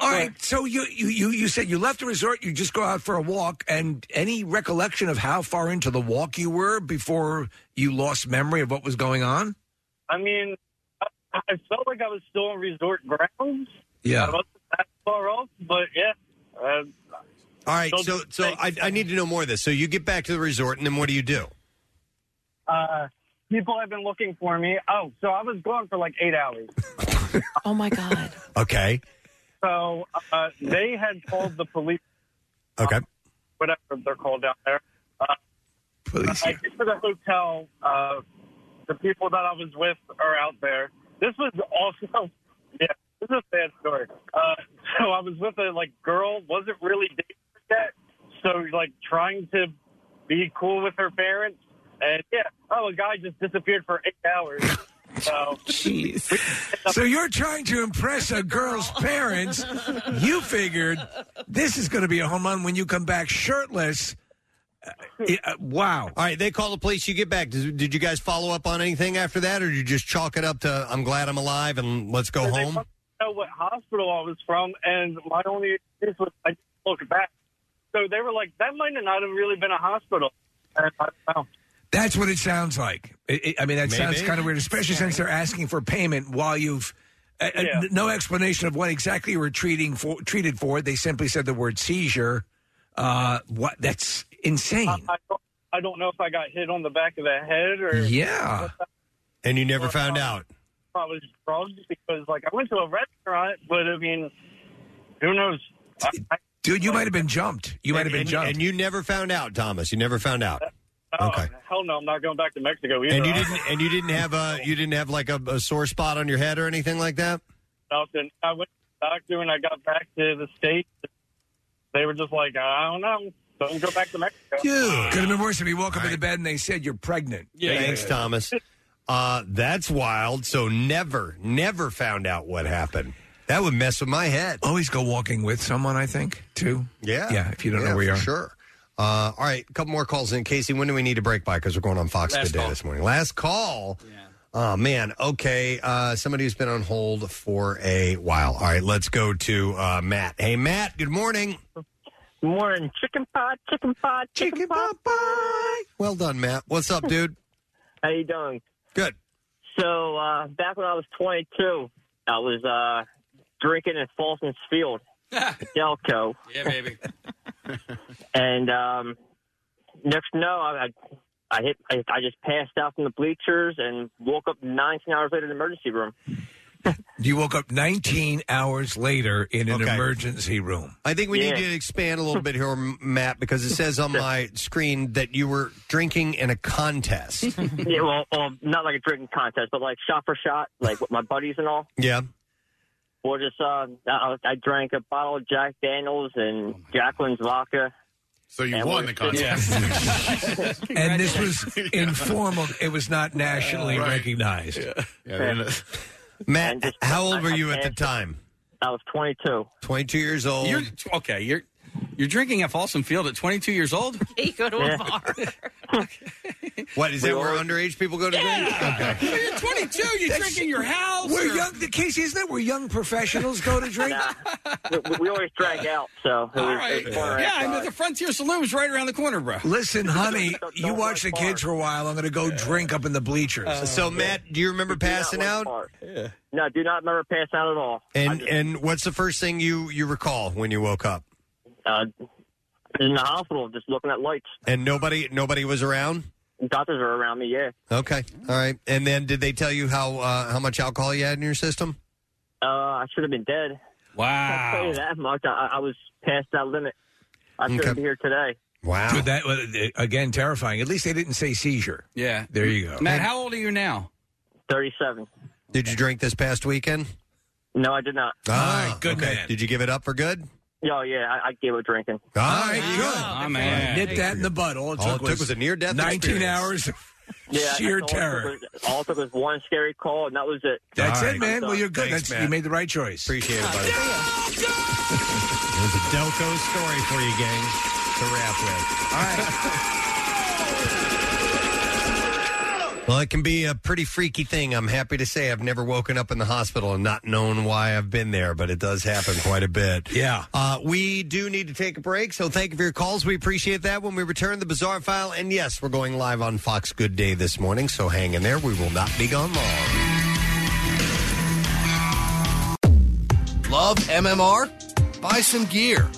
All right, so you, you you you said you left the resort. You just go out for a walk, and any recollection of how far into the walk you were before you lost memory of what was going on? I mean, I, I felt like I was still on resort grounds. Yeah. I wasn't that far off, but yeah. Um, All right. So so I, I need to know more of this. So you get back to the resort, and then what do you do? uh, people have been looking for me. Oh, so I was gone for like eight hours. oh my god. Okay. So uh, they had called the police. Okay. whatever they're called down there. Uh, I get to the hotel. Uh, the people that I was with are out there. This was also, yeah, This is a sad story. Uh, so I was with a like girl, wasn't really dating yet, so like trying to be cool with her parents, and yeah, oh, a guy just disappeared for eight hours. So So you're trying to impress a girl's parents. You figured this is going to be a home run when you come back shirtless. Uh, wow. All right, they call the police. You get back. Did, did you guys follow up on anything after that, or did you just chalk it up to "I'm glad I'm alive" and let's go they home? wanted to know what hospital I was from, and my only excuse was I just looked back. So they were like, that might not have really been a hospital. And I don't know. That's what it sounds like. It- it- I mean, that sounds Maybe. kind of weird, especially since they're asking for payment while you've. Uh, uh, Yeah. No explanation of what exactly you were treating for, treated for. They simply said the word seizure. Uh, what? That's insane. Uh, I don't, I don't know if I got hit on the back of the head or Yeah. And you never found out. if I was drugged because like I went to a restaurant, but I mean, who knows? I, I, Dude, you might have been jumped. You might have been and, jumped. And you never found out, Thomas. You never found out. oh, Hell no, I'm not going back to Mexico either. And you didn't. And you didn't have a. You didn't have like a, a sore spot on your head or anything like that. Nothing. I went to the doctor and I got back to the states. They were just like, I don't know, don't go back to Mexico. Could have been worse if you woke up in the bed and they said you're pregnant. Thanks, Thomas. Uh, that's wild. So never, never found out what happened. That would mess with my head. Always Oh, go walking with someone, I think, too. Yeah. Yeah, if you don't know Yeah, where you for are. Sure. Uh, all right, a couple more calls in. Casey, when do we need a break by? Because we're going on Fox Last Good Day call. this morning. Last call. Oh, man. Okay. Uh, somebody who's been on hold for a while. All right, let's go to uh, Matt. Hey, Matt, good morning. Morning. Chicken pot, chicken pot, chicken, pot. Well done, Matt. What's up, dude? How you doing? Good. So uh, back when I was 22, I was uh, drinking in Falson's Field, Delco, Yeah, baby. and um, next no, I, I I hit I, I just passed out from the bleachers and woke up 19 hours later in the emergency room. You woke up 19 hours later in an Okay. emergency room. I think we need to expand a little bit here, Matt, because it says on my screen that you were drinking in a contest. yeah, well, well, not like a drinking contest, but like shot for shot, like with my buddies and all. yeah. Or just uh, I, I drank a bottle of Jack Daniels and Jacqueline's vodka. Oh So you And won we're the contest. And this was informal. It was not nationally recognized. Matt, how old were you at the time? I was 22. 22 years old. You're, okay, you're you're drinking at Folsom Field at 22 years old. You go to Yeah. a bar. What is We that? Where always- underage people go to drink? Okay. You're 22. You That's- drink in your house. We're or- young. The Casey, isn't that where young professionals go to drink? we, we always Uh, drank out, so it was, All it right. was far Yeah, I know the Frontier Saloon's right around the corner, bro. Listen, honey, you watch Oh, the kids for a while. I'm going to go drink up in the bleachers. Uh, so, Matt, do you remember Do not passing like out? bars. No, do not remember passing out at all. And and what's the first thing you you recall when you woke up? Uh, in the hospital, just looking at lights. And nobody nobody was around. Doctors are around me, yeah. Okay, all right. And then did they tell you how uh, how much alcohol you had in your system? Uh, I should have been dead. I'll tell you that much. I, I was past that limit. I shouldn't be here today. Wow. Dude, that was, uh, again terrifying. At least they didn't say seizure. Yeah. There you go. Matt, how old are you now? 37. Did you drink this past weekend? No, I did not. Ah, good man. Did you give it up for good? Oh, yeah, I, I gave up drinking. All right, good. Oh, man. Nip that in the bud. All it took, was, a near death. 19 hours of sheer that's all it terror. took was- All it took was one scary call, and that was it. That's All it, right. man. Well, you're good. That's, you made the right choice. Appreciate it, buddy. It was a Delco story for you, gang, to wrap with. All right. Well, it can be a pretty freaky thing. I'm happy to say I've never woken up in the hospital and not known why I've been there, but it does happen quite a bit. Yeah. Uh, we do need to take a break, so thank you for your calls. We appreciate that. When we return, the Bizarre File, and yes, we're going live on Fox Good Day this morning, so hang in there. We will not be gone long. Love MMR? Buy some gear.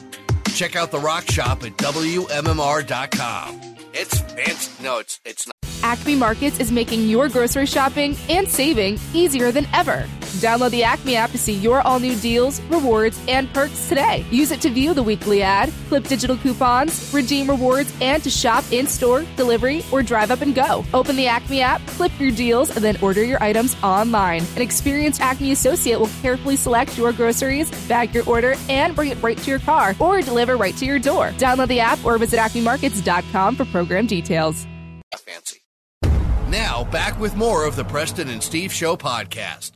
Check out the rock shop at WMMR.com. It's fancy. No, it's it's not. Acme Markets is making your grocery shopping and saving easier than ever. Download the Acme app to see your all new deals, rewards, and perks today. Use it to view the weekly ad, clip digital coupons, redeem rewards, and to shop in store, delivery, or drive up and go. Open the Acme app, clip your deals, and then order your items online. An experienced Acme associate will carefully select your groceries, bag your order, and bring it right to your car or deliver right to your door. Download the app or visit acmemarkets.com for program details. Fancy. Now, back with more of the Preston and Steve Show podcast.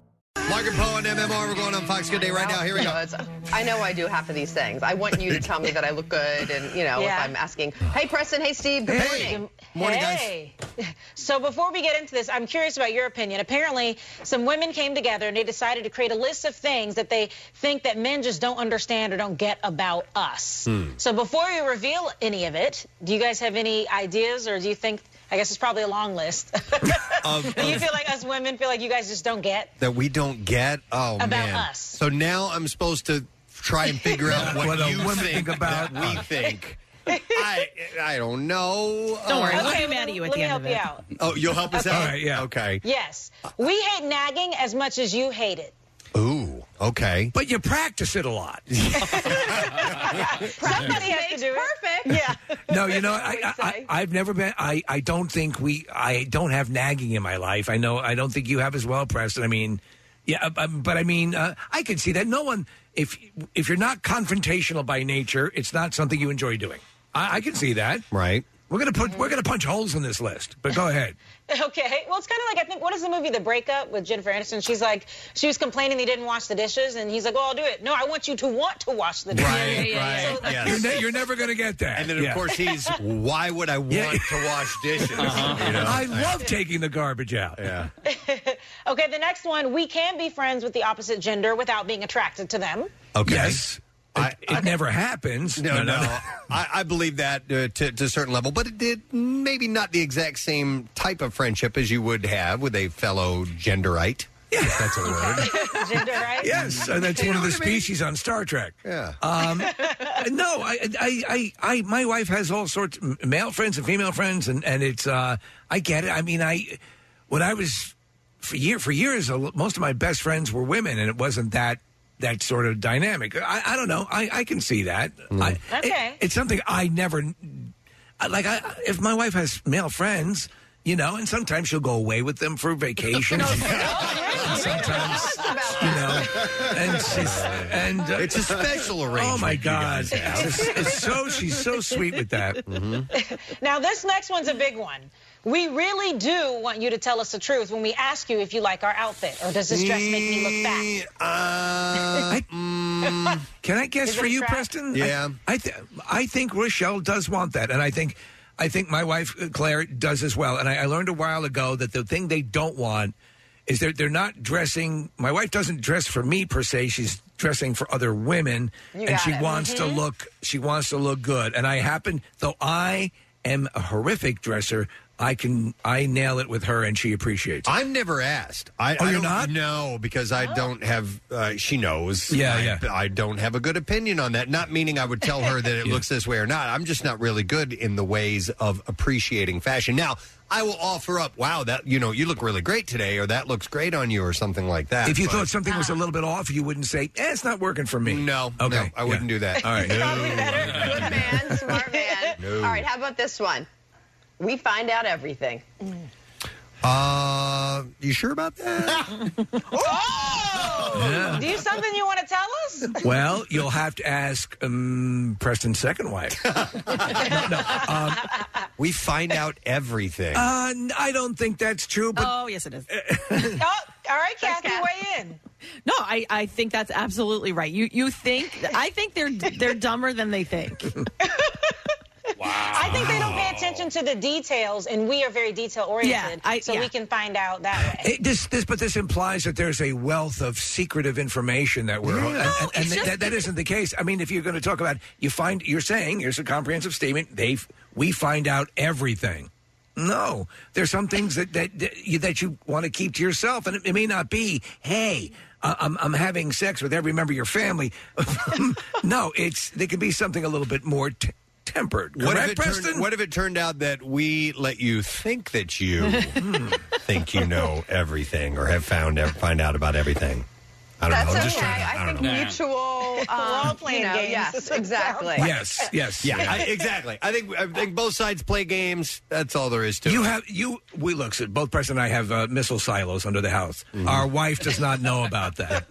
Margaret Poe and MMR, we're going on Fox Good Day right now. Here we No, go. it's- I know I do half of these things. I want you to tell me that I look good, and you know, Yeah. if I'm asking, hey Preston, hey Steve, good morning. hey. So before we get into this, I'm curious about your opinion. Apparently, some women came together and they decided to create a list of things that they think that men just don't understand or don't get about us. Hmm. So before you reveal any of it, do you guys have any ideas or do you think I guess it's probably a long list. do you feel like us women feel like you guys just don't get? That we don't get. Oh About man. us. So now I'm supposed to try and figure out what, What a you woman think, think about that we us. think. I I don't know. Don't worry, Uh, we'll come at you at let the me end help of it. you out. Oh, you'll help us Okay. out. All right, yeah. Okay. Yes. We hate nagging as much as you hate it. Ooh. Okay. But you practice it a lot. Somebody has to do it. Perfect. Yeah. No, you know, I, I, I, I've never been. I, I don't think we. I don't have nagging in my life. I know. I don't think you have as well, Preston. I mean, yeah, uh, um, but I mean, uh, I can see that. No one, if if you're not confrontational by nature, it's not something you enjoy doing. I, I can see that. Right. We're gonna put. We're gonna punch holes in this list. But go ahead. Okay. Well, it's kind of like I think what is the movie The Breakup with Jennifer Aniston? She's like she was complaining they didn't wash the dishes, and he's like, "Oh, I'll do it." No, I want you to want to wash the dishes. So, like, You're, ne- you're never gonna get that. And then, of Yeah. course, he's, why would I want to wash dishes? You know? Uh-huh. I love taking the garbage out. Yeah. okay. The next one, we can be friends with the opposite gender without being attracted to them. Okay. Yes. I, It never happens. No, no. I, I believe that uh, to, to a certain level, but it did maybe not the exact same type of friendship as you would have with a fellow genderite. Yeah. That's a word. Gender, right? Yes, and that's one of the species on Star Trek. Yeah. Um, no, I, I, I, I, my wife has all sorts m- male friends and female friends, and and it's uh, I get it. I mean, I when I was for year for years, a lo- most of my best friends were women, and it wasn't that that sort of dynamic. I, I don't know. I, I can see that. I, it- Okay. it's something I never I- like. I if my wife has male friends. You know, and sometimes she'll go away with them for vacation. sometimes you know, and she's and uh, It's a special Oh arrangement my you God, guys have. Mm-hmm. it's, it's so she's so sweet with that. Now, this next one's a big one. We really do want you to tell us the truth when we ask you if you like our outfit, or does this dress make me look uh, fat? I- mm. can I guess Is it for a you, trap? Preston? Yeah. I I, th- I think Rochelle does want that, and I think I think my wife uh, Claire does as well. And I, I learned a while ago that the thing they don't want is they're they're not dressing. My wife doesn't dress for me per se. She's dressing for other women, You and got she it. wants to Mhm. look. She wants to look good. And I happen though I am a horrific dresser. I can I nail it with her, and she appreciates. it. I'm never asked. I, Oh, I you're don't not? No, because I don't have. Uh, she knows. Yeah, I, yeah. I don't have a good opinion on that. Not meaning I would tell her that it looks this way or not. I'm just not really good in the ways of appreciating fashion. Now, I will offer up. Wow, that you know, you look really great today, or that looks great on you, or something like that. Oh, If you but- thought something Ah. was a little bit off, you wouldn't say, eh, "It's not working for me." No, okay, no, I wouldn't yeah. do that. All right, Good man, smart man. No. All right, how about this one? We find out everything. Uh, you sure about that? Oh! Yeah. Do you have something you want to tell us? Well, you'll have to ask um, Preston's second wife. we find out everything. Uh, n- I don't think that's true. But uh, oh, yes, it is. oh, all right, Kathy, weigh in. No, I, I think that's absolutely right. You you think I think they're they're dumber than they think. I think they don't pay attention to the details, and we are very detail oriented, Yeah, I- so yeah. we can find out that way. it- this, this, but this implies that there's a wealth of secretive information that we're, and, and- and it's just- that, that isn't the case. I mean, if you're going to talk about, you find, you're saying, here's a comprehensive statement. They, f- we find out everything. No, there's some things that that that you, that you want to keep to yourself, and it, it may not be, hey. I- I'm, I'm having sex with every member of your family. no, it's there could be something a little bit more t- tempered. What if, Correct, it turned, Preston? what if it turned out that we let you think that you think you know everything or have found find out about everything? I don't That's know. I'm okay. just trying to- I, I don't think know. mutual We're all um, playing you know, games. Yes, exactly. Yes, yes, yeah, I, exactly. I think I think both sides play games. That's all there is to You it. have you. We look. So both Preston and I have uh, missile silos under the house. Mm-hmm. Our wife does not know about that.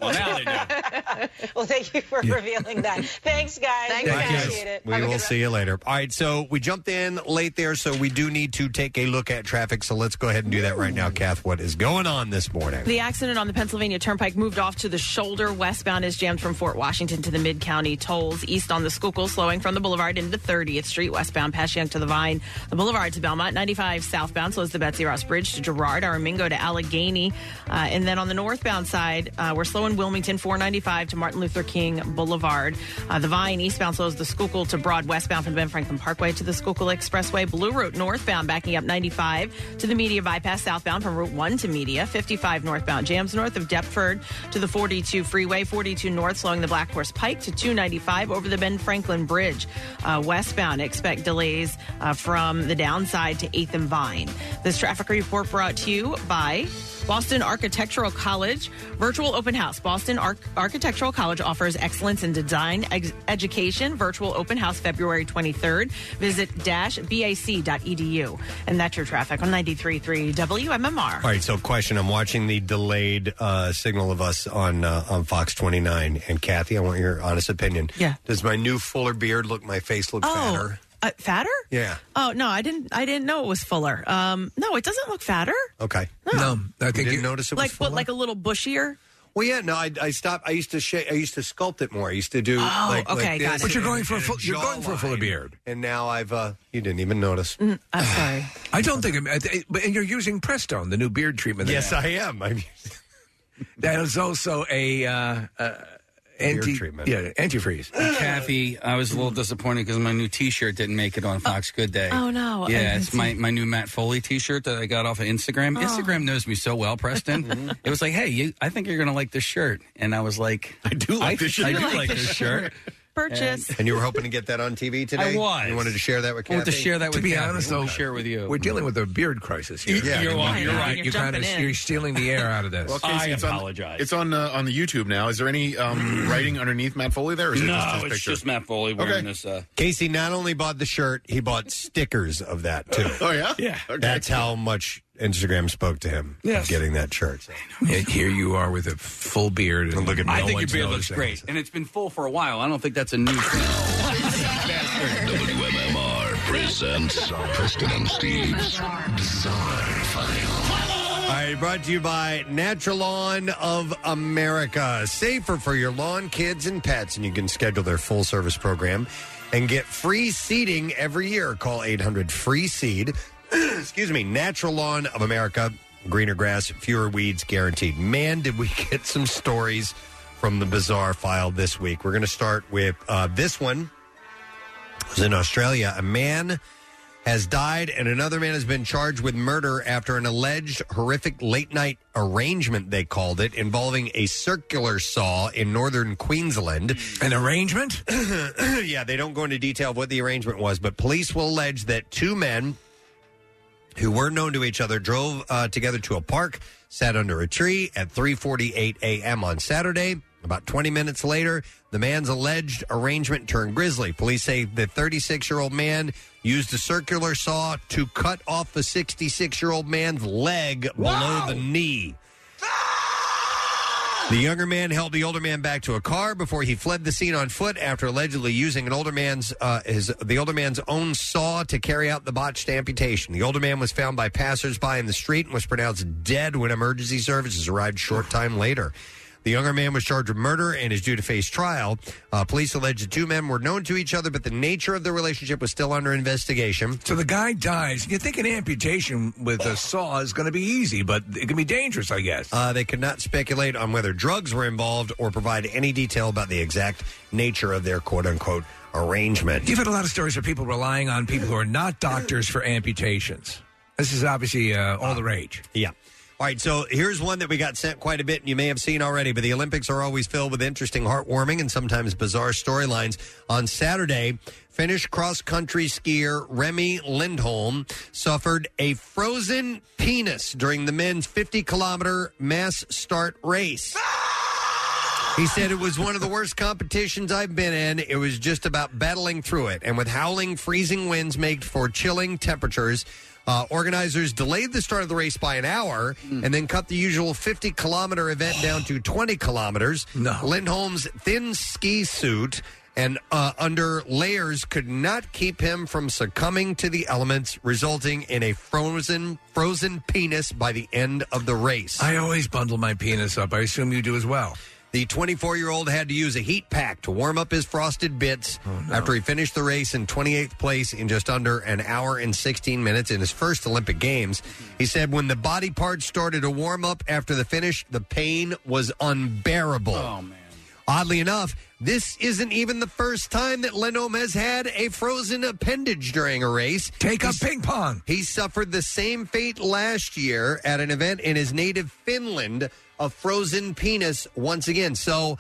well, thank you for revealing that. Thanks, guys. Thanks, Appreciate it. We will see you later. All right, so we jumped in late there, so we do need to take a look at traffic. So let's go ahead and do that right now, Kath. What is going on this morning? The accident on the Pennsylvania Turnpike moved off to the shoulder. Westbound is jammed from Fort Washington to the Mid County tolls. East on the Schuylkill, slowing from the Boulevard into 30th Street. Westbound past Young to the Vine, the Boulevard to Belmont. 95 southbound slows the Betsy Ross Bridge to Girard, Aramingo to Allegheny, uh, and then on the northbound side, uh, we're slow in Wilmington 495 to Martin Luther King Boulevard. Uh, the Vine eastbound slows the Schuylkill to Broad westbound from Ben Franklin Parkway to the Schuylkill Expressway. Blue Route northbound backing up 95 to the Media bypass southbound from Route 1 to Media. 55 northbound jams north of Deptford to the 42 freeway. 42 north slowing the Black Horse Pike to 295 over the Ben Franklin Bridge. Uh, westbound expect delays uh, from the downside to 8th and Vine. This traffic report brought to you by Boston Architectural College Virtual Open House. Boston Arch- Architectural College offers excellence in design ex- education. Virtual Open House February 23rd. Visit dash bac.edu. E And that's your traffic on 93.3 WMMR. All right, so question. I'm watching the delayed uh, signal of us on uh, on Fox 29, and Kathy, I want your honest opinion. Yeah. Does my new fuller beard look? My face look Oh. fatter? Uh, fatter? Yeah. Oh no, I didn't. I didn't know it was fuller. Um, no, it doesn't look fatter. Okay. No, I think you didn't notice it like was what? Like a little bushier. Well, yeah, no, I, I stopped. I used to sh- I used to sculpt it more. I used to do. Oh, like, okay, like got this it. But you're and- going for a and full- you're going for a fuller jawline. beard. and now I've. uh You didn't even notice. I'm sorry. I don't think. I'm, I th- but and you're using Prestone, the new beard treatment. they Yes, have. I am. I'm That is also a uh, uh, anti treatment. Yeah, antifreeze. Kathy, I was a little disappointed because my new T-shirt didn't make it on Fox Good Day. Oh, no. I Yeah, didn't it's my, see. my new Matt Foley T-shirt that I got off of Instagram. Oh. Instagram knows me so well, Preston. it was like, hey, you, I think you're gonna like this shirt, and I was like, I do like this I shirt. do You like like this this shirt. Purchase. And you were hoping to get that on TV today. I was. You wanted to share that with. I Kathy? wanted to share that to with be Kathy. honest, I though, wanted to share with you. We're dealing with a beard crisis here. Yeah, You're right, you're right. You're, You're kind of jumping in. you're stealing the air out of this. Well, Casey, it's on- it's on uh, on the YouTube now. Is there any um, writing underneath Matt Foley there? Or is it No, just his it's picture? just Matt Foley wearing Okay. this. Uh, Casey not only bought the shirt, he bought stickers of that too. Oh, yeah? Yeah. Okay. That's how much Instagram spoke to him. Yes. of Getting that shirt. So. And here you are with a full beard. And look at I think your beard looks great, and it's been full for a while. I don't think that's a new thing. WMMR presents Preston and Steve's Bizarre File. All right, brought to you by Natural Lawn of America. Safer for your lawn, kids, and pets. And you can schedule their full service program and get free seeding every year. Call 800 Free Seed. Excuse me, Natural Lawn of America. Greener grass, fewer weeds guaranteed. Man, did we get some stories from the bizarre file this week. We're going to start with uh, this one. It was in Australia. A man has died, and another man has been charged with murder after an alleged horrific late night arrangement, they called it, involving a circular saw in northern Queensland. An arrangement? yeah, they don't go into detail of what the arrangement was, but police will allege that two men who were known to each other drove uh, together to a park sat under a tree at 3.48 a.m on saturday about 20 minutes later the man's alleged arrangement turned grisly police say the 36-year-old man used a circular saw to cut off a 66-year-old man's leg below the knee the younger man held the older man back to a car before he fled the scene on foot after allegedly using an older man's uh, his the older man's own saw to carry out the botched amputation. The older man was found by passersby in the street and was pronounced dead when emergency services arrived short time later. The younger man was charged with murder and is due to face trial. Uh, police allege the two men were known to each other, but the nature of their relationship was still under investigation. So the guy dies. You think an amputation with a saw is going to be easy, but Uh, it can be dangerous, I guess. Uh, they could not speculate on whether drugs were involved or provide any detail about the exact nature of their quote unquote arrangement. You've had a lot of stories of people relying on people who are not doctors for amputations. This is obviously uh, all the rage. Yeah. All right, so here's one that we got sent quite a bit, and you may have seen already, but the Olympics are always filled with interesting, heartwarming, and sometimes bizarre storylines. On Saturday, Finnish cross country skier Remy Lindholm suffered a frozen penis during the men's 50 kilometer mass start race. He said it was one of the worst competitions I've been in. It was just about battling through it. And with howling, freezing winds made for chilling temperatures, uh, organizers delayed the start of the race by an hour Hmm. and then cut the usual 50 kilometer event down to 20 kilometers. No. Lindholm's thin ski suit and uh, under layers could not keep him from succumbing to the elements, resulting in a frozen, frozen penis by the end of the race. I always bundle my penis up. I assume you do as well. The 24 year old had to use a heat pack to warm up his frosted bits after he finished the race in 28th place in just under an hour and 16 minutes in his first Olympic Games. He said, When the body parts started to warm up after the finish, the pain was unbearable. Oh, man. Oddly enough, this isn't even the first time that Lindholm has had a frozen appendage during a race. Take up ping pong. He suffered the same fate last year at an event in his native Finland, a frozen penis once again. So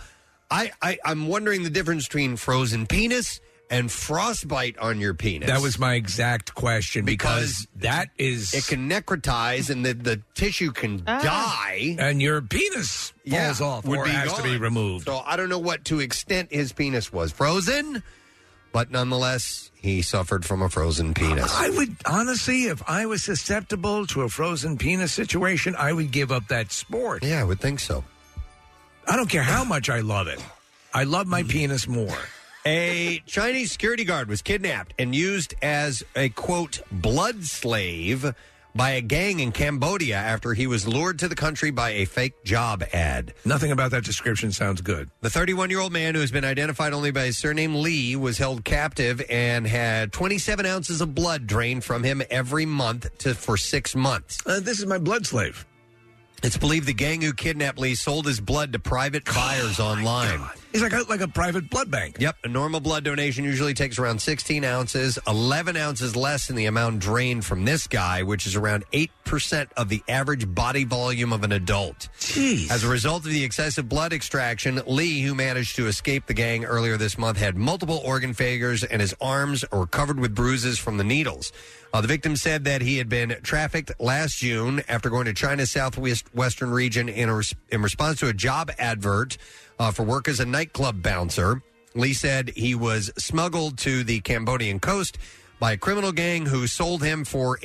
I, I I'm wondering the difference between frozen penis and frostbite on your penis. That was my exact question because, that is it can necrotize and the, the tissue can Ah. die and your penis falls off or has to be removed. So I don't know what to extent his penis was frozen, but nonetheless he suffered from a frozen penis. I would honestly, if I was susceptible to a frozen penis situation, I would give up that sport. Yeah, I would think so. I don't care how much I love it. I love my penis more. A Chinese security guard was kidnapped and used as a quote blood slave by a gang in Cambodia after he was lured to the country by a fake job ad. Nothing about that description sounds good. The 31 year old man who has been identified only by his surname Lee was held captive and had 27 ounces of blood drained from him every month to, for six months. Uh, this is my blood slave. It's believed the gang who kidnapped Lee sold his blood to private buyers online. Oh He's like a, like a private blood bank. Yep. A normal blood donation usually takes around 16 ounces, 11 ounces less than the amount drained from this guy, which is around 8% of the average body volume of an adult. Jeez. As a result of the excessive blood extraction, Lee, who managed to escape the gang earlier this month, had multiple organ failures and his arms are covered with bruises from the needles. Uh, the victim said that he had been trafficked last June after going to China's southwest western region in, a res- in response to a job advert uh, for work as a nightclub bouncer. Lee said he was smuggled to the Cambodian coast by a criminal gang who sold him for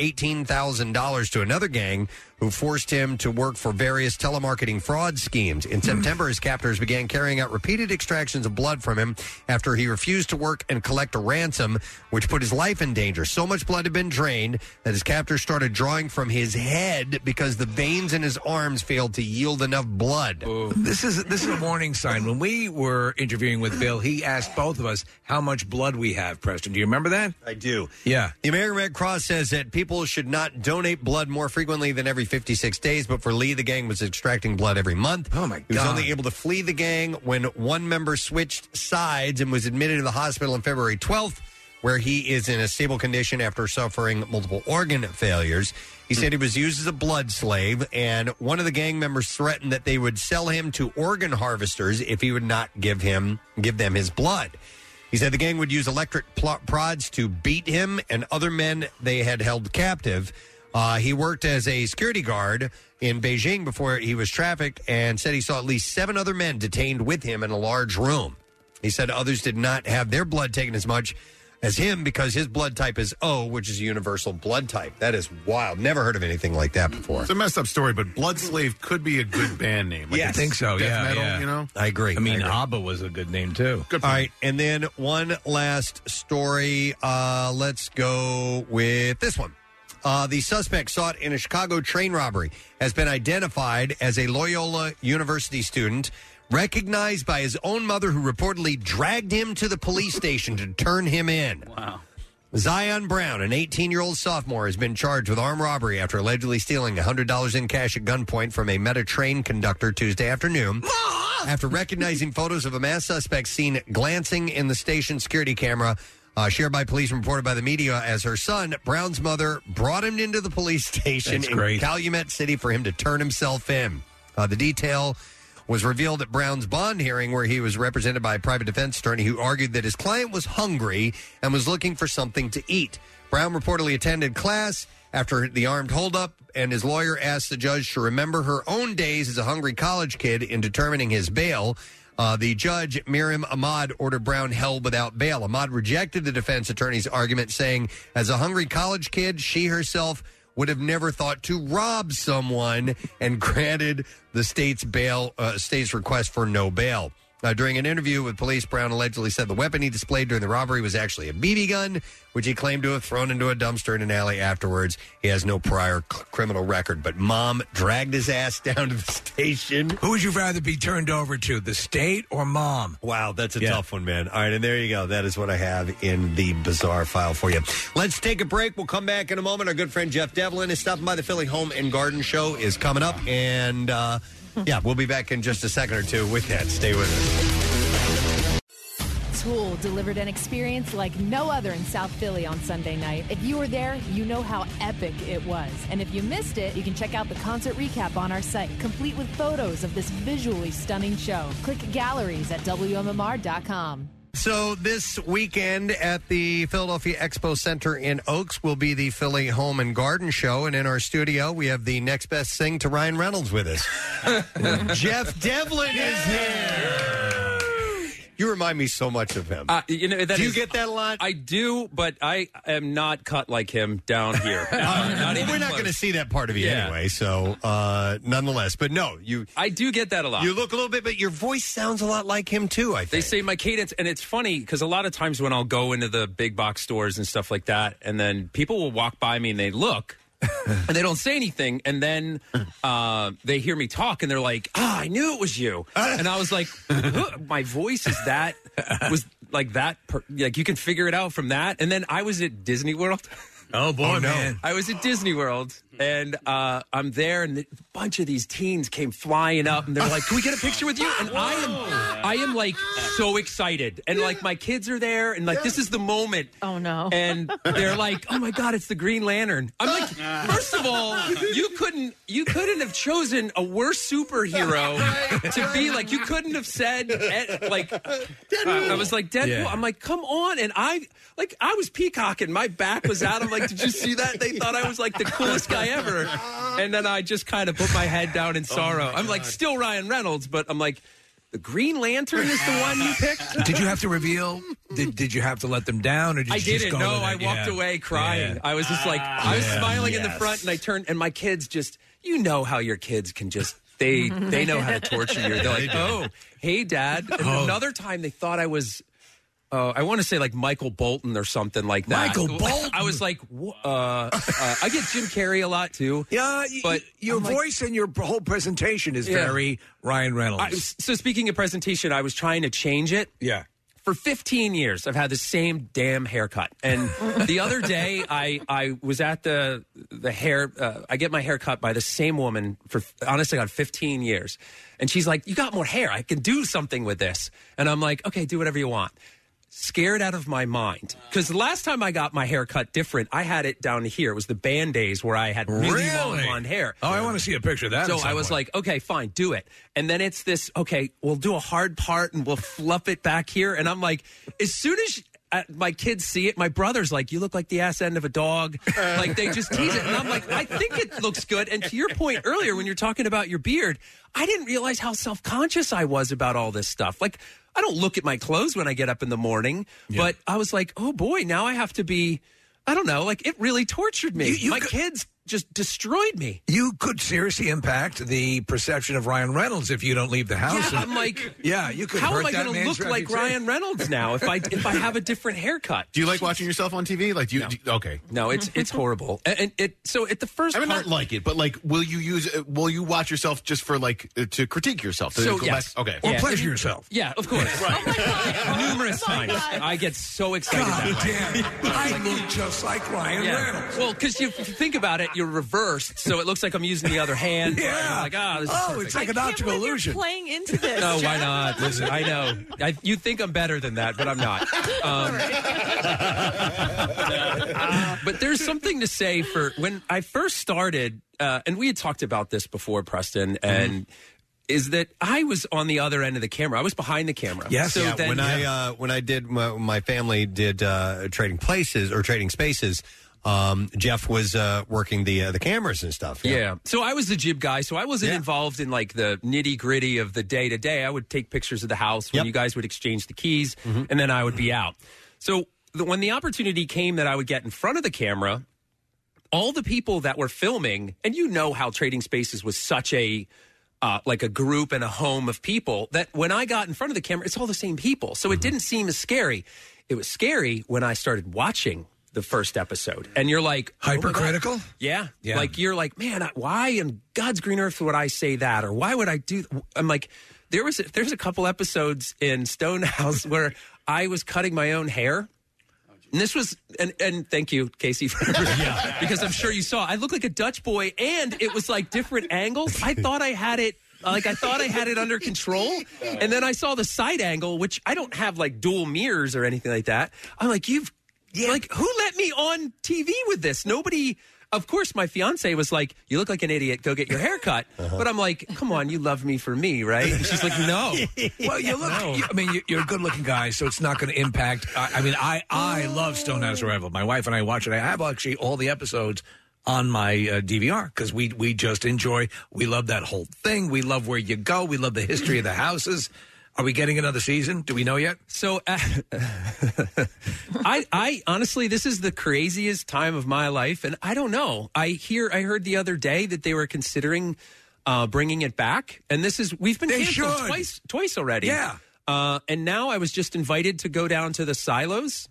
$18,000 to another gang who forced him to work for various telemarketing fraud schemes. In September, his captors began carrying out repeated extractions of blood from him after he refused to work and collect a ransom, which put his life in danger. So much blood had been drained that his captors started drawing from his head because the veins in his arms failed to yield enough blood. This is this is a warning sign. When we were interviewing with Bill, he asked both of us how much blood we have. Preston, do you remember that? I do. Yeah. The American Red Cross says that people should not donate blood more frequently than every 56 days, but for Lee, the gang was extracting blood every month. Oh, my God. He was only able to flee the gang when one member switched sides and was admitted to the hospital on February 12th, where he is in a stable condition after suffering multiple organ failures. He said he was used as a blood slave, and one of the gang members threatened that they would sell him to organ harvesters if he would not give him give them his blood. He said the gang would use electric pl- prods to beat him and other men they had held captive. Uh, he worked as a security guard in Beijing before he was trafficked and said he saw at least seven other men detained with him in a large room. He said others did not have their blood taken as much as him because his blood type is O, which is a universal blood type. That is wild. Never heard of anything like that before. It's a messed up story, but Blood Slave could be a good band name. Like Yes. it's I think so, Death yeah, metal, yeah. you know. I agree. I mean, I agree. Abba was a good name too. All right, and then one last story. Uh, let's go with this one. Uh, the suspect sought in a Chicago train robbery has been identified as a Loyola University student, recognized by his own mother, who reportedly dragged him to the police station to turn him in. Wow. Zion Brown, an 18 year old sophomore, has been charged with armed robbery after allegedly stealing $100 in cash at gunpoint from a Meta train conductor Tuesday afternoon. after recognizing photos of a mass suspect seen glancing in the station security camera Uh, shared by police and reported by the media as her son, Brown's mother, brought him into the police station That's in great. Calumet City for him to turn himself in. Uh, the detail was revealed at Brown's bond hearing, where he was represented by a private defense attorney who argued that his client was hungry and was looking for something to eat. Brown reportedly attended class after the armed holdup, and his lawyer asked the judge to remember her own days as a hungry college kid in determining his bail. Uh, the judge, Miriam Ahmad, ordered Brown held without bail. Ahmad rejected the defense attorney's argument, saying, as a hungry college kid, she herself would have never thought to rob someone and granted the state's bail uh, state's request for no bail. Uh, during an interview with police, Brown allegedly said the weapon he displayed during the robbery was actually a BB gun, which he claimed to have thrown into a dumpster in an alley afterwards. He has no prior c- criminal record, but mom dragged his ass down to the station. Who would you rather be turned over to, the state or mom? Wow, that's a tough one, man. All right, and there you go. That is what I have in the bizarre file for you. Let's take a break. We'll come back in a moment. Our good friend Jeff Devlin is stopping by the Philly Home and Garden Show is coming up, and uh, yeah, we'll be back in just a second or two with that. Stay with us. Tool delivered an experience like no other in South Philly on Sunday night. If you were there, you know how epic it was. And if you missed it, you can check out the concert recap on our site, complete with photos of this visually stunning show. Click galleries at WMMR.com. So this weekend at the Philadelphia Expo Center in Oaks will be the Philly Home and Garden Show, and in our studio we have the next best thing to Ryan Reynolds with us. Jeff Devlin is here. You remind me so much of him. Uh, you know, that Do you is- get that a lot? I do, but I am not cut like him down here. Not well, even we're not close. going to see that part of you Yeah. anyway, so uh, nonetheless. But no, you I do get that a lot. you look a little bit, but your voice sounds a lot like him too. I think. They say my cadence, and it's funny because a lot of times when I'll go into the big box stores and stuff like that, and then people will walk by me and they look. and they don't say anything, and then uh, they hear me talk, and they're like, "Ah, I knew it was you." And I was like, "Huh, "My voice is that was like that. Per- like you can figure it out from that." And then I was at Disney World. Oh boy, man. I was at Disney World, and uh, I'm there, and a bunch of these teens came flying up, and they're like, "Can we get a picture with you?" And I am, I am like so excited, and like my kids are there, and like this is the moment. Oh no! And they're like, "Oh my God, it's the Green Lantern!" I'm like, first of all, you couldn't, you couldn't have chosen a worse superhero to be like. You couldn't have said eh, like, I was like Deadpool. Yeah. I'm like, come on, and I like I was peacocking, my back was out. I'm like, did you see that? They thought I was like the coolest guy ever, and then I just kind of put my head down in sorrow. I'm like, still Ryan Reynolds, but I'm like, the Green Lantern is the one you picked. did you have to reveal? Did, did you have to let them down? Or did I you Just go didn't. No, with it? I walked Yeah. away crying. Yeah. I was just like, I was Yeah. smiling in the front, and I turned, and my kids just, you know how your kids can just. They they know how to torture you. They're They like, do. oh, hey, dad. And Oh. Another time they thought I was, uh, I want to say like Michael Bolton or something like that. Michael Bolton? I was like, wh- uh, uh, I get Jim Carrey a lot too. Yeah, but Your I'm like- voice and your whole presentation is Yeah. very Ryan Reynolds. I- so speaking of presentation, I was trying to change it. Yeah. For 15 years, I've had the same damn haircut. And the other day, I, I was at the the hair. Uh, I get my hair cut by the same woman for honestly, on 15 years. And she's like, "You got more hair. I can do something with this." And I'm like, "Okay, do whatever you want." Scared out of my mind because the last time I got my hair cut different, I had it down to here. It was the band days where I had really, long Really? blonde hair. Oh, I want to see a picture of that. So I was like, okay, fine, do it. And then it's this, okay, we'll do a hard part and we'll fluff it back here. And I'm like, as soon as uh, my kids see it, my brother's like, you look like the ass end of a dog. Like they just tease it. And I'm like, I think it looks good. And to your point earlier, when you're talking about your beard, I didn't realize how self conscious I was about all this stuff. Like, I don't look at my clothes when I get up in the morning, but I was like, oh boy, now I have to be. I don't know. Like it really tortured me. my kids just destroyed me. you could seriously impact the perception of Ryan Reynolds if you don't leave the house. Yeah, And- I'm like, yeah, you could. How hurt am I that going to man's look like reputation. Ryan Reynolds now if I if I have a different haircut? Do you like watching yourself on TV? Like, do you? do- okay. No, it's it's horrible. And, and it so at the first. I mean, part- not like it, but like, will you use? uh, Will you watch yourself just for like uh, to critique yourself? To So, go yes. back- okay, Or Yeah. pleasure yourself. Oh Yeah, of course. Numerous times, I get so excited. God that way. damn! I look just like Ryan Yeah. Reynolds. Well, because you if you think about it, but you're reversed, so it looks like I'm using the other hand. yeah. like, ah, this is Oh, perfect. it's like an optical illusion. Playing into Oh, this. No, why Jeff. not? Listen, I know. I, you think I'm better than that, but I'm not. Um, uh, but there's something to say for when I first started, uh, and we had talked about this before, Preston, Mm-hmm. and is that I was on the other end of the camera. I was behind the camera. yeah, when I Yeah. uh, when I did my, my family did uh, trading places or trading spaces, um, Jeff was uh, working the uh, the cameras and stuff. Yeah. So I was the jib guy, so I wasn't involved in like the nitty gritty of the day to day. I would take pictures of the house when you guys would exchange the keys, and then I would be out. So the, when the opportunity came that I would get in front of the camera, all the people that were filming, and you know how Trading Spaces was such a uh, like a group and a home of people that when I got in front of the camera, it's all the same people. So it didn't seem as scary. It was scary when I started watching the first episode, and you're like oh my God. Hypercritical? yeah. Yeah. like you're like, man, I- why in God's green earth would I say that, or why would I do? th-" I'm like, there was a, there's a couple episodes in Stonehouse where I was cutting my own hair. And this was, and, and thank you, Casey, for, because I'm sure you saw. I look like a Dutch boy, and it was like different angles. I thought I had it, like I thought I had it under control, and then I saw the side angle, which I don't have like dual mirrors or anything like that. I'm like, you've, like, who let me on TV with this? Nobody. Of course, my fiance was like, "You look like an idiot. Go get your hair cut." But I'm like, "Come on, you love me for me, right?" And she's like, "No." well, you look. You, I mean, you, you're a good-looking guy, so it's not going to impact. I, I mean, I I love Stonehouse Revival. My wife and I watch it. I have actually all the episodes on my uh, DVR because we we just enjoy. We love that whole thing. We love where you go. We love the history of the houses. Are we getting another season? Do we know yet? So, uh, I, I honestly, this is the craziest time of my life, and I don't know. I hear, I heard the other day that they were considering uh, bringing it back, and this is we've been They canceled should. twice, twice already. Yeah. uh, and now I was just invited to go down to the silos,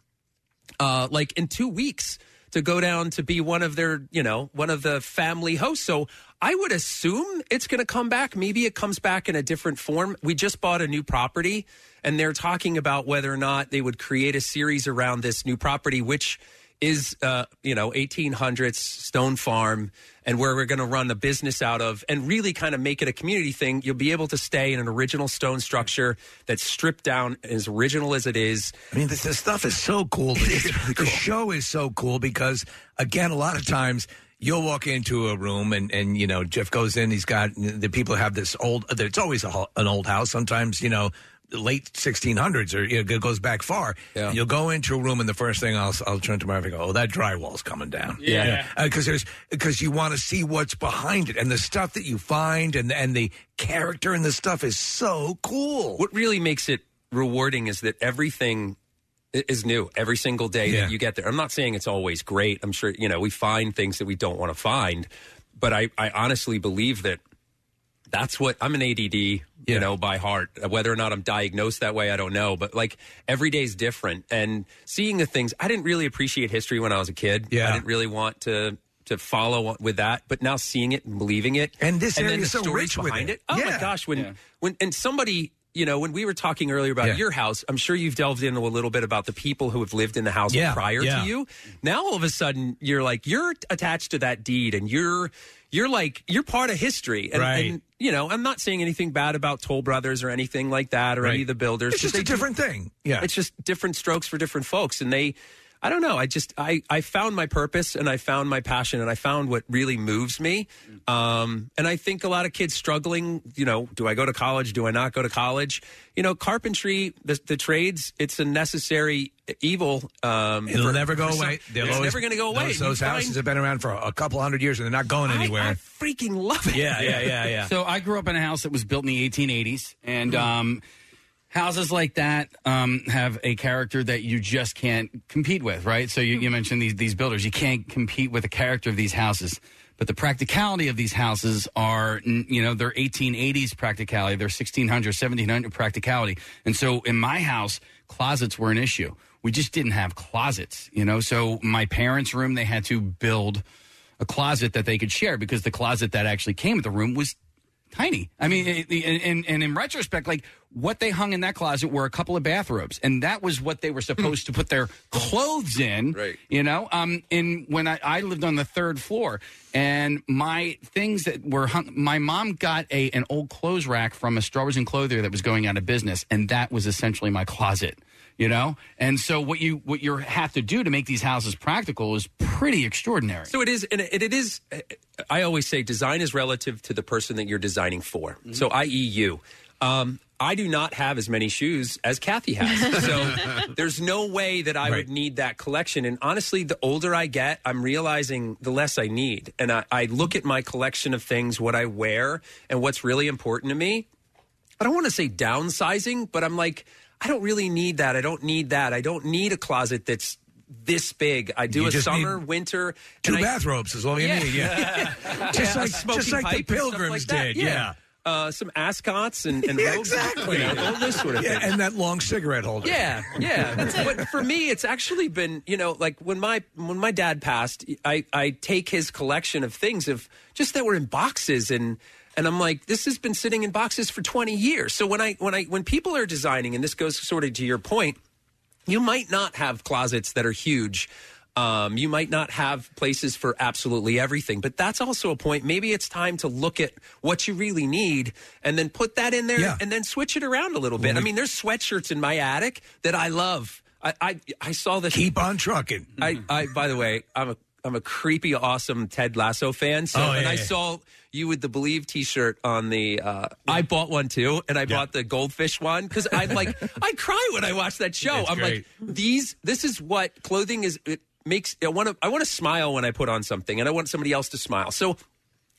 uh, like in two weeks, to go down to be one of their, you know, one of the family hosts. So. I would assume it's going to come back. Maybe it comes back in a different form. We just bought a new property and they're talking about whether or not they would create a series around this new property, which is uh, you know 1800s stone farm and where we're going to run a business out of and really kind of make it a community thing you'll be able to stay in an original stone structure that's stripped down as original as it is I mean, this, this stuff is so cool. The show is so cool because, again, a lot of times you'll walk into a room and, and you know, Jeff goes in, he's got the people have this old, it's always a, ho- an old house, sometimes, you know, late 1600s or you know, it goes back far. And You'll go into a room and the first thing I'll, I'll turn to my wife and go, oh, that drywall's coming down. Yeah. Yeah. Because there's, because you want to see what's behind it and the stuff that you find and, and the character and the stuff is so cool. What really makes it rewarding is that everything i- is new every single day Yeah. that you get there. I'm not saying it's always great. I'm sure, you know, we find things that we don't want to find, but I, I honestly believe that that's what I'm an ADD, you know, by heart. Whether or not I'm diagnosed that way, I don't know. But like every day's different. And seeing the things, I didn't really appreciate history when I was a kid. Yeah. I didn't really want to. To follow on with that, but now seeing it and believing it, And this then area the is so stories rich with behind it. Oh my Yeah. gosh, when when and somebody you know when we were talking earlier about Yeah. your house i'm sure you've delved into a little bit about the people who have lived in the house Yeah, prior yeah. to you now all of a sudden you're like you're attached to that deed and you're you're like you're part of history and, Right. and you know i'm not saying anything bad about toll brothers or anything like that or Right. any of the builders It's just they a do- different thing. Yeah. it's just different strokes for different folks and they i don't know i just i i found my purpose and i found my passion and i found what really moves me um and i think a lot of kids struggling you know do i go to college do i not go to college you know carpentry the, the trades it's a necessary evil um It'll for- never go for some- away. They'll it's always- never going to go away Those, You those find- houses have been around for a couple hundred years and they're not going anywhere. freaking love it. Yeah, yeah, yeah, yeah. Hmm. So I grew up in a house that was built in the 1880s, and um, houses like that um, have a character that you just can't compete with, right? So Hmm. you, you mentioned these these builders, you can't compete with the character of these houses. But the practicality of these houses are, n- you know, they're 1880s practicality, they're 1600, 1700 practicality. And so in my house, closets were an issue. We just didn't have closets, you know? So my parents' room, they had to build a closet that they could share because the closet that actually came with the room was tiny. I mean, it, the- and, and in retrospect, like what they hung in that closet were a couple of bathrobes, and that was what they were supposed to put their clothes in. Right. You know, um, in when I, I lived on the third floor, and my things that were hung, my mom got a an old clothes rack from a Strawberries and Clothier that was going out of business, and that was essentially my closet. You know, and so what you what you have to do to make these houses practical is pretty extraordinary. So it is, and it, it is. I always say design is relative to the person that you're designing for. Mm-hmm. So, i.e., you. Um, I do not have as many shoes as Kathy has, so there's no way that I would need that collection. And honestly, the older I get, I'm realizing the less I need. And I, I look at my collection of things, what I wear, and what's really important to me. I don't want to say downsizing, but I'm like, I don't really need that. I don't need that. I don't need a closet that's this big. I do You a just need summer, winter, Two and I- bathrobes is all you need. Yeah. just Yeah, a like smoking just like the pipe and stuff pilgrims like that, did. Yeah. Uh, some ascots and, and robes, exactly. you know, all this sort of yeah, thing. and that long cigarette holder. Yeah, yeah. But for me, it's actually been you know like when my when my dad passed, I I take his collection of things of just that were in boxes and. And I'm like, this has been sitting in boxes for 20 years. So when I when I when people are designing, and this goes sort of to your point, you might not have closets that are huge. Um, you might not have places for absolutely everything, but that's also a point. Maybe it's time to look at what you really need and then put that in there and then switch it around a little bit. I mean, there's sweatshirts in my attic that I love. I I, I saw the keep on trucking. I, I by the way, I'm a I'm a creepy awesome Ted Lasso fan. So Oh, and yeah, I yeah. saw you with the Believe T-shirt on the. Uh, I bought one too, and I bought the goldfish one because I like I cry when I watch that show. It's I'm great. like these. This is what clothing is. It makes I want to I want to smile when I put on something, and I want somebody else to smile. So.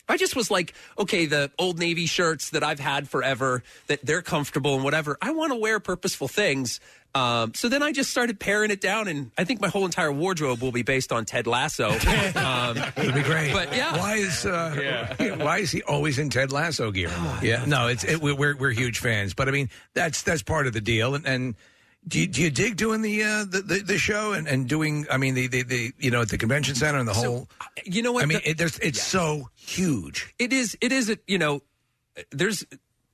I just was like, okay, the old navy shirts that I've had forever, that they're comfortable and whatever. I want to wear purposeful things. Um, so then I just started paring it down, and I think my whole entire wardrobe will be based on Ted Lasso. Um, It'd be great. But yeah, why is uh, why is he always in Ted Lasso gear? Oh, yeah, no, it's it, we're we're- we're huge fans, but I mean that's that's part of the deal. And, and do, you, do you dig doing the, uh, the the the show and, and doing? I mean the, the the you know at the convention center and the whole. You know what? I mean, The- it, there's, it's so huge. It is. It is. a- You know, there's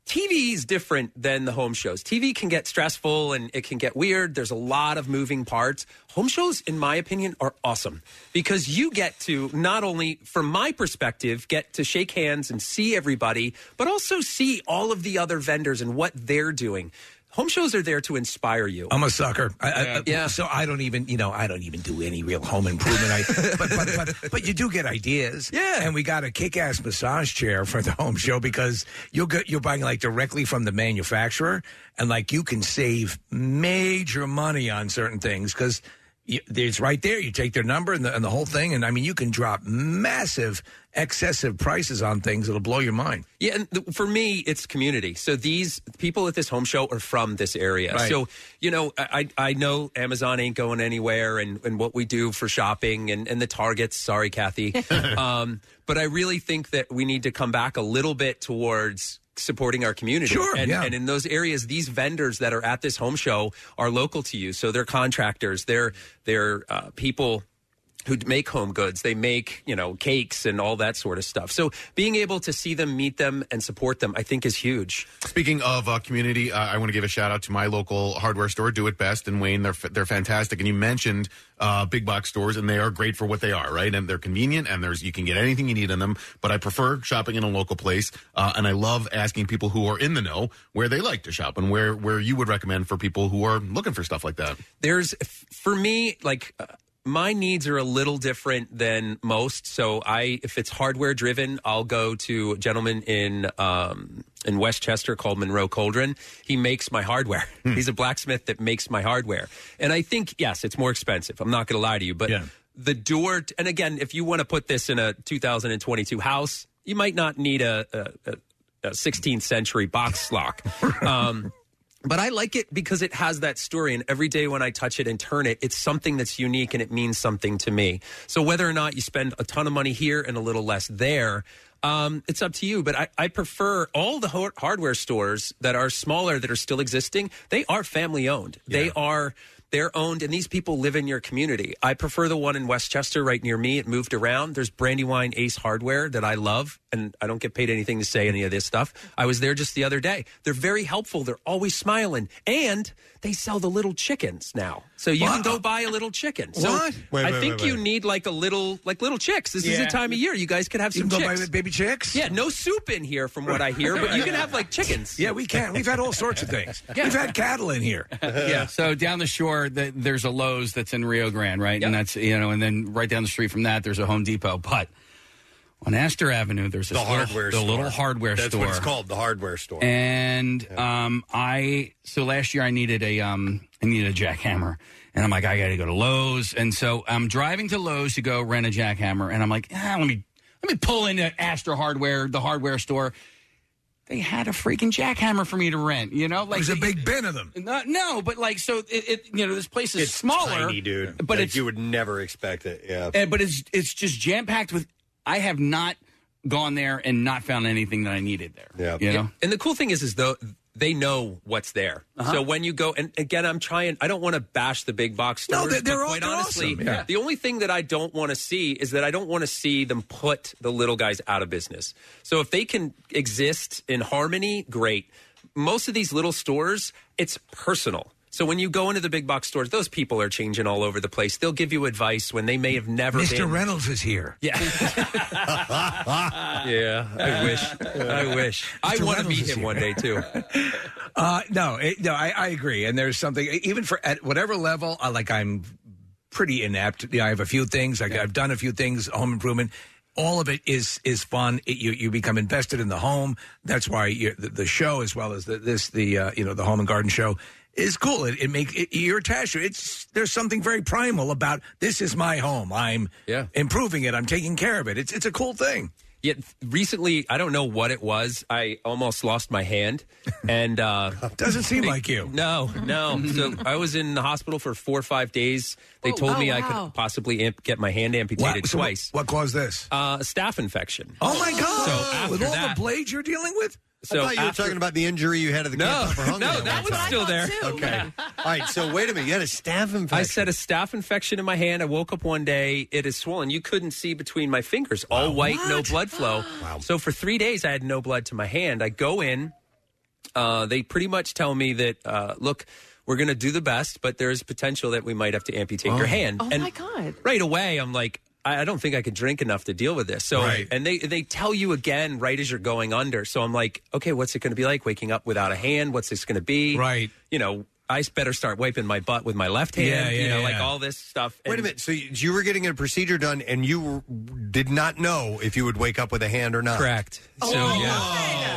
TV is different than the home shows. TV can get stressful and it can get weird. There's a lot of moving parts. Home shows, in my opinion, are awesome because you get to not only, from my perspective, get to shake hands and see everybody, but also see all of the other vendors and what they're doing. Home shows are there to inspire you. I'm a sucker. I, I- I, Yeah. So I don't even, you know, I don't even do any real home improvement. I, but, but, but but you do get ideas. Yeah. And we got a kick-ass massage chair for the home show because you'll get you're buying like directly from the manufacturer, and like you can save major money on certain things because. It's right there. You take their number and the, and the whole thing, and I mean, you can drop massive, excessive prices on things. It'll blow your mind. Yeah, and th- for me, it's community. So these people at this home show are from this area. Right. So you know, I I I know Amazon ain't going anywhere, and and what we do for shopping and and the Targets. Sorry, Kathy. um, but I really think that we need to come back a little bit towards supporting our community Sure, and, yeah. and in those areas these vendors that are at this home show are local to you so they're contractors they're they're uh, people who make home goods. They make, you know, cakes and all that sort of stuff. So being able to see them, meet them, and support them, I think is huge. Speaking of uh, community, uh, I want to give a shout out to my local hardware store, Do It Best in Wayne. They're f- they're fantastic, and you mentioned uh, big box stores, and they are great for what they are, right? And they're convenient, and there's you can get anything you need in them. But I prefer shopping in a local place, uh, and I love asking people who are in the know where they like to shop and where where you would recommend for people who are looking for stuff like that. There's, f- for me, like, uh, my needs are a little different than most. So I, if it's hardware driven, I'll go to a gentleman in, um, in Westchester called Monroe Coldren. He makes my hardware. He's a blacksmith that makes my hardware. And I think, yes, it's more expensive. I'm not going to lie to you, but the door, and again, if you want to put this in a 2022 house, you might not need a, a, a a 16th uh, century box lock. Um, but I like it because it has that story, and every day when I touch it and turn it, it's something that's unique and it means something to me. So whether or not you spend a ton of money here and a little less there, um, it's up to you. But I, I prefer all the ho- hardware stores that are smaller that are still existing. They are family owned. They are They're owned, and these people live in your community. I prefer the one in Westchester, right near me. It moved around. There's Brandywine Ace Hardware that I love, and I don't get paid anything to say any of this stuff. I was there just the other day. They're very helpful. They're always smiling, and they sell the little chickens now, so you can What? go buy a little chicken. So What? Wait, I wait, think wait, you wait. need like a little, like little chicks. This is Yeah. the time of year you guys could have You some can go buy chicks. baby chicks. Yeah, no soup in here from what I hear, but you can have like chickens. Yeah, we can. We've had all sorts of things. Yeah. We've had cattle in here. yeah. So down the shore, the, there's a Lowe's that's in Rio Grande, right? And that's you know, and then right down the street from that, there's a Home Depot. But on Astor Avenue, there's this the little, hardware the store. little hardware That's store. what it's called, the hardware store. And um, I so last year I needed a um, I needed a jackhammer, and I'm like I got to go to Lowe's, and so I'm driving to Lowe's to go rent a jackhammer, and I'm like ah, let me let me pull into Astor Hardware, the hardware store. They had a freaking jackhammer for me to rent, you know. Like There's a big bin of them. No, no, but like so, it, it you know this place is It's smaller, tiny, dude. But Like, it's you would never expect it. Yeah. and- but it's it's just jam packed with. I have not gone there and not found anything that I needed there. Yeah, you know. And the cool thing is, is though they know what's there. Uh-huh. So when you go, and again, I'm trying. I don't want to bash the big box No, stores. they're- they're but all- quite they're honestly, awesome, yeah. the only thing that I don't want to see is that I don't want to see them put the little guys out of business. So if they can exist in harmony, great. Most of these little stores, it's personal. So when you go into the big box stores, those people are changing all over the place. They'll give you advice when they may have never Mr. been. Reynolds is here. yeah, I wish. I wish. I Mr. want to Reynolds meet is him here. one day too. Uh, no, it, no, I, I agree. And there's something even for at whatever level. I like I'm pretty inept. You know, I have a few things. Like, I've done a few things. Home improvement. All of it is is fun. It, you you become invested in the home. That's why you, the, the show, as well as the, this the uh, you know the home and garden show, is cool. It, it makes it, you're attached. to it. It's there's something very primal about this is my home. I'm Yeah. improving it. I'm taking care of it. It's it's a cool thing. Yet recently, I don't know what it was. I almost lost my hand, and uh, doesn't seem like you. No, no. so I was in the hospital for four or five days. They Oh, told oh, me I wow. could possibly amp- get my hand amputated so twice. What caused this? Uh, staph infection. Oh my god! So after With all that, the blades you're dealing with. So after- about the injury you had at the no, Camp Upper no, Hunger at one that was time. still there. Okay. All right. So wait a minute. You had a staph infection. I said a staph infection in my hand. I woke up one day, it is swollen. You couldn't see between my fingers, all white, no blood flow. wow. So for three days, I had no blood to my hand. I go in. Uh, they pretty much tell me that, uh, look, we're going to do the best, but there is potential that we might have to amputate your hand. Oh and my God. right away i'm like I I don't think I could drink enough to deal with this. So, Right. and they they tell you again right as you're going under. So I'm like, okay, what's it going to be like waking up without a hand? What's this going to be? Right. You know, I better start wiping my butt with my left hand. Yeah, you yeah, know, like yeah. all this stuff. Wait a And- minute. So you, you were getting a procedure done, and you were, did not know if you would wake up with a hand or not. Correct. Oh So, yeah.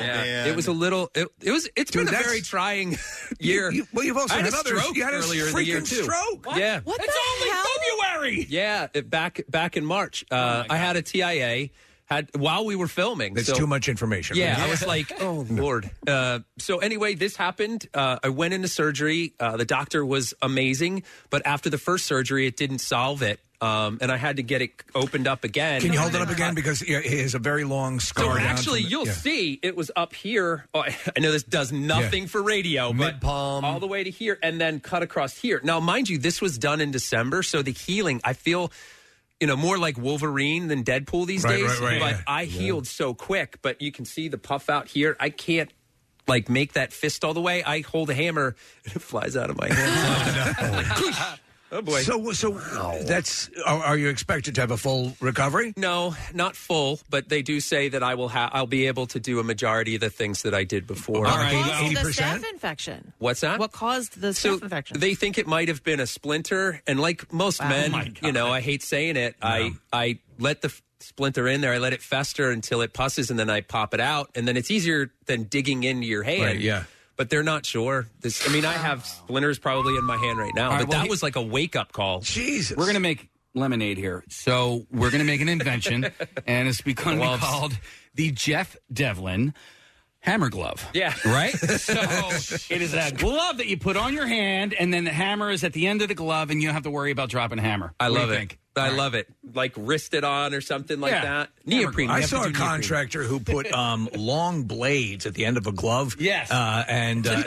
Yeah. man. It was a little. It, it was. It's Dude, been a that's- very trying year. you- well, you've also I had, had a others. stroke You had a earlier in the year freaking too. stroke. What? Yeah. What it's only February. Yeah. it- back back in March, uh, I had a TIA. Had while we were filming. That's so- too much information. Yeah, I was like, oh lord. Uh, so anyway, this happened. Uh, I went into surgery. Uh, the doctor was amazing, but after the first surgery, it didn't solve it, um, and I had to get it opened up again. Can you hold it up again? Because yeah, it is a very long scar. So down actually, from the- you'll yeah. see it was up here. Oh, I know this does nothing for radio, but all the way to here, and then cut across here. Now, mind you, this was done in December, so the healing. I feel, you know, more like Wolverine than Deadpool these Right, days. right, right, but yeah. I healed so quick. But you can see the puff out here. I can't. Like make that fist all the way. I hold a hammer, and it flies out of my hand. oh boy! So so that's are, are you expected to have a full recovery? No, not full, but they do say that I will ha- I'll be able to do a majority of the things that I did before. What caused the staph infection? What's that? What caused the so staph infection? they think it might have been a splinter, and like most Wow. Oh my men, you know, I hate saying it. I I let the f- splinter in there. I let it fester until it pusses, and then I pop it out, and then it's easier than digging into your hand. Right, yeah. But they're not sure. This, I mean, I have splinters probably in my hand right now. All right, but well, that he- was like a wake up call. Jesus, we're gonna make lemonade here. So we're gonna make an invention, and it's become Gloves. called the Jeff Devlin hammer glove. Yeah. Right? So it is a glove that you put on your hand, and then the hammer is at the end of the glove, and you don't have to worry about dropping a hammer. I What do love you it. think? I love it. Like wrist it on or something like that. Neoprene. I We have to saw do a neoprene. contractor who put um, long blades at the end of a glove. Yes. Uh, and uh,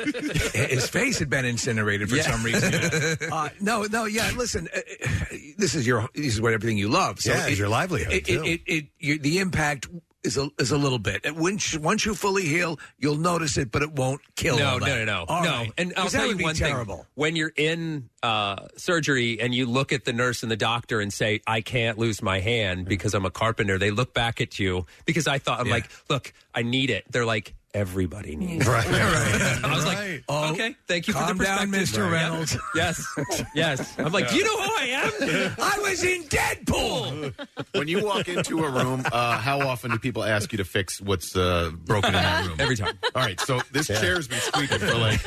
his face had been incinerated for Yeah. some reason. Uh, no, no, yeah. Listen, uh, uh, this is your this is what everything you love. So Yeah, it's your livelihood, It, too. it, it, it you, the impact is a is a little bit. And Once you- once you fully heal, you'll notice it, but it won't kill. No, all no, that. no, no, All no. right. And I'll 'Cause that tell you would be one terrible. thing: when you're in uh, surgery and you look at the nurse and the doctor and say, "I can't lose my hand because I'm a carpenter," they look back at you because I thought I'm like, "Look, I need it." They're like, "Everybody needs." Right. I was like, "Okay, thank you Oh, calm for the down, Mr. perspective, Yep. Reynolds. Yes, yes. I'm like, "You know who I am? I was in Deadpool." when you walk into a room, uh, how often do people ask you to fix what's uh, broken in that room? Every time. All right, so this Yeah. chair's been squeaking for like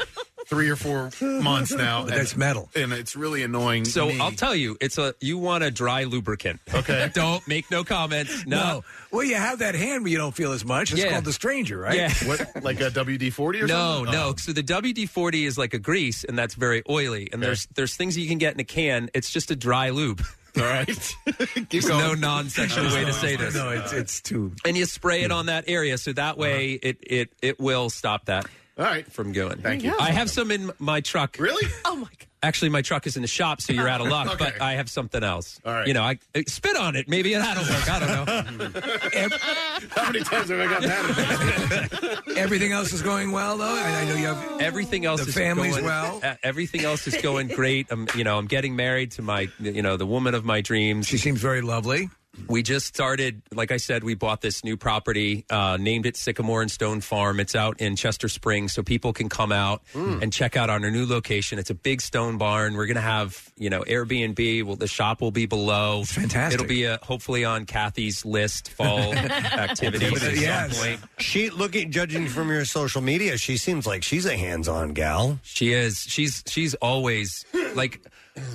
three or four months now. But that's metal, and it's really annoying. So me. I'll tell you, it's a you want a dry lubricant. Okay. Don't make no comments. No. Well, you have that hand, but you don't feel as much. It's Yeah. called the stranger, right? Yeah. What, like a WD forty or no, something? Oh. no. So the WD forty is like a grease, and that's very oily. And there's there's things that you can get in a can. It's just a dry lube. All right. There's no non-sexual way to say this. No, it's it's too. And you spray it on that area, so that way it it it will stop that. Uh-huh. All right. From going. Thank you. I have some in my truck. Really? Oh my god. Actually, my truck is in the shop, so you're out of luck. Okay. But I have something else. All right. You know, I spit on it. Maybe that'll work. I don't know. uh, How many times have I gotten that? Everything else is going well, though. I, I know you have everything else The is family's going, well. uh, everything else is going great. I'm, you know, I'm getting married to my, you know, the woman of my dreams. She seems very lovely. We just started, like I said, we bought this new property, uh, named it Sycamore and Stone Farm. It's out in Chester Springs, so people can come out Mm. and check out on our new location. It's a big stone barn. We're going to have, you know, Airbnb. Well, the shop will be below. It's fantastic. It'll be uh hopefully on Kathy's list fall activities at some point. She looking judging from your social media, she seems like she's a hands-on gal. She is. She's she's always like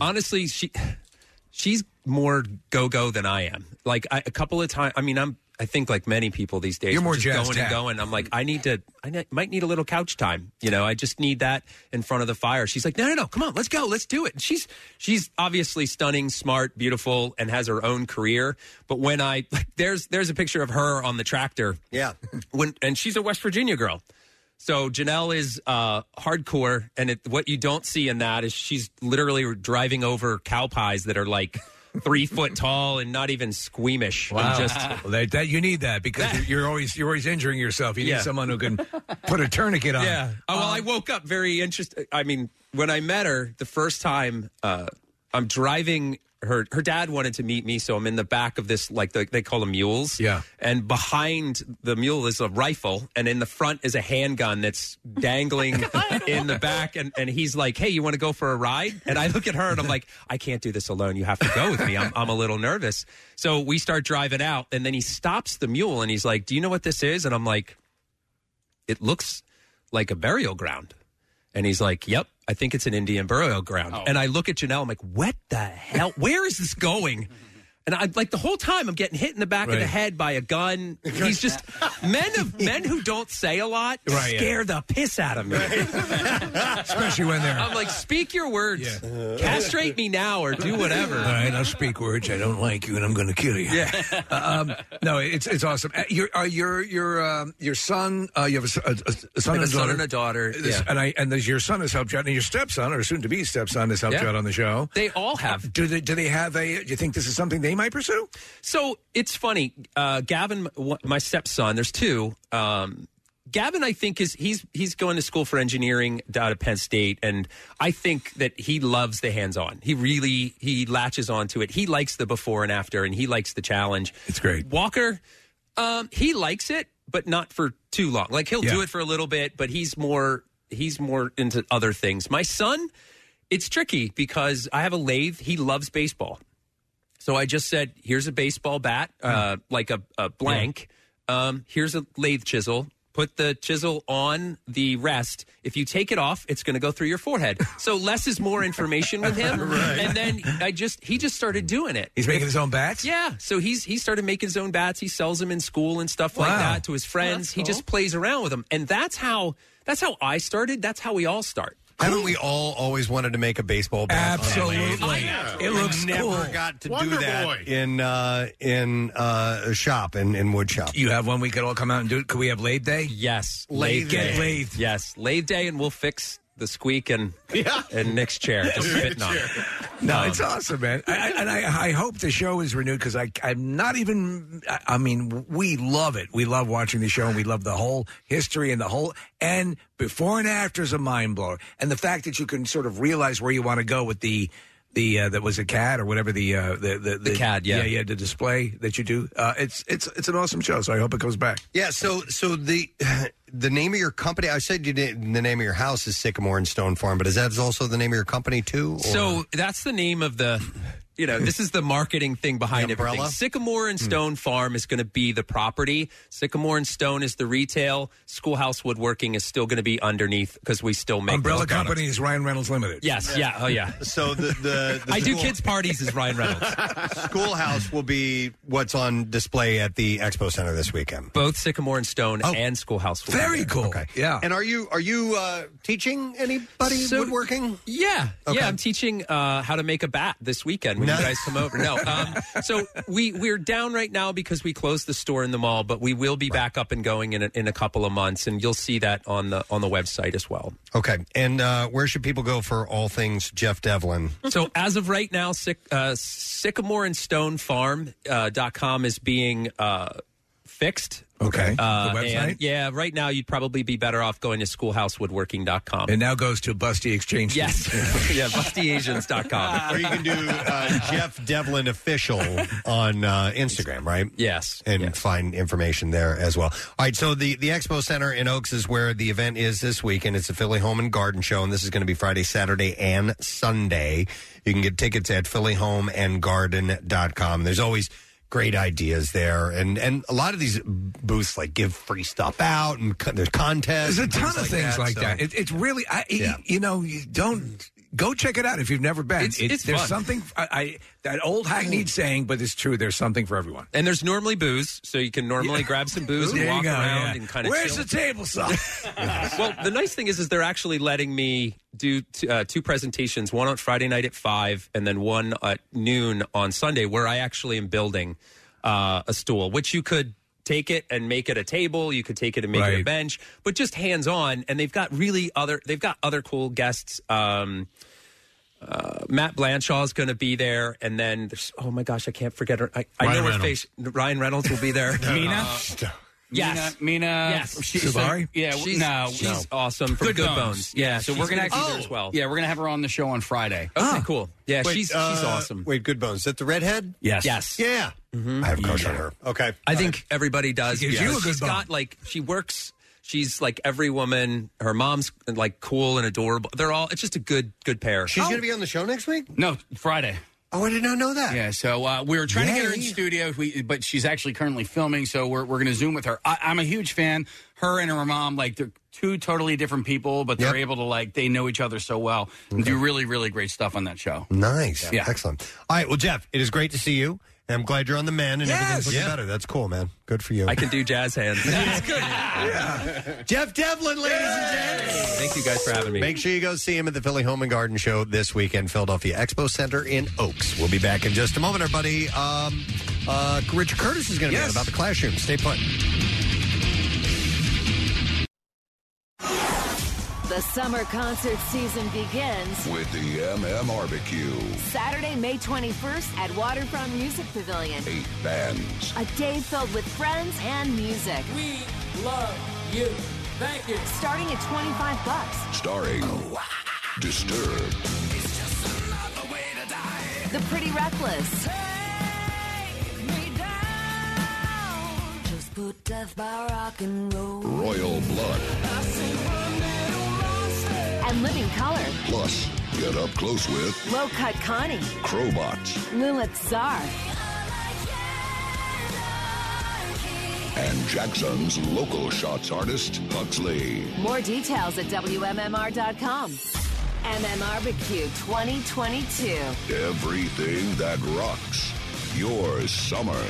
honestly she she's more go go than I am. Like I, a couple of times I mean I'm I think like many people these days You're more we're just jazzed going out. and going. I'm like I need to I ne- might need a little couch time. You know, I just need that in front of the fire. She's like no no no, come on, let's go. Let's do it. And she's she's obviously stunning, smart, beautiful and has her own career, but when I like there's there's a picture of her on the tractor. Yeah. When and she's a West Virginia girl. So Janelle is uh, hardcore, and it, what you don't see in that is she's literally driving over cow pies that are like three foot tall and not even squeamish. and Wow. just- Well, that, that- you need that because you're- you're always you're always injuring yourself. You need Yeah. someone who can put a tourniquet on. Yeah. Oh, well, I woke up very interested. I mean, when I met her the first time, uh, I'm driving her. Her dad wanted to meet me, so I'm in the back of this like the, they call them mules. Yeah. And behind the mule is a rifle, and in the front is a handgun that's dangling in the back. And and he's like, "Hey, you want to go for a ride?" And I look at her and I'm like, "I can't do this alone. You have to go with me. I'm I'm a little nervous." So we start driving out, and then he stops the mule and he's like, "Do you know what this is?" And I'm like it looks like a burial ground. And he's like, Yep, I think it's an Indian burial ground. Oh. And I look at Janelle, I'm like, What the hell? Where is this going? And I'm like the whole time I'm getting hit in the back of the Right. head by a gun. He's just men of men who don't say a lot Right, yeah. scare the piss out of me. Especially when they're- I'm like, speak your words. Castrate me now or do whatever. All right, I'll speak words. I don't like you, and I'm going to kill you. Yeah. um, no, it's it's awesome. Uh, Your uh, your your um, your son. Uh, you have a s- a, a- a son I and have a son daughter. and a daughter, This- yeah. And I and this, your son has helped you out, and your stepson or soon to be stepson has helped Yeah. you out on the show. They all have. Do they do they have a? Do you think this is something they might pursue? So it's funny, uh, Gavin, w- my stepson. There's two. Um, Gavin, I think is he's he's going to school for engineering down at Penn State, and I think that he loves the hands-on. He really he latches onto it. He likes the before and after, and he likes the challenge. It's great. Walker, um, he likes it, but not for too long. Like he'll do it for a little bit, but he's more he's more into other things. My son, it's tricky because I have a lathe. He loves baseball. So I just said, here's a baseball bat, Mm. uh, like a, a blank. Um, here's a lathe chisel. Put the chisel on the rest. If you take it off, it's going to go through your forehead. So less is more information with him. And then I just he just started doing it. He's making his own bats. Yeah. So he's he started making his own bats. He sells them in school and stuff like Wow. that to his friends. He just plays around with them, and that's how that's how I started. That's how we all start. Haven't we all always wanted to make a baseball bat? Absolutely. It looks never cool. got to Wonder do that Boy. in uh, in uh, a shop in in wood shop. You have one we could all come out and do it. Could we have lathe day? Yes. Lathe day. Get lathe. Yes. Lathe day, and we'll fix the squeak and, and Nick's chair. Just spitting on it. No, Um, it's awesome, man. I, I- and I, I hope the show is renewed because I, I'm not even. I, I mean, we love it. We love watching the show, and we love the whole history and the whole and before and after is a mind blower. And the fact that you can sort of realize where you want to go with the the uh, that was a cad or whatever the uh, the, the the CAD, yeah. yeah, the display that you do. Uh, it's it's it's an awesome show. So I hope it comes back. Yeah. So so the the name of your company. I said you did the name of your house is Sycamore and Stone Farm, but is that also the name of your company too? or- So that's the name of the. You know, this is the marketing thing behind The everything. umbrella? Hmm. Sycamore and Stone Farm is going to be the property. Sycamore and Stone is the retail. Schoolhouse Woodworking is still going to be underneath because we still make Umbrella those products. company is Ryan Reynolds Limited. Yes, yeah, oh yeah. So the the, the I do school- kids parties as Ryan Reynolds. Schoolhouse will be what's on display at the Expo Center this weekend. Oh, Both Sycamore and Stone and Schoolhouse. Woodworking. Very cool. Okay. Yeah. And are you are you uh, teaching anybody So- woodworking? Yeah, yeah. I'm teaching uh, how to make a bat this weekend when Nice. you guys come over. No, um, so we we're down right now because we closed the store in the mall, but we will be back up and going in a, in a couple of months, and you'll see that on the on the website as well. Okay. And uh, where should people go for all things Jeff Devlin? So as of right now, Syc- uh, Sycamore and Stone Farm uh, dot com is being uh, fixed. Okay. Uh, the website. and, yeah, right now you'd probably be better off going to schoolhousewoodworking.com. It now goes to Busty Exchange. Yes. yeah, bustyasians.com. Or you can do uh, Jeff Devlin official on uh, Instagram, right? Yes, and find information there as well. All right, so the the Expo Center in Oaks is where the event is this weekend. It's a Philly Home and Garden Show, and this is going to be Friday, Saturday, and Sunday. You can get tickets at phillyhomeandgarden.com. There's always great ideas there, and and a lot of these booths like give free stuff out, and co- there's contests. There's a and ton of things like so- that. It, it's really, I, Yeah. you know, you don't go check it out if you've never been. It's- It- it's there's fun. something I, I that old hackneyed saying, but it's true. There's something for everyone. And there's normally booze, so you can normally grab some booze and There you walk go, around yeah. and kind of. Where's the table saw? well, the nice thing is, is they're actually letting me do t- uh, two presentations: one on Friday night at five, and then one at noon on Sunday, where I actually am building uh, a stool, which you could take it and make it a table. You could take it and make it a Right. bench, but just hands on. And they've got really other. They've got other cool guests. Um, uh, Matt Blanchard is going to be there, and then there's oh my gosh, I can't forget her. I, I Ryan know her Reynolds. face. Ryan Reynolds will be there. Uh, Mina. Yes. Mina Yes. she- Shibari? so- yeah. She's- She's, no. Oh, she's awesome from Good Bones. Yeah, Yeah. So we're she's gonna have gonna be you there as well. Yeah, we're gonna have her on the show on Friday. Okay, cool. Yeah, Wait, she's she's uh, awesome. Wait, good bones. Is that the redhead? Yes. Yes. Mm-hmm. Yeah. I have a crush on her. Okay. I think everybody does. She gives because you a good she's bone. got like she works. She's like every woman. Her mom's like cool and adorable. They're all. It's just a good good pair. She's going to be on the show next week? No, Friday. Oh, I did not know that. Yeah, so uh, we were trying to get her in studio, we, but she's actually currently filming, so we're, we're going to Zoom with her. I, I'm a huge fan. Her and her mom, like, they're two totally different people, but they're able to, like, they know each other so well and do really, really great stuff on that show. Nice. Yeah. Excellent. All right. Well, Jeff, it is great to see you. And I'm glad you're on the men and Yes! everything's looking Yeah. better. That's cool, man. Good for you. I can do jazz hands. Jeff Devlin, ladies and gentlemen. Thank you guys for having me. Make sure you go see him at the Philly Home and Garden Show this weekend, Philadelphia Expo Center in Oaks. We'll be back in just a moment. Our buddy um, uh, Richard Curtis is going to be on about the classroom. Stay put. The summer concert season begins With the MM Barbecue. Saturday, May 21st at Waterfront Music Pavilion. Eight bands. A day filled with friends and music. We love you. Thank you. Starting at 25 bucks. Starring Disturbed, The Pretty Reckless. Just put death by rock and roll. Royal Blood, And Living Color. plus Get Up Close with Low Cut Connie. Crowbots Lilith Czar. and Jackson's local shots artist, Huxley. More details at WMMR.com. MMRBQ 2022. Everything that rocks. Your summer.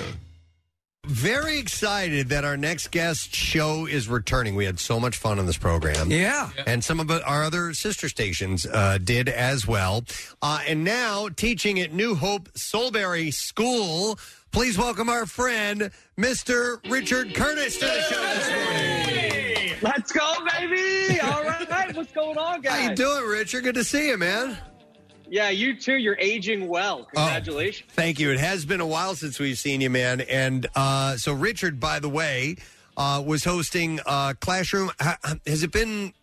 Very excited that our next guest show is returning. We had so much fun on this program. Yeah. And some of our other sister stations uh, did as well. Uh, and now, teaching at New Hope Solberry School, please welcome our friend, Mr. Richard Curtis, to the show this morning. Let's go, baby. All right. What's going on, guys? How you doing, Richard? Good to see you, man. Oh, Yeah, you too. You're aging well. Congratulations. Thank you. It has been a while since we've seen you, man. And uh, so, Richard, by the way, uh, was hosting uh, Classroom. Ha- Has it been?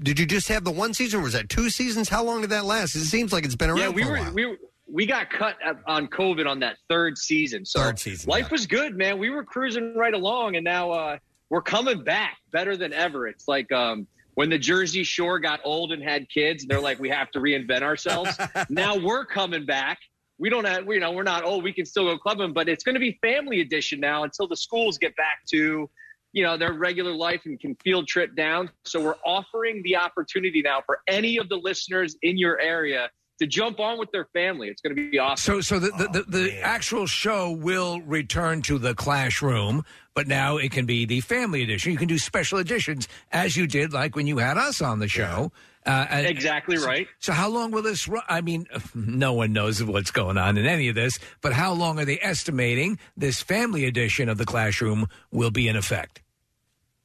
Did you just have the one season? Or was that two seasons? How long did that last? It seems like it's been around. yeah, we for a were while. we were, we got cut at- on COVID on that third season. So Third season, life was good, man. We were cruising right along, and now uh, we're coming back better than ever. It's like um, when the Jersey Shore got old and had kids, and they're like, we have to reinvent ourselves. now we're coming back. We don't have, you know, we're not old. We can still go clubbing, but it's going to be family edition now until the schools get back to you know their regular life and can field trip down so we're offering the opportunity now for any of the listeners in your area to jump on with their family it's going to be awesome So, so the the, the, Oh, the actual show will return to the classroom, but now it can be the family edition. You can do special editions as you did, like when you had us on the show. Uh, and- Exactly so- right. So, how long will this? Ru- I mean, no one knows what's going on in any of this, but how long are they estimating this family edition of the classroom will be in effect?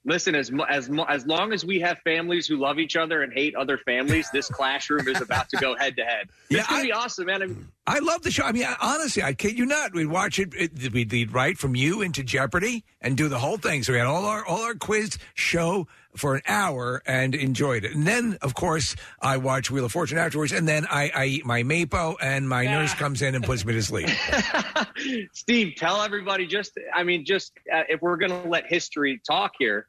listen as mu- as mu- as long as we have families who love each other and hate other families this classroom is about to go head to head Yeah, it's going to be awesome man I mean, I love the show. I mean, I, honestly, I kid you not. We'd watch it, it. We'd lead right from you into Jeopardy and do the whole thing. So we had all our all our quiz show for an hour and enjoyed it. And then, of course, I watch Wheel of Fortune afterwards. And then I, I eat my mapo, and my nurse comes in and puts me to sleep. steve tell everybody just i mean just uh, if we're going to let history talk here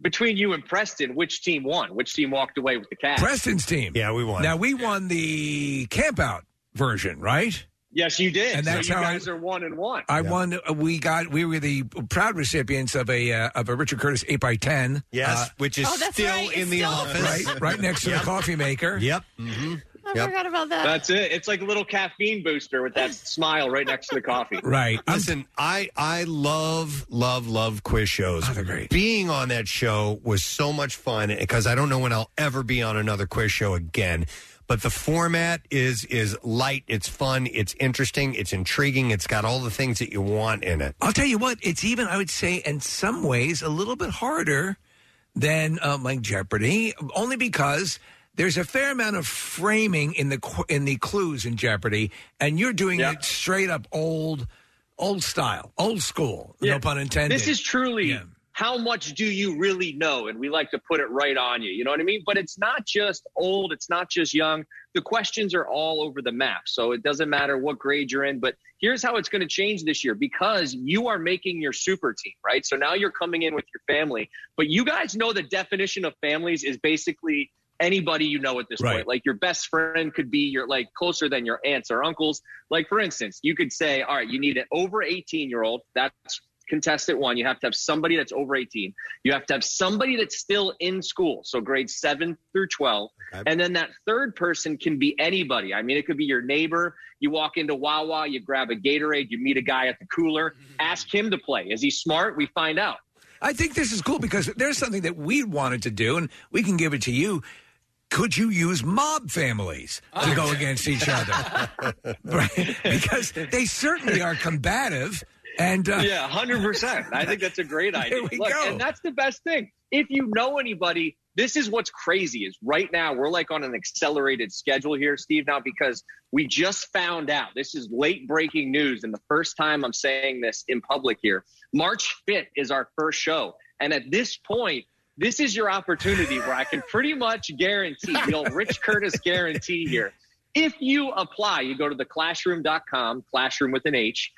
between you and preston which team won which team walked away with the cash Preston's team. Yeah, we won. Now we won the campout version, right? yes you did And that's so you how I- guys are one and one I won. uh, We got. We were the proud recipients of a uh, of a Richard Curtis eight x ten. uh, Yes, which is Oh, that's still right. in It's the still- office. right, right next to Yep. the coffee maker. Yep. I Yep. forgot about that. That's it. It's like a little caffeine booster with that smile right next to the coffee. Right. Listen, I I love love love quiz shows. Being on that show was so much fun because I don't know when I'll ever be on another quiz show again. But the format is is light. It's fun. It's interesting. It's intriguing. It's got all the things that you want in it. I'll tell you what, it's even, I would say, in some ways, a little bit harder than um, like Jeopardy, only because there's a fair amount of framing in the qu- in the clues in Jeopardy, and you're doing it straight up old, old style, old school. Yeah. No pun intended. This is truly how much do you really know? And we like to put it right on you. You know what I mean? But it's not just old, it's not just young. The questions are all over the map. So it doesn't matter what grade you're in. But here's how it's going to change this year because you are making your super team, right? So now you're coming in with your family. But you guys know the definition of families is basically anybody you know at this Right. point. Like your best friend could be your like closer than your aunts or uncles. Like for instance, you could say, all right, you need an over 18 year old. That's contestant one. You have to have somebody that's over 18. You have to have somebody that's still in school, so grades seven through 12. And then that third person can be anybody. I mean, it could be your neighbor. You walk into Wawa, you grab a Gatorade, you meet a guy at the cooler, ask him to play. Is he smart? We find out. I think this is cool because there's something that we wanted to do, and we can give it to you. Could you use mob families to go against each other? right? Because they certainly are combative. And uh, yeah, hundred percent. I think that's a great idea. There we Look, go. And that's the best thing. If you know anybody, this is what's crazy is right now we're like on an accelerated schedule here, Steve, now because we just found out. This is late breaking news, and the first time I'm saying this in public here. March 5th is our first show. And at this point, this is your opportunity where I can pretty much guarantee the old Rich Curtis guarantee here. If you apply, you go to the classroom.com, classroom with an H.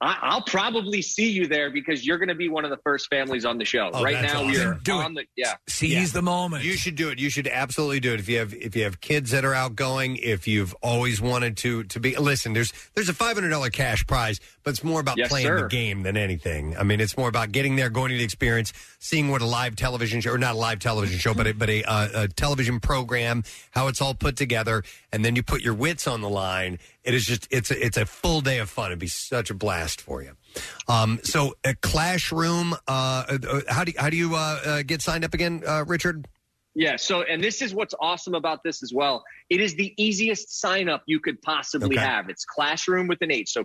I, I'll probably see you there because you're going to be one of the first families on the show. Oh, right that's now, awesome. we are Then do on the yeah. Seize the moment. You should do it. You should absolutely do it. If you have if you have kids that are outgoing, if you've always wanted to to be listen, there's there's a five hundred dollar cash prize, but it's more about Yes, playing sir. the game than anything. I mean, it's more about getting there, going to the experience, seeing what a live television show or not a live television show, but a, but a, uh, a television program, how it's all put together, and then you put your wits on the line. It is just it's a, it's a full day of fun. It'd be such a blast for you. Um, so, a clash room. Uh, uh, how do you, how do you uh, uh, get signed up again, uh, Richard? Yeah. So, and this is what's awesome about this as well. It is the easiest sign up you could possibly Okay. have. It's classroom with an H. So,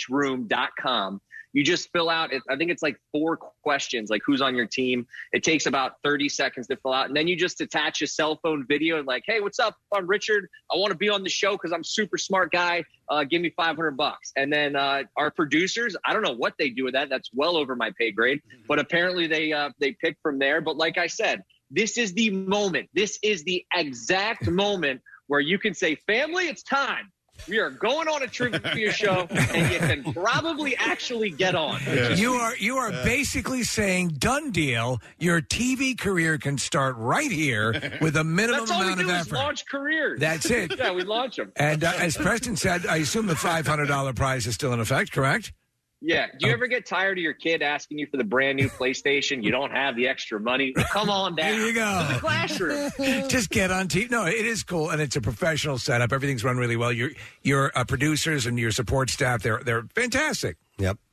classhroom.com. You just fill out, it- I think it's like four questions, like who's on your team. It takes about 30 seconds to fill out. And then you just attach a cell phone video and, like, hey, what's up? I'm Richard. I want to be on the show because I'm a super smart guy. Uh, give me 500 bucks. And then uh, our producers, I don't know what they do with that. That's well over my pay grade. But apparently they, uh, they pick from there. But like I said, this is the moment. This is the exact moment where you can say, family, it's time. We are going on a trivia show, and you can probably actually get on. You are you are basically saying done deal. Your TV career can start right here with a minimum That's all amount we do of is effort. launch careers. That's it. Yeah, we launch them. and uh, as Preston said, I assume the five hundred dollar prize is still in effect, correct? yeah. Do you ever get tired of your kid asking you for the brand new PlayStation? You don't have the extra money. Come on down. Here you go. To the classroom. Just get on TV. No, it is cool, and it's a professional setup. Everything's run really well. Your your uh, producers and your support staff they're they're fantastic. Yep.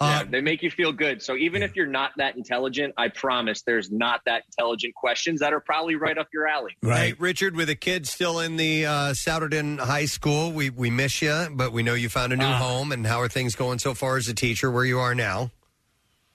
Yeah, they make you feel good. So even if you're not that intelligent, I promise there's not that intelligent questions that are probably right up your alley. Right, Richard, with a kid still in the uh, Souderton High School, we we miss you, but we know you found a new home. And how are things going so far as a teacher? Where you are now?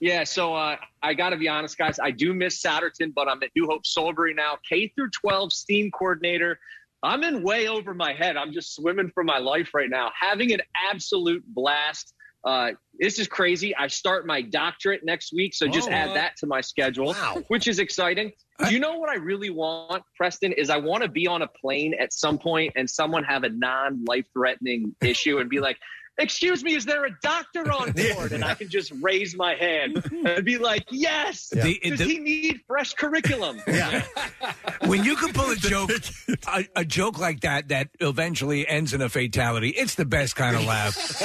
Yeah, so uh, I got to be honest, guys. I do miss Satterton, but I'm at New Hope Solbury now, K through 12 STEAM coordinator. I'm in way over my head. I'm just swimming for my life right now, having an absolute blast. Uh, this is crazy. I start my doctorate next week, so just Oh. add that to my schedule, which is exciting. Do you know what I really want, Preston? Is I want to be on a plane at some point and someone have a non-life threatening issue and be like, "Excuse me, is there a doctor on board?" And I can just raise my hand and be like, "Yes." Yeah. The- Does the- he need fresh curriculum? when you can pull a joke, a, a joke like that that eventually ends in a fatality, it's the best kind of laugh.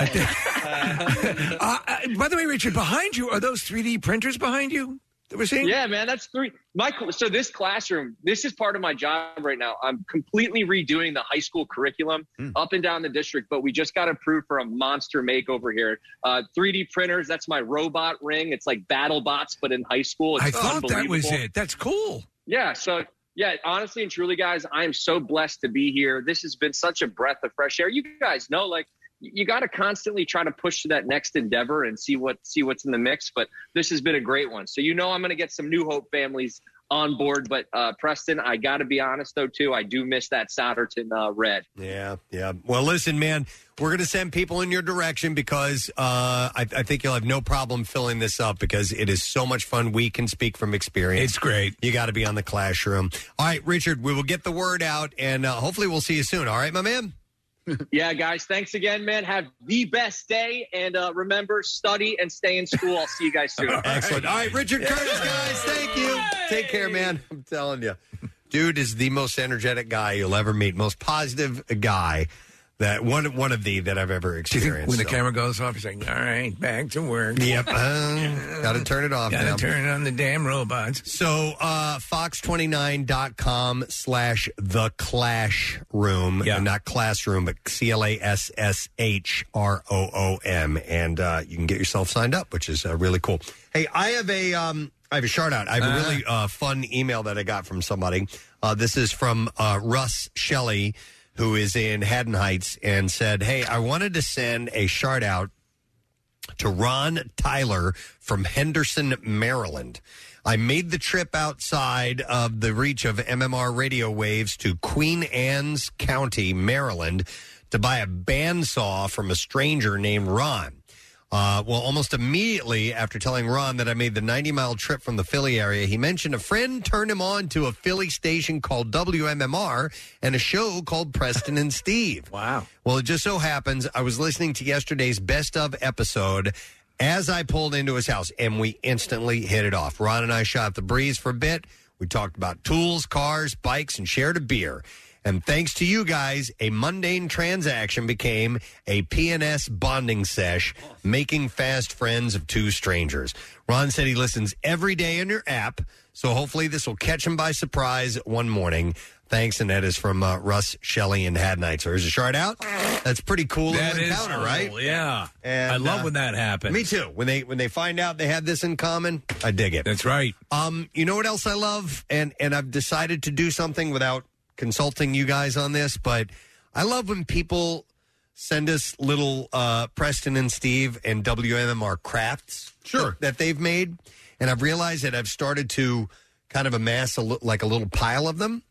uh, uh, by the way, Richard, behind you are those 3D printers behind you that we're seeing. Yeah, man, that's three. My cl- so this classroom, this is part of my job right now. I'm completely redoing the high school curriculum Hmm. up and down the district, but we just got approved for a monster makeover here. Uh, 3D printers. That's my robot ring. It's like battle bots, but in high school. It's I thought that was unbelievable. it. That's cool. Yeah. So, yeah, honestly and truly, guys, I am so blessed to be here. This has been such a breath of fresh air. You guys know, like, you got to constantly try to push to that next endeavor and see what see what's in the mix. But this has been a great one. So you know, I'm going to get some New Hope families on board. But uh, Preston, I got to be honest though, too, I do miss that Soderton uh, red. Yeah, yeah. Well, listen, man, we're going to send people in your direction because uh, I, I think you'll have no problem filling this up because it is so much fun. We can speak from experience. It's great. You got to be on the classroom. All right, Richard, we will get the word out, and uh, hopefully, we'll see you soon. All right, my man. yeah, guys, thanks again, man. Have the best day, and uh, remember, study and stay in school. I'll see you guys soon. Excellent. All right, Richard Curtis, guys, thank you. Take care, man. I'm telling you. Dude is the most energetic guy you'll ever meet, most positive guy that one one of the that I've ever Do you experienced. think when the So- camera goes off, you're like, all right, back to work? Yep. Uh, gotta turn it off Gotta now. turn on the damn robots. So, uh, fox29.com slash the clash room. Yeah. Not classroom, but C L A S S H R O O M. And uh, you can get yourself signed up, which is uh, really cool. Hey, I have a. Um, I have a shout out. I have a really uh, fun email that I got from somebody. Uh, this is from uh, Russ Shelley, who is in Haddon Heights, and said, Hey, I wanted to send a shout out to Ron Tyler from Henderson, Maryland. I made the trip outside of the reach of MMR radio waves to Queen Anne's County, Maryland, to buy a bandsaw from a stranger named Ron. Uh, well, almost immediately after telling Ron that I made the 90 mile trip from the Philly area, he mentioned a friend turned him on to a Philly station called WMMR and a show called Preston and Steve. Wow. Well, it just so happens I was listening to yesterday's best of episode as I pulled into his house, and we instantly hit it off. Ron and I shot the breeze for a bit. We talked about tools, cars, bikes, and shared a beer. And thanks to you guys, a mundane transaction became a PNS bonding sesh, making fast friends of two strangers. Ron said he listens every day on your app, so hopefully this will catch him by surprise one morning. Thanks, and that is from uh, Russ Shelley and Hadnites. There's a shout out. That's pretty cool That little is encounter, right? uh, cool, yeah. I love when that happens. Me too. When they when they find out they have this in common, I dig it. That's right. Um, you know what else I love, and and I've decided to do something without consulting you guys on this, but I love when people send us little uh, Preston and Steve and WMMR crafts, sure, that they've made, and I've realized that I've started to kind of amass a li- like a little pile of them.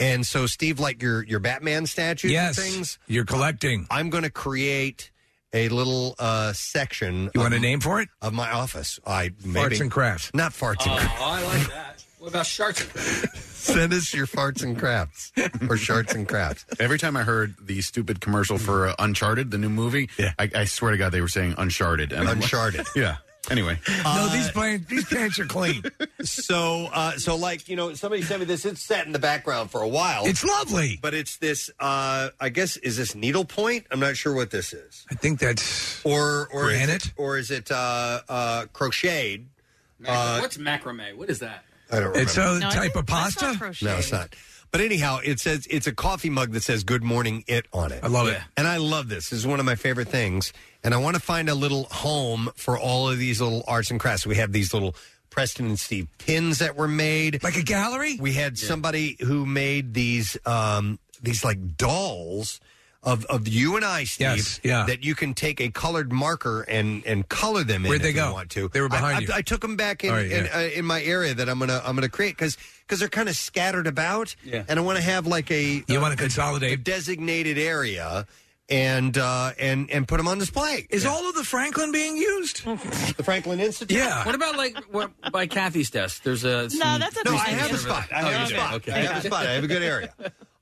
And so, Steve, like your your Batman statues Yes, and things, you're collecting. I'm going to create a little uh, section. You want a name for it? Of my office, I maybe. Farts and crafts. Not farts and crafts. I like that. What about Oh. sharks? Send us your farts and crafts or sharks and crafts. Every time I heard the stupid commercial for uh, Uncharted, the new movie, I, I swear to God, they were saying Uncharted. And I'm like- Uncharted. yeah. Anyway. no, these plants, these plants are clean. Uh, so, uh, so like you know, somebody sent me this. It's sat in the background for a while. It's lovely. but it's this. Uh, I guess is this needlepoint? I'm not sure what this is. I think that's or or is Granite? it, or is it uh, uh, crocheted? Uh, What's macrame? What is that? I don't remember. It's a No, I type think of that's pasta? not crocheted. No, it's not. But anyhow, it says it's a coffee mug that says "Good Morning It" on it. I love it. Yeah. and I love this. This is one of my favorite things, and I want to find a little home for all of these little arts and crafts. We have these little Preston and Steve pins that were made, like a gallery. We had somebody who made these um, these like dolls. Of, of you and I, Steve, Yes, yeah. that you can take a colored marker and, and color them in Where'd if they go? you want to. They were behind I, I- you. I took them back in All right, in, yeah. uh, in my area that I'm gonna I'm gonna create because because they're kind of scattered about. Yeah. And I want to have like a you want to consolidate a designated area and uh, and and put them on display. Is all of the Franklin being used? the Franklin Institute. What about like what, by Kathy's desk? There's a No, that's a- No, I have a spot. I Oh, have a you do. spot. Okay. I have a spot. I have a good area.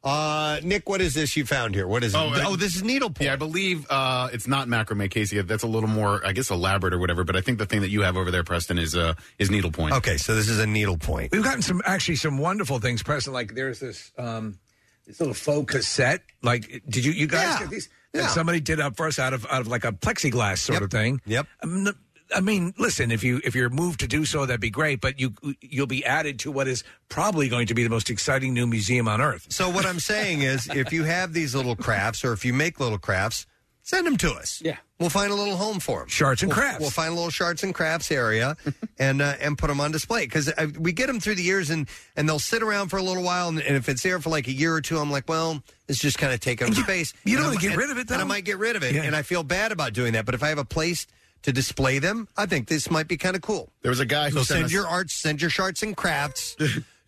Uh, Nick, what is this you found here? What is it? uh, oh, this is needlepoint. Yeah, I believe uh, it's not macrame, Casey. That's a little more, I guess, elaborate or whatever. But I think the thing that you have over there, Preston, is uh, is needlepoint. Okay, so this is a needlepoint. We've gotten some actually some wonderful things, Preston. Like there's this um this little faux cassette. Like did you you guys Yeah. get these? Yeah. That somebody did up for us out of out of like a plexiglass sort of thing. Yep. I mean, the- I mean, listen, if you if you're moved to do so, that'd be great. But you you'll be added to what is probably going to be the most exciting new museum on earth. So what I'm saying is, if you have these little crafts or if you make little crafts, send them to us. Yeah, we'll find a little home for them. Shards and We'll- crafts. We'll find a little shards and crafts area, and uh, and put them on display because we get them through the years, and and they'll sit around for a little while, and, and if it's there for like a year or two, I'm like, well, it's just kind of taking up space. you And don't wanna I'm- get and- rid of it, and I though. might get rid of it, Yeah. and I feel bad about doing that. But if I have a place to display them, I think this might be kind of cool. There was a guy who so sent send us- your arts, send your shards and crafts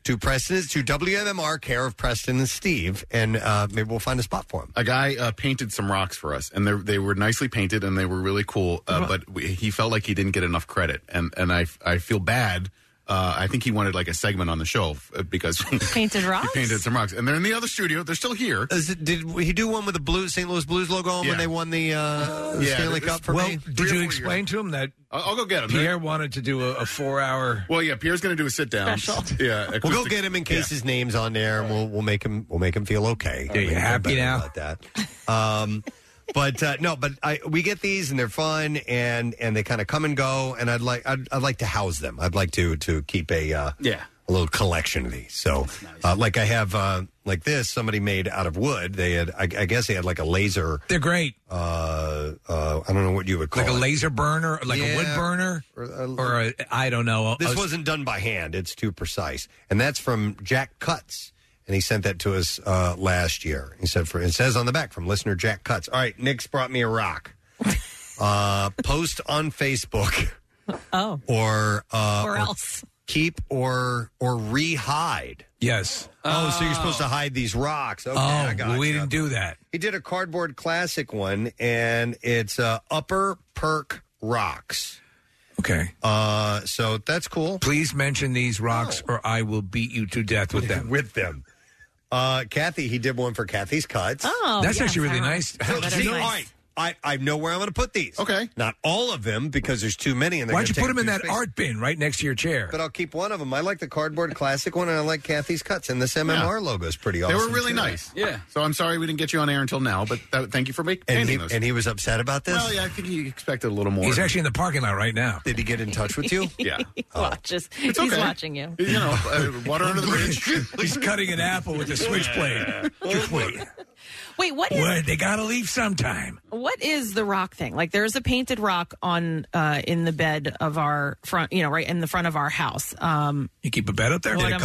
to Preston to WMMR care of Preston and Steve, and uh, maybe we'll find a spot for him. A guy uh, painted some rocks for us, and they they were nicely painted and they were really cool. Uh, But we, he felt like he didn't get enough credit, and and I I feel bad. Uh, I think he wanted like a segment on the show uh, because Painted he rocks? painted some rocks, and they're in the other studio. They're still here. did he do one with the blue St. Louis Blues logo on Yeah. when they won the uh, yeah, Stanley it's- Cup for well, uh, me? Three Did or you four explain to him that I'll, I'll go get him. Pierre wanted to do a, a four hour? Well, yeah, Pierre's going to do a sit down. Special. Yeah, We'll go acoustic- get him in yeah. case his name's on there, and we'll we'll make him we'll make him feel okay. Yeah, you We can feel happy better now? About that. Um, but uh, no, but I, we get these and they're fun and and they kind of come and go. And I'd like I'd, I'd like to house them. I'd like to to keep a uh, Yeah. a little collection of these. So, uh, like I have uh, like this somebody made out of wood. They had I, I guess they had like a laser. They're great. Uh, uh, I don't know what you would call Like a it. laser burner, like a wood Yeah. burner, or, a, I don't know. This a- wasn't done by hand. It's too precise. And that's from Jack Cutts. And he sent that to us uh, last year. He said, for, it says on the back from listener Jack Cutts. All right, Nick's brought me a rock. uh, post on Facebook. Oh. Or, uh, Or else. Keep or or re-hide. Yes. Oh, so you're supposed to hide these rocks. Okay, oh, I got we you. didn't do that. He did a cardboard classic one, and it's uh, Upper Perk Rocks. Okay. Uh, so that's cool. Oh. Please mention these rocks, or I will beat you to death with them. with them. Uh, Kathy, he did one for Kathy's cuts. Oh, That's yeah, actually really Sarah. nice. So, That is see, nice. all right, I, I know where I'm going to put these. Okay. Not all of them because there's too many. And they're Why'd you gonna put take them up in too that space. art bin right next to your chair? But I'll keep one of them. I like the cardboard classic one, and I like Kathy's cuts. And this MMR logo is pretty awesome. They were really too. nice. Yeah. So I'm sorry we didn't get you on air until now, but that, thank you for making And he- those. and he was upset about this? Well, yeah, I think he expected a little more. He's actually in the parking lot right now. Did he get in touch with you? yeah. Oh. Watches. It's He's okay. watching you. You know, uh, water under the bridge. He's cutting an apple with a switchblade. Just wait. Wait, what is Wait, they gotta leave sometime. what is the rock thing? Like, there's a painted rock on uh in the bed of our front, you know, right in the front of our house. Um, You keep a bed up there? what am I-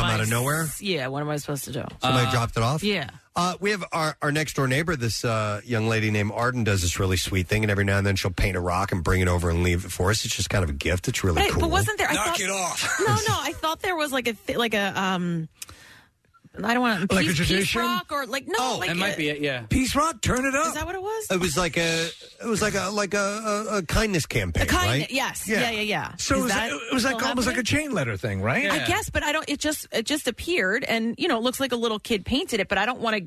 Yeah. What am I supposed to do? Somebody dropped it off? Yeah. Uh, we have our, our next door neighbor, this uh, young lady named Arden, does this really sweet thing, and every now and then she'll paint a rock and bring it over and leave it for us. It's just kind of a gift. It's really But, I- cool. but wasn't there? I Knock thought, it off. No, no. I thought there was like a th- like a um. I don't want to Like a peace, peace tradition? Oh, rock or like no. like a- it. Yeah, Peace Rock, turn it up. Is that what it was? It was like a, it was like a like a, a, a kindness campaign, A kind. right? Yes. Yeah. Yeah. Yeah. So Is it was, that it was like still almost like a happening? chain letter thing, right? I guess, but I don't. It just it just appeared, and you know, it looks like a little kid painted it, but I don't want to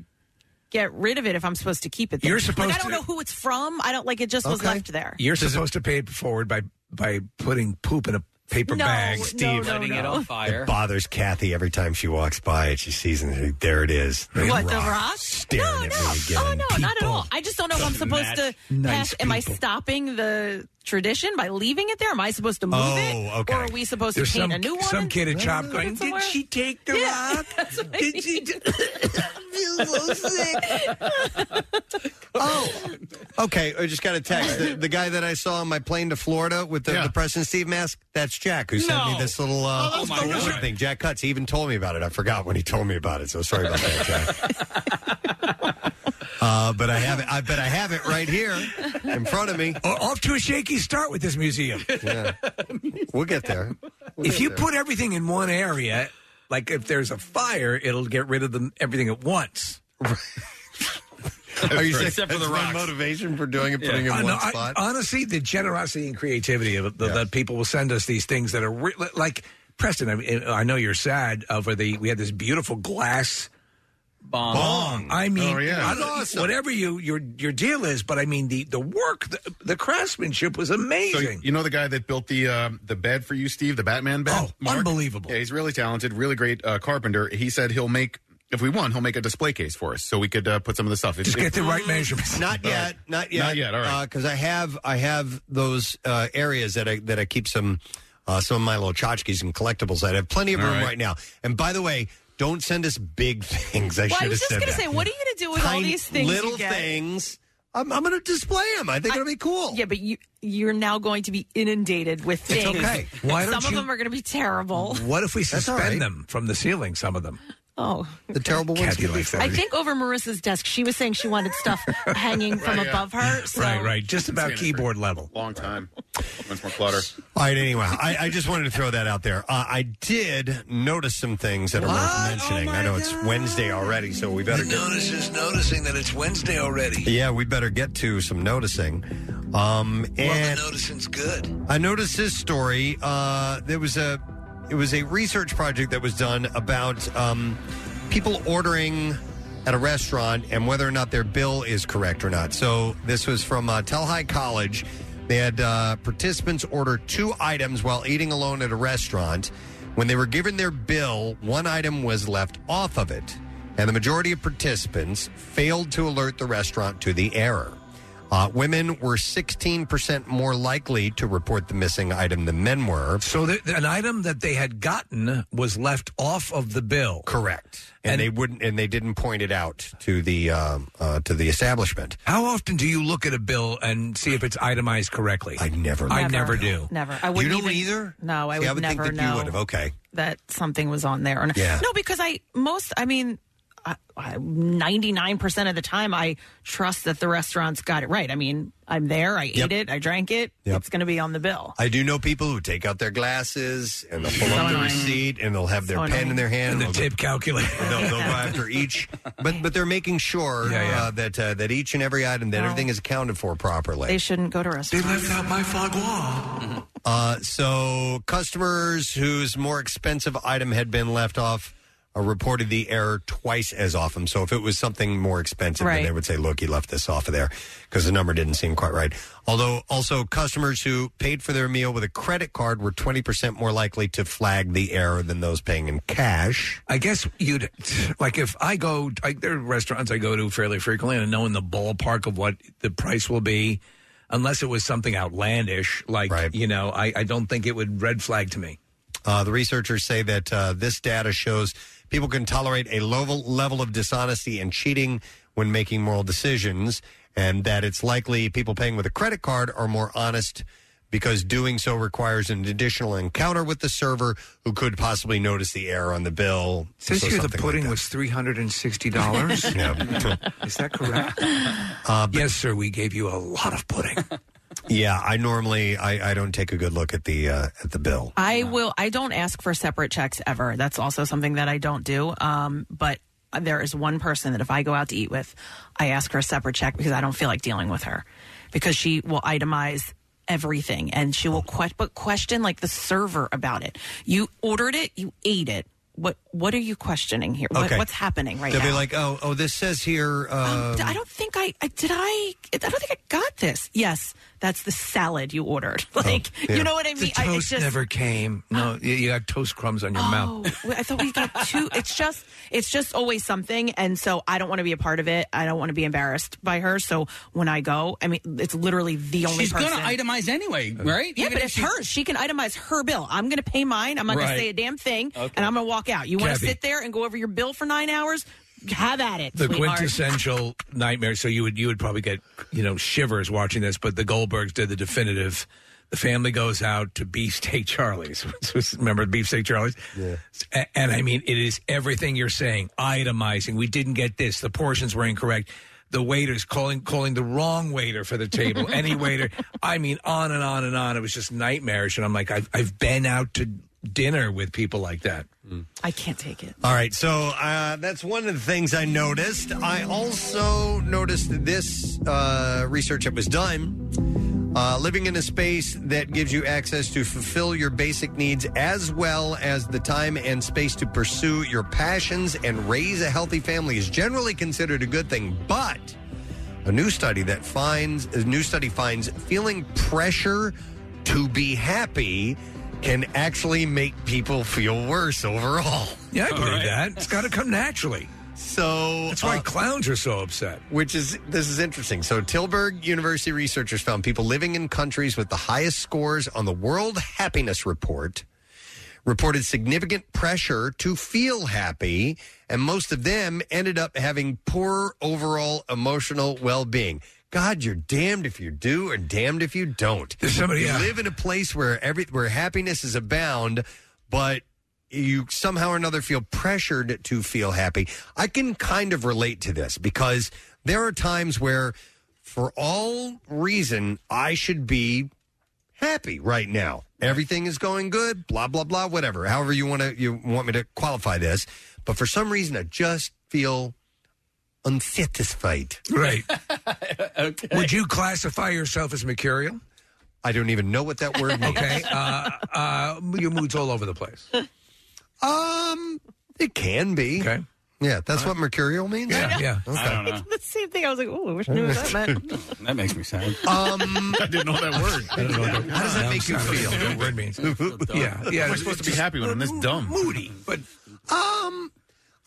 get rid of it if I'm supposed to keep it. There. You're Like, supposed I don't to- know who it's from. I don't like. It just was Okay. left there. You're supposed to pay it forward by by putting poop in a paper No, bag, Oh, no, Steve. no, Lighting it no. on fire. It bothers Kathy every time she walks by and she sees it. There it is. The what rock. the rock? Staring at me again. Oh no, not at all. I just don't know if I'm Doesn't supposed to. match. Nice pass. Am I stopping the tradition by leaving it there? Am I supposed to move Oh, it? okay. Or are we supposed There's to paint some- a new one? some and kid at Chop put it going, "Did somewhere?" she take the Yeah, rock? That's what Did she? Oh, Okay, I just got a text. The, the guy that I saw on my plane to Florida with the, the Preston Steve mask, that's Jack, who sent me No. this little uh, Oh, that's Oh, my cool. God. thing. Jack Cuts. He even told me about it. I forgot when he told me about it, so sorry about that, Jack. uh, but I have it. I bet I have it right here in front of me. Off to a shaky start with this museum. Yeah. We'll get there. We'll if get you there. put everything in one area, like if there's a fire, it'll get rid of them everything at once. Are you saying Except for the that's my rocks. motivation for doing it, putting it in one spot? honestly, the generosity and creativity of the, that people will send us these things that are re- like Preston. I, mean, eh, I know you're sad over the. We had this beautiful glass bong. bong. I mean, Oh, yeah. I don't- Awesome. whatever you your your deal is, but I mean the the work, the, the craftsmanship was amazing. So you know the guy that built the um the bed for you, Steve, the Batman bed. Oh, unbelievable! Yeah, he's really talented, really great uh, carpenter. He said he'll make if we won, he'll make a display case for us, so we could uh, put some of the stuff. If- Just get the if- right measurements. Not All right. yet. Not yet. Not yet. All right. Because I have I have those uh, areas that I that I keep some uh, some of my little tchotchkes and collectibles. I have plenty of All room right. right. now. And by the way, don't send us big things. I well, I should have was just said gonna that. say, what are you going to do with all Tiny these things? little you get? things. I'm, I'm going to display them. I think it'll be cool. Yeah, but you you're now going to be inundated with It's things. okay. Why Some don't of you- them are going to be terrible. What if we That's all suspend right. them from the ceiling? Some of them. Oh, the terrible ones. Kathy likes that. I think over Marissa's desk, she was saying she wanted stuff hanging from above her. So Right, right. Just about keyboard level. Long time. Once more clutter. All right. Anyway, I, I just wanted to throw that out there. Uh, I did notice some things that are Oh worth mentioning. I know it's Wednesday already, so we better get Notice is noticing that it's Wednesday already. Yeah, we better get to some noticing. Um, and noticing's good. I noticed this story. Uh, there was a it was a research project that was done about um, people ordering at a restaurant and whether or not their bill is correct or not. So this was from uh, High College. They had uh, participants order two items while eating alone at a restaurant. When they were given their bill, one item was left off of it, and the majority of participants failed to alert the restaurant to the error. Uh, women were 16% more likely to report the missing item than men were. So the, an item that they had gotten was left off of the bill. Correct. And, they wouldn't, and they didn't point it out to the um, uh, to the establishment. How often do you look at a bill and see if it's itemized correctly? I never. I never do. Never. I wouldn't You don't even, either? No, I See, I would, would think never that you know. would have. Okay. That something was on there. Or not. Yeah. No, because I most. I mean, ninety nine percent of the time, I trust that the restaurant's got it right. I mean, I'm there. I Yep. ate it. I drank it. Yep. It's going to be on the bill. I do know people who take out their glasses and they'll pull up the receipt and they'll have their So pen annoying. in their hand Oh, And the they'll go- tip calculator. They'll, they'll go after each, but but they're making sure Uh, that uh, that each and every item that everything is accounted for properly. They shouldn't go to restaurants. out my foie gras. Uh, so customers whose more expensive item had been left off uh, reported the error twice as often. So if it was something more expensive, then Right. they would say, "Look, you left this off of there because the number didn't seem quite right." Although, also customers who paid for their meal with a credit card were twenty percent more likely to flag the error than those paying in cash. I guess you'd like if I go. I, there are restaurants I go to fairly frequently, and I know in the ballpark of what the price will be, unless it was something outlandish. Like you know, I, I don't think it would red flag to me. Uh, the researchers say that uh, this data shows people can tolerate a low level of dishonesty and cheating when making moral decisions, and that it's likely people paying with a credit card are more honest because doing so requires an additional encounter with the server who could possibly notice the error on the bill. Says So here the something like pudding was three hundred and sixty dollars. that. Yeah. Uh, Is that correct? yes, sir. We gave you a lot of pudding. yeah, I normally I, I don't take a good look at the uh, at the bill. I will. I don't ask for separate checks ever. That's also something that I don't do. Um, but there is one person that if I go out to eat with, I ask for a separate check because I don't feel like dealing with her because she will itemize everything and she will que- but question like the server about it. You ordered it, you ate it. What what are you questioning here? What, Okay. What's happening right They'll now? be like, oh, oh, this says here. Um, Uh, I don't think I, I did. I I don't think I got this. Yes, that's the salad you ordered. Like Oh, you know what I mean? The I, toast never came. No, you, you got toast crumbs on your mouth. Oh, I thought we got two. It's just, it's just always something, and so I don't want to be a part of it. I don't want to be embarrassed by her. So when I go, I mean, it's literally the only She's person. gonna itemize anyway, right? Yeah, Even but if it's she- hers. She can itemize her bill. I'm going to pay mine. I'm not going Right. to say a damn thing, Okay. and I'm going to walk out. You want to Kathy. sit there and go over your bill for nine hours? Have at it, the sweetheart. quintessential nightmare. So you would you would probably get you know shivers watching this. But the Goldbergs did the definitive. The family goes out to Beefsteak Charlie's. Which was- Remember Beefsteak Charlie's? Yeah. And, I mean, it is everything you're saying. Itemizing. We didn't get this. The portions were incorrect. The waiters calling calling the wrong waiter for the table. Any waiter. I mean, on and on and on. It was just nightmarish. And I'm like, I've I've been out to dinner with people like that. I can't take it. All right, so uh, that's one of the things I noticed. I also noticed that this uh, research that was done. Uh, living in a space that gives you access to fulfill your basic needs as well as the time and space to pursue your passions and raise a healthy family is generally considered a good thing. But a new study that finds a new study finds feeling pressure to be happy can actually make people feel worse overall. Yeah, I believe that. It's got to come naturally. So uh, that's why clowns are so upset. Which is this is interesting. So Tilburg University researchers found people living in countries with the highest scores on the World Happiness Report reported significant pressure to feel happy and most of them ended up having poor overall emotional well-being. God, you're damned if you do and damned if you don't. somebody- you yeah. live in a place where every where happiness is abound, but you somehow or another feel pressured to feel happy. I can kind of relate to this because there are times where, for all reason, I should be happy right now. Everything is going good. Blah blah blah. Whatever. However you want to you want me to qualify this, but for some reason I just feel unsatisfied. Right. Would you classify yourself as mercurial? I don't even know what that word means. Okay. Uh, uh, your mood's all over the place. Um, it can be. Okay. Yeah, that's what mercurial means. Yeah, yeah. Okay. the same thing. I was like, oh, I wish I knew what that meant. that makes me sad. Um, I didn't know that word. How does that make you feel? That word means. yeah, yeah. We're supposed to be happy when I'm this dumb. Moody, but um,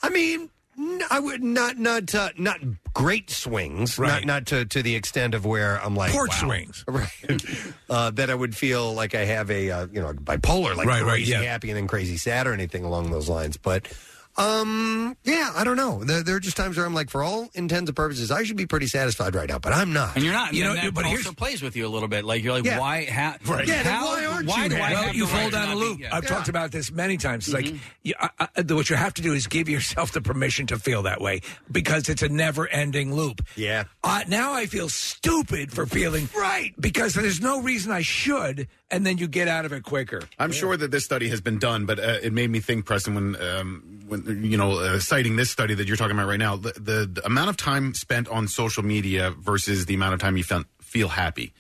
I mean, n- I would not not uh, not great swings, not not to, to the extent of where I'm like Port wow. swings. right? Uh, that I would feel like I have a uh, you know bipolar, like Right, right, crazy yeah. happy and then crazy sad or anything along those lines, but. Um. Yeah, I don't know. There, there are just times where I'm like, for all intents and purposes, I should be pretty satisfied right now, but I'm not. And you're not. You You know, know, that but but here's- also plays with you a little bit. Like you're like, Yeah. why? Ha- Right. How, Yeah, then why aren't why you do I happy? have you the right fall to down a not be- loop. yeah. I've talked Yeah. about this many times. It's Like, you, I, I, what you have to do is give yourself the permission to feel that way because it's a never-ending loop. Yeah. Uh, now I feel stupid for feeling right because there's no reason I should, and then you get out of it quicker. I'm sure that this study has been done, but uh, it made me think, Preston, when um, when you know uh, citing this study that you're talking about right now, the, the, the amount of time spent on social media versus the amount of time you felt, feel happy.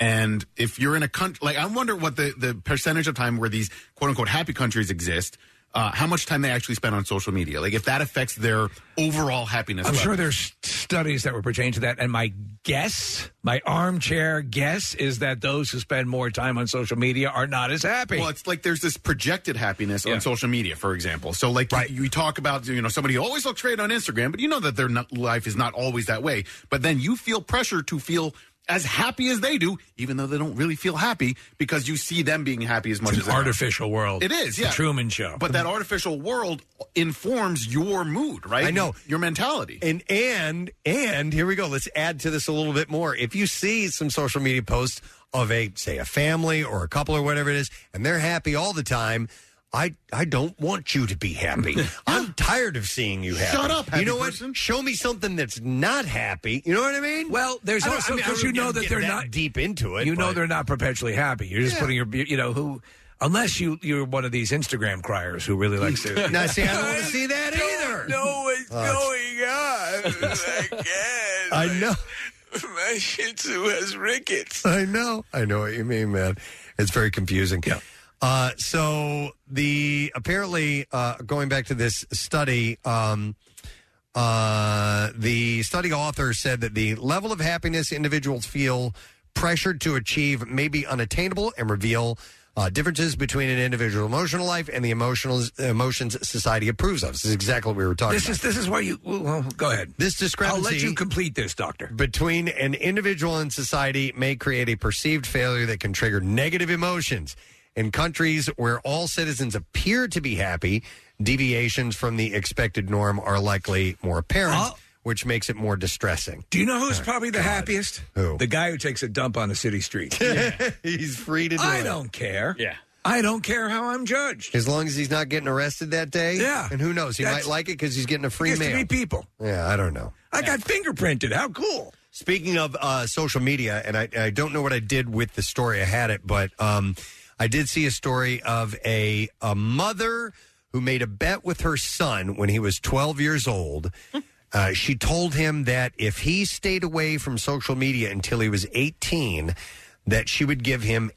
And if you're in a country, like I wonder what the, the percentage of time where these quote unquote happy countries exist uh, how much time they actually spend on social media. Like if that affects their overall happiness. I'm level. sure there's studies that were pertaining to that, and my guess, my armchair guess, is that those who spend more time on social media are not as happy. Well, it's like there's this projected happiness Yeah. on social media, for example. So, like, you, you talk about, you know, somebody who always looks great on Instagram, but you know that their not, life is not always that way. But then you feel pressure to feel as happy as they do, even though they don't really feel happy because you see them being happy as much an as they are. artificial world. It is, The yeah. Truman Show. But that artificial world informs your mood, right? I know. Your mentality. And and and here we go. Let's add to this a little bit more. If you see some social media posts of a say a family or a couple or whatever it is, and they're happy all the time. I, I don't want you to be happy. I'm tired of seeing you happy. Shut up, you happy know what? Show me something that's not happy. You know what I mean? Well, there's I don't- also I mean, I because don't you know get- that get they're not deep into it. You know but- they're not perpetually happy. You're just putting your, you know, who. Unless you you're one of these Instagram criers who really likes to. Now, see, I don't want to see that either. Uh, No, what's going on? I know. My Shih Tzu has rickets. I know. I know what you mean, man. It's very confusing. Yeah. Uh, so the apparently uh, going back to this study, um, uh, the study author said that the level of happiness individuals feel pressured to achieve may be unattainable and reveal. Uh, differences between an individual emotional life and the emotional emotions society approves of. This is exactly what we were talking This about. is this is why you. Well, go ahead. This discrepancy. I'll let you complete this, doctor. Between an individual and society may create a perceived failure that can trigger negative emotions. In countries where all citizens appear to be happy, deviations from the expected norm are likely more apparent, Uh. which makes it more distressing. Do you know who's probably the happiest? Who? The guy who takes a dump on a city street. He's free to do I it. don't care. Yeah. I don't care how I'm judged. As long as he's not getting arrested that day. Yeah. And who knows? He That's- might like it because he's getting a free Gets to meal. meet people. Yeah, I don't know. I got fingerprinted. How cool. Speaking of uh, social media, and I, I don't know what I did with the story. I had it, but um, I did see a story of a, a mother who made a bet with her son when he was 12 years old. Uh, she told him that if he stayed away from social media until he was 18, that she would give him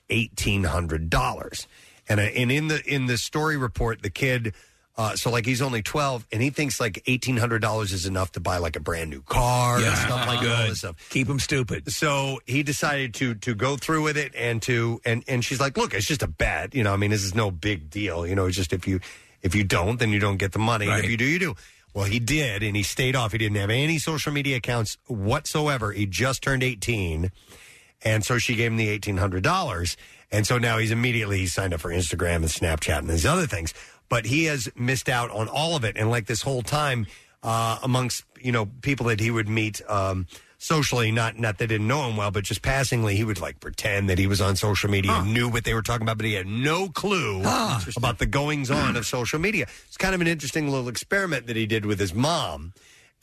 $1,800. And, uh, and in the in the story report, the kid uh, so like he's only twelve, and he thinks like eighteen hundred dollars is enough to buy like a brand new car and Yeah. stuff like all this stuff. Keep him stupid. So he decided to to go through with it and to and and she's like, look, it's just a bet. You know, I mean, this is no big deal. You know, it's just if you if you don't, then you don't get the money. And If Right. you do, you do. Well, he did, and he stayed off. He didn't have any social media accounts whatsoever. He just turned eighteen, and so she gave him the eighteen hundred dollars. And so now he's immediately he signed up for Instagram and Snapchat and these other things. But he has missed out on all of it. And like this whole time, uh, amongst you know people that he would meet um, socially, not not that didn't know him well, but just passingly, he would like pretend that he was on social media, and knew what they were talking about, but he had no clue about the goings on of social media. It's kind of an interesting little experiment that he did with his mom,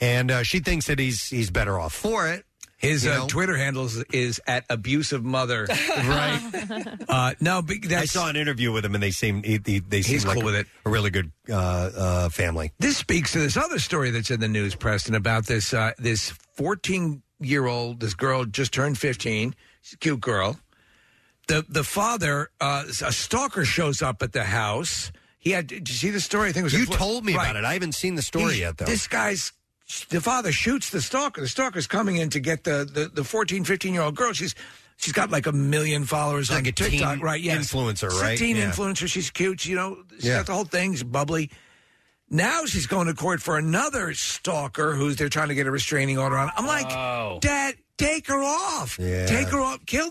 and uh, she thinks that he's he's better off for it. His you uh, know? Twitter handle is- is at abusive mother. right. Uh, no, but that's, I saw an interview with him, and they seem he, he, they seem He's like cool with a, it. a really good uh, uh, family. This speaks to this other story that's in the news, Preston, about this uh, this fourteen year old, this girl just turned fifteen. She's a cute girl. The the father, uh, a stalker, shows up at the house. He had. Did you see the story? I think it was. You in Florida. told me Right. about it. I haven't seen the story He's- yet, though. This guy's the father shoots the stalker. The stalker's coming in to get the the, the 14, 15 year old girl. She's she's got like a million followers Like on a teen TikTok, right? Yes. influencer, She's a right? teen Yeah. influencer. She's cute. You know, she's Yeah. got the whole thing. She's bubbly. Now she's going to court for another stalker who's they're trying to get a restraining order on. I'm like, Dad, take her off. Yeah. Take her off. Kill.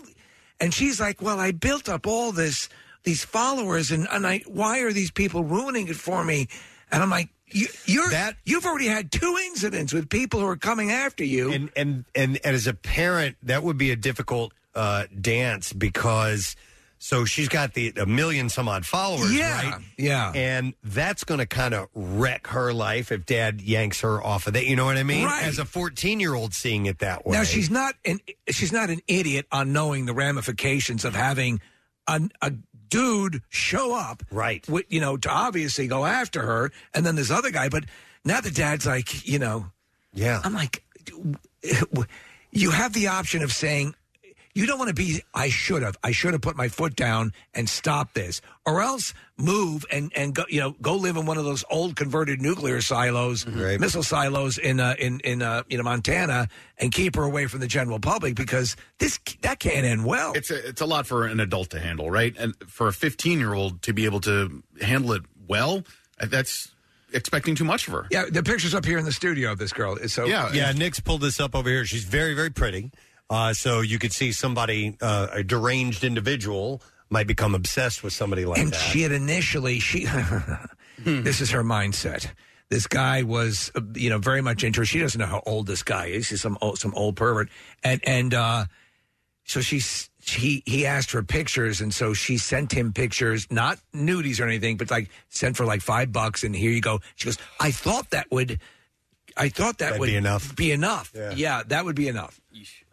And she's like, Well, I built up all this these followers, and and I why are these people ruining it for me? And I'm like, you, you're that you've already had two incidents with people who are coming after you. And and and, and as a parent, that would be a difficult uh, dance because so she's got the a million some odd followers, Yeah, right? yeah. and that's going to kind of wreck her life if Dad yanks her off of that. You know what I mean? Right. As a fourteen-year-old seeing it that way. Now she's not an she's not an idiot on knowing the ramifications of having an, a dude show up, right? With, you know, to obviously go after her, and then this other guy. But now the dad's like, you know, yeah. I'm like, you have the option of saying. You don't want to be. I should have. I should have put my foot down and stopped this, or else move and and go. You know, go live in one of those old converted nuclear silos, missile silos in uh, in in uh, you know Montana, and keep her away from the general public because this that can't end well. It's a, it's a lot for an adult to handle, right? And for a 15 year old to be able to handle it well, uh, that's expecting too much of her. Yeah, the picture's up here in the studio of this girl. It's so yeah. Nick's pulled this up over here. She's very, very pretty. Uh, so you could see somebody, uh, a deranged individual, might become obsessed with somebody like and that. she had initially she this is her mindset this guy was uh, you know very much into her she doesn't know how old this guy is he's some old, some old pervert and and uh so she's he he asked for pictures and so she sent him pictures not nudies or anything but like sent for like five bucks and here you go she goes i thought that would i thought that That'd would be enough. be enough Yeah. yeah, that would be enough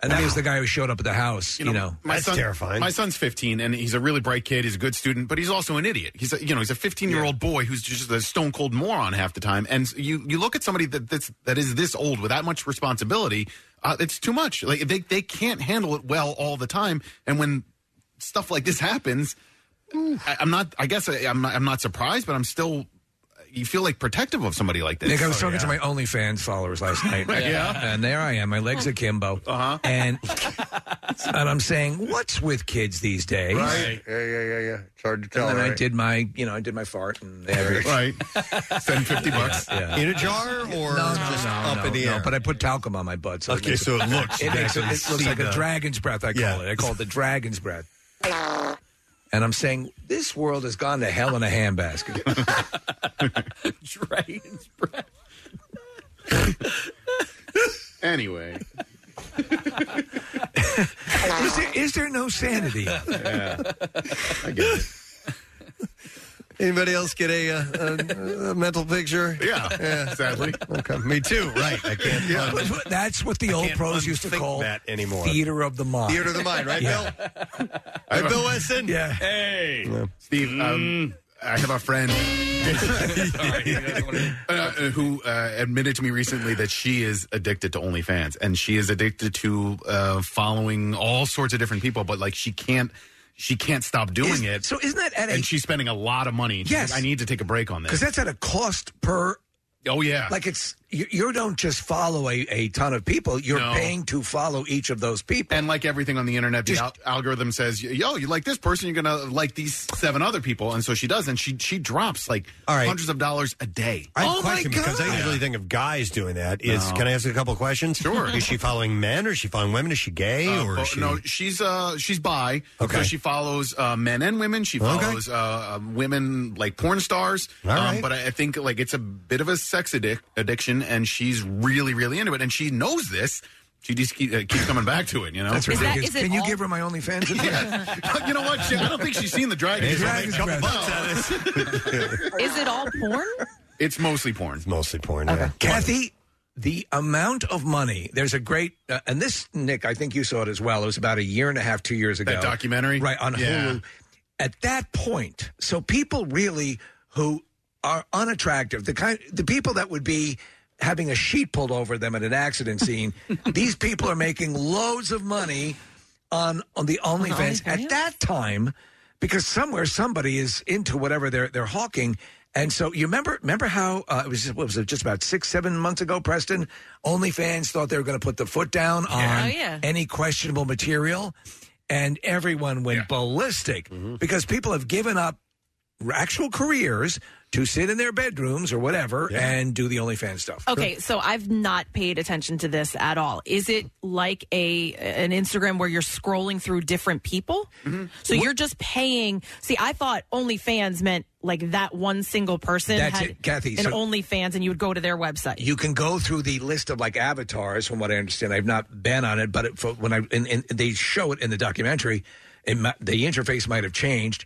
and that was the guy who showed up at the house you know, son, My son's 15, and he's a really bright kid. He's a good student, but he's also an idiot. He's a, you know he's a 15 year old boy who's just a stone cold moron half the time. And you you look at somebody that that's, that is this old with that much responsibility, uh, it's too much. Like they they can't handle it well all the time. And when stuff like this happens, I, I'm not. I guess I, I'm not. I'm not surprised, but I'm still. You feel like protective of somebody like this. Nick, I was Oh, talking yeah. to my OnlyFans followers last night. Yeah. Yeah. And there I am, my legs akimbo. Uh-huh. And, and I'm saying, what's with kids these days? Right. Yeah, yeah, yeah, yeah. It's hard to tell. And then I right? did my, you know, I did my fart and everything. Right. Send 50 bucks. In a jar or no, no, just no, up no, in the no, air? But I put talcum on my butt. So Okay, so it looks It, makes it, back and it looks like see a the- dragon's breath, I call Yeah. it. I call it the dragon's breath. And I'm saying, this world has gone to hell in a handbasket. Dragon's breath. Anyway. is, there, is there no sanity? Anybody else get a, uh, a, a mental picture? Yeah, sadly. Okay, me too. Right, I can't. But- but That's what the I old can't pros used to unthink call that anymore. theater of the mind. Theater of the mind, right, Yeah. Bill? Right, Bill Weston. Yeah. Hey, Steve. Um, I have a friend uh, uh, who uh, admitted to me recently that she is addicted to OnlyFans and she is addicted to uh, following all sorts of different people, but like she can't. She can't stop doing Is- it. so isn't that at a- and she's spending a lot of money. She's Yes. like, I need to take a break on Because this. that's at a cost per. Oh yeah, like it's you, you don't just follow a, a ton of people. You're No. paying to follow each of those people. And like everything on the internet, the al- algorithm says, "Yo, you like this person, you're gonna like these seven other people," and so she does, and she she drops like hundreds of dollars a day. I have a question because I usually think of guys doing that. Is No. can I ask a couple of questions? Sure. Is she following men? Or is she following women? Is she gay Uh, or bo- is she? no, she's uh she's bi. Okay. So she follows uh, men and women. She Okay. follows uh, um, women like porn stars. Um, All right. But I, I think like it's a bit of a sex addic- addiction, and she's really really into it, and she knows this. She just keep, uh, keeps coming back to it. You know, That's ridiculous. Can you give her my OnlyFans? you know what? She- I don't think she's seen the dragon. It's She'll dragon's make a couple breath. bucks out of this. Is it all porn? It's mostly porn. It's mostly porn. Kathy, the amount of money. There's a great, uh, and this Nick, I think you saw it as well. It was about a year and a half, two years ago. That documentary? right on Yeah. Hulu. At that point, so people really who are unattractive, the kind, the people that would be having a sheet pulled over them at an accident scene. these people are making loads of money on on the OnlyFans at that time because somewhere somebody is into whatever they're they're hawking. And so you remember remember how uh, it was just, what was it just about six seven months ago? Preston OnlyFans thought they were going to put the foot down Yeah. on Oh, yeah. any questionable material, and everyone went ballistic Mm-hmm. because people have given up actual careers to sit in their bedrooms or whatever and do the OnlyFans stuff. Okay, so I've not paid attention to this at all. Is it like a an Instagram where you're scrolling through different people? Mm-hmm. So you're just paying. See, I thought OnlyFans meant like that one single person That's had it, Kathy, an so- OnlyFans, and you would go to their website. You can go through the list of like avatars, from what I understand. I've not been on it, but it, for, when I and, and they show it in the documentary, it, mi- the interface might have changed,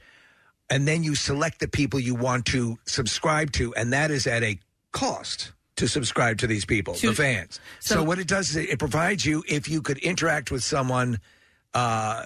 and then you select the people you want to subscribe to, and that is at a cost to subscribe to these people, To- the fans. So, so- what it does is it, it provides you if you could interact with someone. Uh,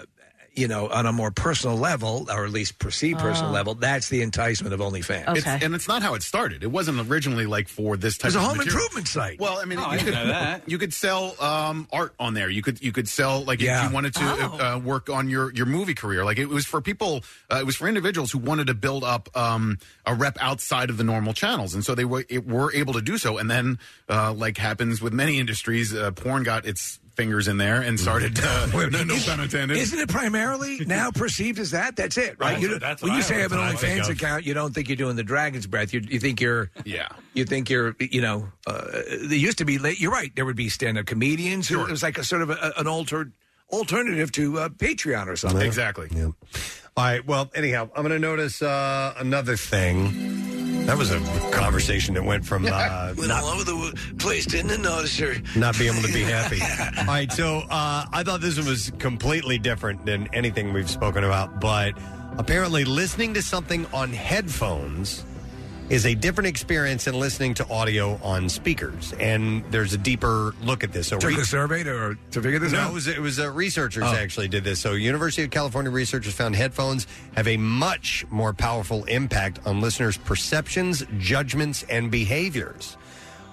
you know, on a more personal level, or at least perceived personal Oh. level, that's the enticement of OnlyFans. It's- and it's not how it started. It wasn't originally like for this type It was a of home material. improvement site. Well, I mean, Oh, I you, didn't could, know that. you could sell um, art on there. You could you could sell like if you wanted to Oh. uh, work on your your movie career. Like it was for people, uh, it was for individuals who wanted to build up um, a rep outside of the normal channels, and so they were it, were able to do so. And then, uh, like happens with many industries, uh, porn got its fingers in there and started. Uh, no, no pun intended. Isn't it primarily now perceived as that? That's it, right? That's- You don't- that's what when you I say I have an always think OnlyFans of. account, you don't think you're doing the dragon's breath. You, you think you're, yeah, you think you're, you know, uh, there used to be. late- You're right. There would be stand-up comedians. Who, It was like a sort of a, an altered alternative to uh, Patreon or something. Exactly. Yeah. All right. Well, anyhow, I'm going to notice uh, another thing. That was a conversation that went from uh, Went all not, over the wo- place, didn't it? No, sir. not being able to be happy. All right. So uh, I thought this one was completely different than anything we've spoken about, but apparently listening to something on headphones is a different experience than listening to audio on speakers. And there's a deeper look at this. So Took re- a survey to, to figure this no, out. it was, it was uh, researchers Oh. actually did this. So, University of California researchers found headphones have a much more powerful impact on listeners' perceptions, judgments, and behaviors.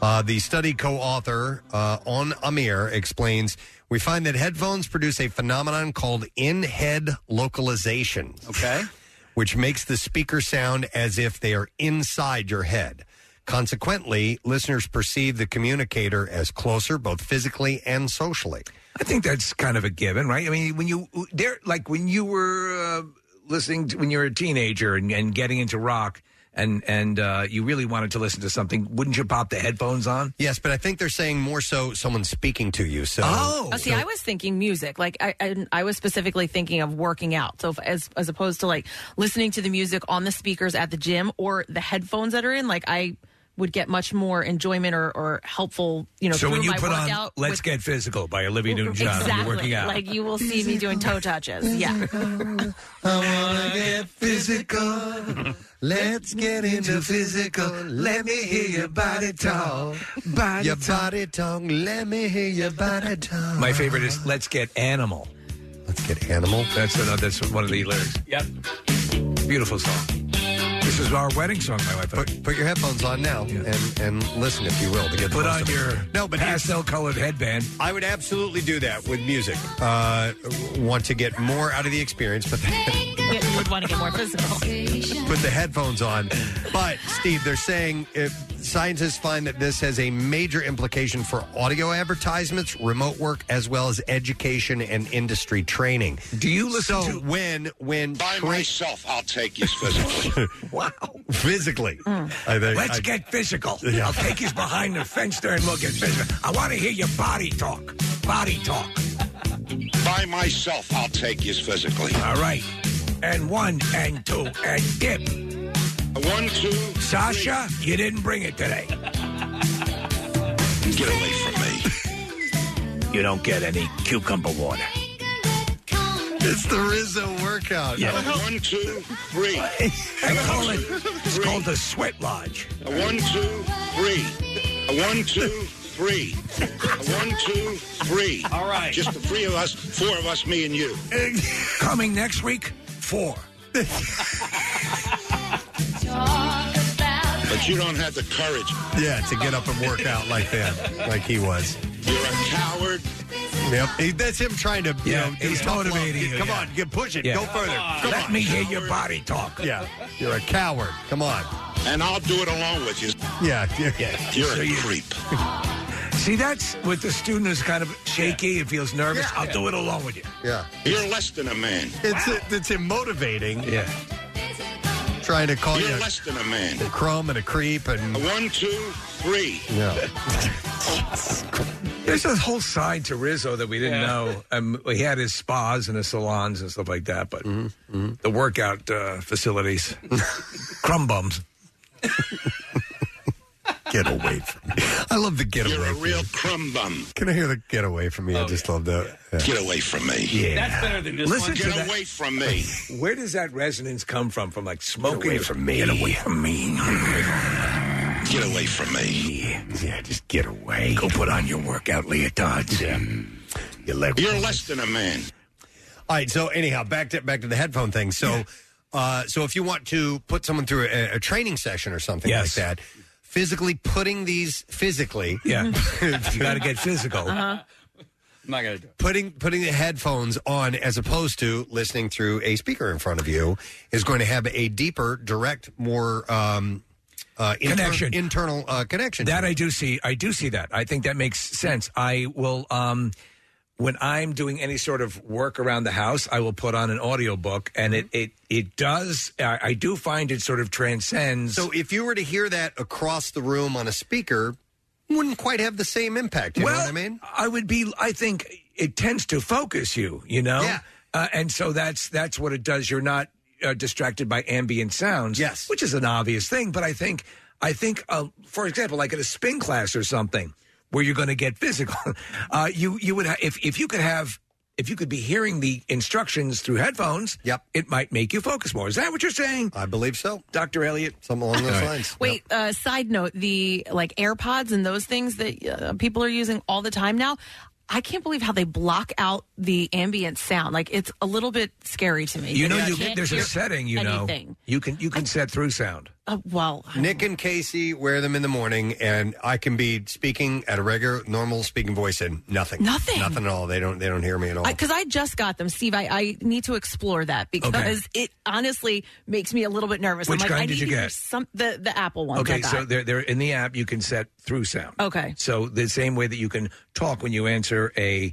Uh, the study co author uh, On Amir explains We find that headphones produce a phenomenon called in head localization. Okay. Which makes the speaker sound as if they are inside your head. Consequently, listeners perceive the communicator as closer, both physically and socially. I think that's kind of a given, right? I mean, when you there, like when you were uh, listening to, when you were a teenager and, and getting into rock, and and uh, you really wanted to listen to something, wouldn't you pop the headphones on? Yes, but I think they're saying more so someone speaking to you. So oh, see, so- I was thinking music. Like I, I, I was specifically thinking of working out. So if, as as opposed to like listening to the music on the speakers at the gym or the headphones that are in, like I would get much more enjoyment or, or helpful. You know, so when through you my put on workout "Let's with- Get Physical" by Olivia Newton-John, exactly. and you're working out. Like you will see me doing toe touches. Yeah. I wanna get physical. Let's get into physical. Let me hear your body talk. Body your body tongue. Let me hear your body tongue. My favorite is "Let's Get Animal." Let's get animal. That's another. That's one of the lyrics. Yep. Beautiful song. This is our wedding song, my wife. Put, put your headphones on now and, and listen, if you will, to get the Put most on of it. your no, but pastel colored headband. I would absolutely do that with music. Uh, want to get more out of the experience, but Get- would want to get more physical. put the headphones on. But Steve, they're saying if scientists find that this has a major implication for audio advertisements, remote work, as well as education and industry training. Do you listen so when when by myself? I'll take you physically. wow, physically. I think- Let's I- get physical. Yeah. I'll take you behind the fence there and we'll get physical. I want to hear your body talk. Body talk. By myself, I'll take you physically. All right. And one and two and dip. One, two. Sasha, you didn't bring it today. Get away from me. You don't get any cucumber water. It's the Rizzo workout. One, two, three. I call it, it's called the Sweat Lodge. A one, two, three. A one, two, three. A one, two, three. All right. Just the three of us, four of us, me and you. Coming next week, four. But you don't have the courage. Yeah, to get up and work out like that, like he was. You're a coward. Yep, he- that's him trying to. You Yeah, know, do he's tough love. motivating Get- you, Come yeah. on, get push it. Yeah. Go further. Come on. Come Let on. me hear your body talk. Yeah, you're a coward. Come on. And I'll do it along with you. Yeah, yeah. You're So a you- creep. See, that's with the student who's kind of shaky and feels nervous. I'll do it along with you. Yeah. You're less than a man. It's it's him motivating. Yeah. Trying to call You're you less than a man. a crumb and a creep and A one, two, three. yeah. There's a whole side to Rizzo that we didn't know. Um, he had his spas and his salons and stuff like that, but the workout uh, facilities, crumb bums. Get away from me. I love the get away. You're a real crumb bum. Can I hear the get away from me? I just love that. Yeah. Get away from me. Yeah. That's better than this Listen one. to Get that. away from me. Where does that resonance come from? From like smoking? away from me. Get away from me. Get away from me. Yeah, just get away. Go put on your workout leotards. Yeah. You're less than a man. All right. So anyhow, back to back to the headphone thing. So, uh, so if you want to put someone through a, a training session or something Yes. like that, physically putting these physically, Yeah. You gotta get physical. Uh-huh. I'm not gonna do it. Putting putting the headphones on as opposed to listening through a speaker in front of you is going to have a deeper, direct, more um, uh, inter- Connection. internal uh, connection. That I do see. I do see that. I think that makes sense. I will um when I'm doing any sort of work around the house, I will put on an audiobook and it it it does I, I do find it sort of transcends So if you were to hear that across the room on a speaker, wouldn't quite have the same impact. You well, know what I mean? I would be I think it tends to focus you, you know? Yeah. Uh, and so that's that's what it does. You're not uh, distracted by ambient sounds. Yes. Which is an obvious thing, but I think I think uh, for example like in a spin class or something where you're going to get physical, uh, you you would ha- if if you could have if you could be hearing the instructions through headphones, yep. it might make you focus more. Is that what you're saying? I believe so. Dr. Elliott, something along those lines. Wait, uh, side note, the like AirPods and those things that uh, people are using all the time now, I can't believe how they block out the ambient sound. Like it's a little bit scary to me. You know, I you can't there's a hear setting. You know, anything. you can you can set through sound. Uh, well, Nick and Casey wear them in the morning, and I can be speaking at a regular, normal speaking voice, and nothing, Nothing. nothing at all. They don't, they don't hear me at all. because I, just got them, Steve. I, I need to explore that because it honestly makes me a little bit nervous. Which I'm like, kind I did need you to hear get? Some the the Apple one. Okay, so they're, they're in the app. You can set through sound. Okay. So the same way that you can talk when you answer a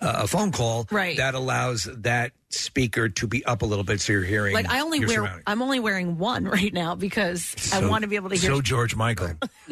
uh, a phone call, Right. That allows that speaker to be up a little bit, so you're hearing. like I only your wear surroundings. I'm only wearing one right now because I So- want to be able to hear. So George Michael.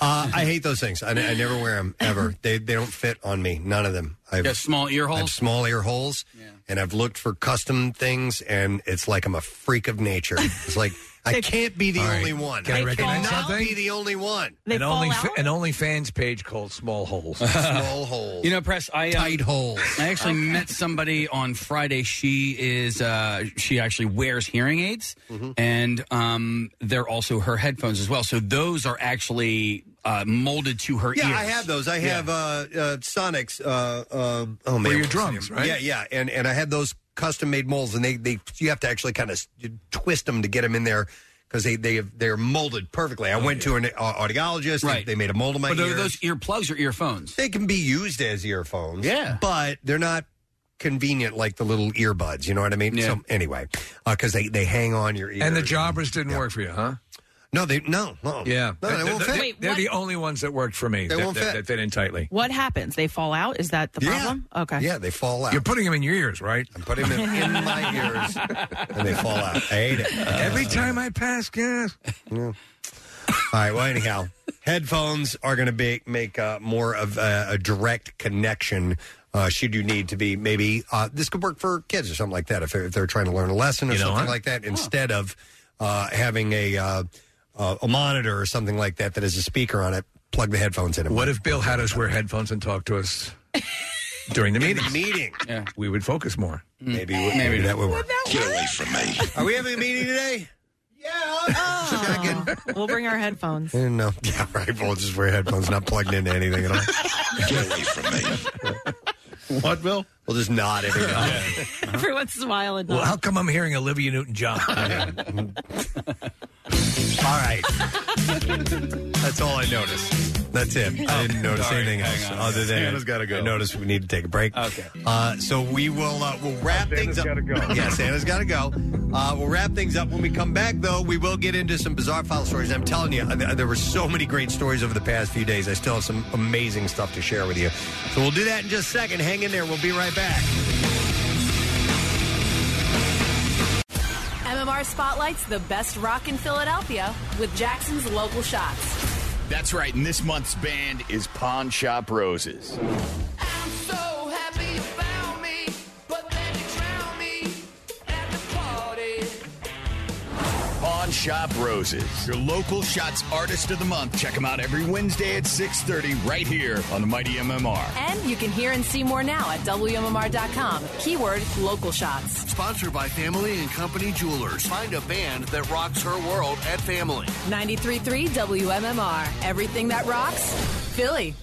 Uh, I hate those things. I, I never wear them ever. They they don't fit on me. None of them. I've got small ear I have holes. small ear holes, and I've looked for custom things, and it's like I'm a freak of nature. It's like I can't be the All right. only one. Can I recognize cannot something? Be the only one. an only an OnlyFans page called Small Holes. Small holes. You know, press I uh, tight holes. I actually met somebody on Friday. She is uh, she actually wears hearing aids, Mm-hmm. and um, they're also her headphones as well. So those are actually uh, molded to her yeah, ears. I have those. I have uh, uh, Sonics. Uh, uh, oh For man, your what's the drums, name? right? Yeah, yeah, and and I had those custom made molds, and they they you have to actually kind of twist them to get them in there because they they have, they're molded perfectly. I went to an uh, audiologist. Right. They, they made a mold of my But are ear. those earplugs or earphones? They can be used as earphones. Yeah. but they're not convenient like the little earbuds. You know what I mean? So anyway, because they they hang on your ear. and the jobbers didn't work for you, huh? No, they no, no. Yeah, No, they won't fit. Wait, are what- the only ones that worked for me. They that, won't that- fit. that fit in tightly. What happens? They fall out? Is that the problem? Okay. Yeah, they fall out. You're putting them in your ears, right? I'm putting them in, in my ears, and they fall out. I hate it. Every time I pass gas. All right. Well, anyhow, headphones are going to be make uh, more of a, a direct connection. Uh, should you need to be maybe uh, this could work for kids or something like that if they're, if they're trying to learn a lesson or You know something what? like that instead of uh, having a uh, uh, a monitor or something like that that has a speaker on it. Plug the headphones in. What if Bill had us wear headphones and talk to us during the meeting? meeting, we would focus more. Maybe, maybe that would work. Get away from me. Are we having a meeting today? Oh. we'll bring our headphones. Eh, No. Yeah, right. We'll just wear headphones, not plugged into anything at all. Get away from me. What, Bill? We'll just nod every now and then. Everyone's smiling. Well, how come I'm hearing Olivia Newton-John? All right. That's all I noticed. That's it. I didn't notice Oh, sorry. anything Hang else on. other than Santa's gotta go. I noticed we need to take a break. Okay. Uh, so we will uh, we'll wrap things up. yeah, Santa's got to go. Uh, we'll wrap things up when we come back. Though we will get into some bizarre file stories. I'm telling you, th- there were so many great stories over the past few days. I still have some amazing stuff to share with you. So we'll do that in just a second. Hang in there. We'll be right back. MMR spotlights the best rock in Philadelphia with Jackson's local shots. That's right, and this month's band is Pawn Shop Roses. So happy you found me, but then you drowned me at the party. Pawn Shop Roses, your local Shots Artist of the Month. Check them out every Wednesday at 6:30 right here on the Mighty MMR. And you can hear and see more now at WMMR.com. Keyword local shots. Sponsored by Family and Company Jewelers. Find a band that rocks her world at Family. 93.3 WMMR. Everything that rocks, Philly.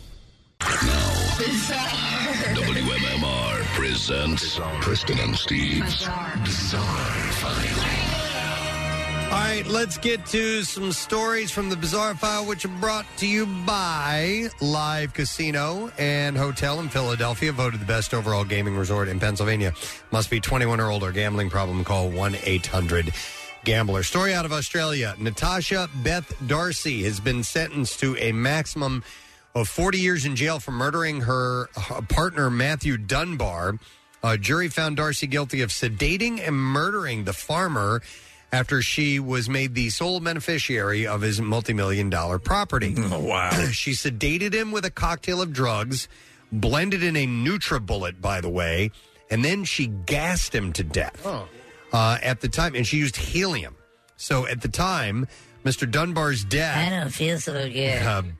WMMR presents Preston and Steve's Bizarre File. All right, let's get to some stories from the Bizarre File, which are brought to you by Live Casino and Hotel in Philadelphia, voted the best overall gaming resort in Pennsylvania. Must be 21 or older. Gambling problem, call 1 800 Gambler. Story out of Australia Natasha Beth Darcy has been sentenced to a maximum of 40 years in jail for murdering her uh, partner, Matthew Dunbar. A jury found Darcy guilty of sedating and murdering the farmer after she was made the sole beneficiary of his multimillion dollar property. Oh, wow. she sedated him with a cocktail of drugs, blended in a NutriBullet, by the way, and then she gassed him to death. Oh. Uh, at the time, and she used helium. So at the time, Mr. Dunbar's death. I don't feel so good. Uh, Um,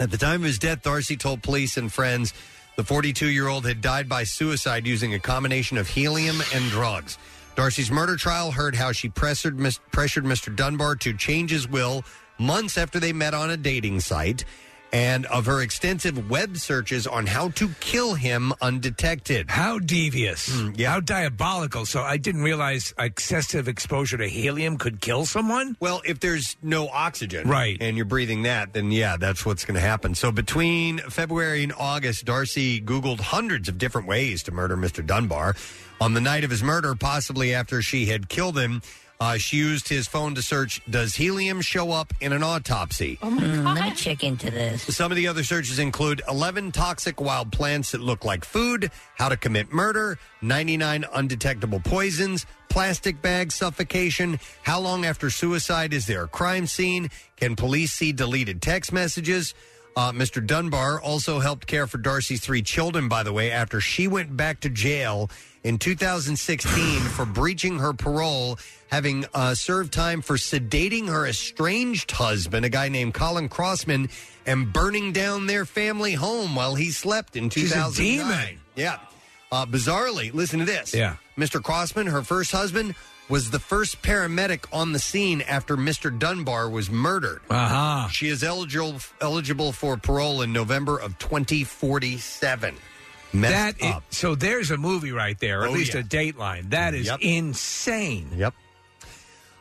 at the time of his death, Darcy told police and friends the 42 year old had died by suicide using a combination of helium and drugs. Darcy's murder trial heard how she pressured, mis- pressured Mr. Dunbar to change his will months after they met on a dating site and of her extensive web searches on how to kill him undetected. How devious. Hmm, yeah. How diabolical. So I didn't realize excessive exposure to helium could kill someone? Well, if there's no oxygen, Right. and you're breathing that, then yeah, that's what's going to happen. So between February and August, Darcy Googled hundreds of different ways to murder Mr. Dunbar. On the night of his murder, possibly after she had killed him, uh, she used his phone to search Does helium show up in an autopsy? Mm, let me check into this. Some of the other searches include 11 toxic wild plants that look like food, how to commit murder, 99 undetectable poisons, plastic bag suffocation, how long after suicide is there a crime scene, can police see deleted text messages. Uh, Mr. Dunbar also helped care for Darcy's three children, by the way, after she went back to jail in 2016 for breaching her parole, having uh, served time for sedating her estranged husband, a guy named Colin Crossman, and burning down their family home while he slept in She's a 2009. demon. Yeah. Uh, bizarrely, listen to this. Yeah. Mr. Crossman, her first husband, was the first paramedic on the scene after Mr. Dunbar was murdered. Uh-huh. She is eligible eligible for parole in November of 2047. Messed That i- up. so there's a movie right there, or at Oh, least yeah. a Dateline. That is Yep. insane. Yep.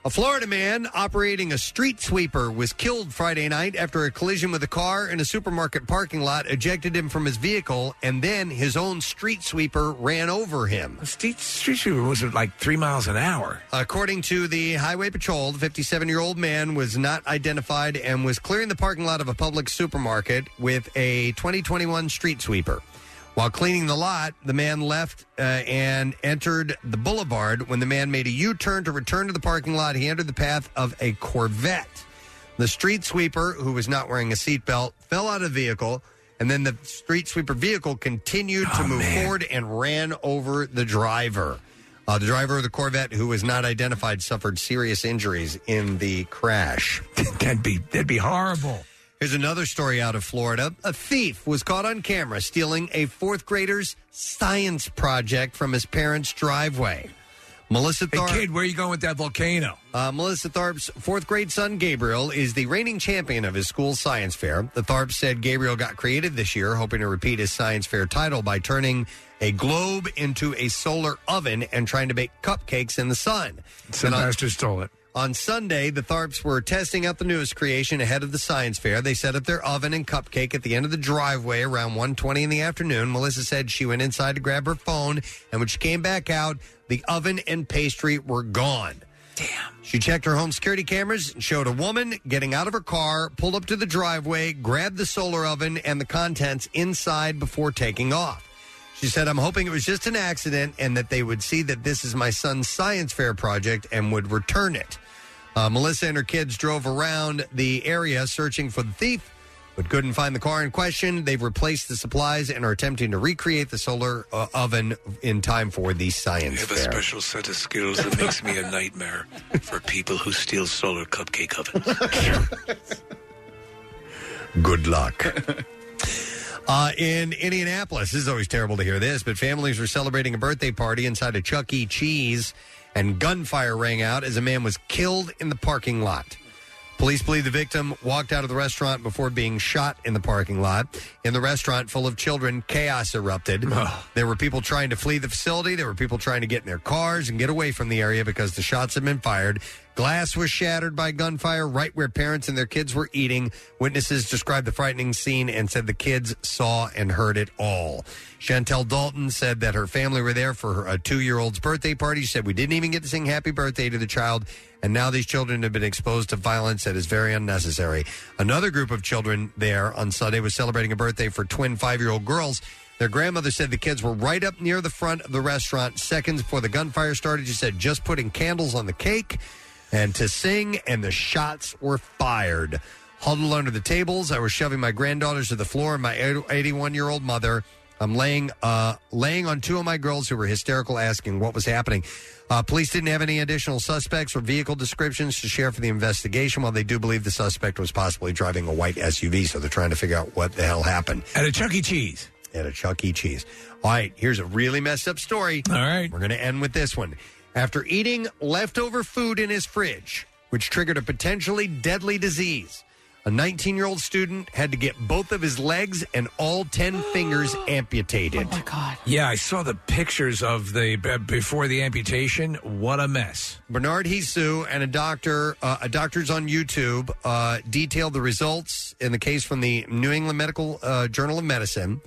A Florida man operating a street sweeper was killed Friday night after a collision with a car in a supermarket parking lot ejected him from his vehicle, and then his own street sweeper ran over him. Street, street sweeper was at like three miles an hour. According to the Highway Patrol, the 57 year old man was not identified and was clearing the parking lot of a public supermarket with a 2021 street sweeper. While cleaning the lot, the man left uh, and entered the boulevard. When the man made a U turn to return to the parking lot, he entered the path of a Corvette. The street sweeper, who was not wearing a seatbelt, fell out of the vehicle, and then the street sweeper vehicle continued to move forward and ran over the driver. Uh, the driver of the Corvette, who was not identified, suffered serious injuries in the crash. that'd be that'd be horrible. Here's another story out of Florida. A thief was caught on camera stealing a fourth grader's science project from his parents' driveway. Melissa Tharp. Kid, where are you going with that volcano? Uh, Melissa Tharp's fourth grade son, Gabriel, is the reigning champion of his school's science fair. The Tharp said Gabriel got creative this year, hoping to repeat his science fair title by turning a globe into a solar oven and trying to bake cupcakes in the sun. And on- Sylvester stole it. on Sunday, the Tharps were testing out the newest creation ahead of the science fair. They set up their oven and cupcake at the end of the driveway around 1.20 in the afternoon. Melissa said she went inside to grab her phone, and when she came back out, the oven and pastry were gone. Damn. She checked her home security cameras and showed a woman getting out of her car, pulled up to the driveway, grabbed the solar oven and the contents inside before taking off. She said, I'm hoping it was just an accident and that they would see that this is my son's science fair project and would return it. Uh, Melissa and her kids drove around the area searching for the thief, but couldn't find the car in question. They've replaced the supplies and are attempting to recreate the solar uh, oven in time for the science fair. special set of skills that makes me a nightmare for people who steal solar cupcake ovens. Good luck. Uh, in Indianapolis, this is always terrible to hear this, but families were celebrating a birthday party inside a Chuck E. Cheese, and gunfire rang out as a man was killed in the parking lot. Police believe the victim walked out of the restaurant before being shot in the parking lot. In the restaurant full of children, chaos erupted. There were people trying to flee the facility. There were people trying to get in their cars and get away from the area because the shots had been fired. Glass was shattered by gunfire right where parents and their kids were eating. Witnesses described the frightening scene and said the kids saw and heard it all. Chantel Dalton said that her family were there for her, a two year old's birthday party. She said, We didn't even get to sing happy birthday to the child, and now these children have been exposed to violence that is very unnecessary. Another group of children there on Sunday was celebrating a birthday for twin five year old girls. Their grandmother said the kids were right up near the front of the restaurant seconds before the gunfire started. She said, Just putting candles on the cake and to sing, and the shots were fired. Huddled under the tables, I was shoving my granddaughters to the floor and my 81 year old mother. I'm laying, uh, laying on two of my girls who were hysterical, asking what was happening. Uh, police didn't have any additional suspects or vehicle descriptions to share for the investigation. While they do believe the suspect was possibly driving a white SUV, so they're trying to figure out what the hell happened At a Chuck E. Cheese. at a Chuck E. Cheese. All right, here's a really messed up story. All right. We're going to end with this one. After eating leftover food in his fridge, which triggered a potentially deadly disease, a 19 year old student had to get both of his legs and all 10 fingers amputated. Oh, my God. Yeah, I saw the pictures of the b- before the amputation. What a mess. Bernard Hisu and a doctor, uh, a doctor's on YouTube, uh, detailed the results in the case from the New England Medical uh, Journal of Medicine.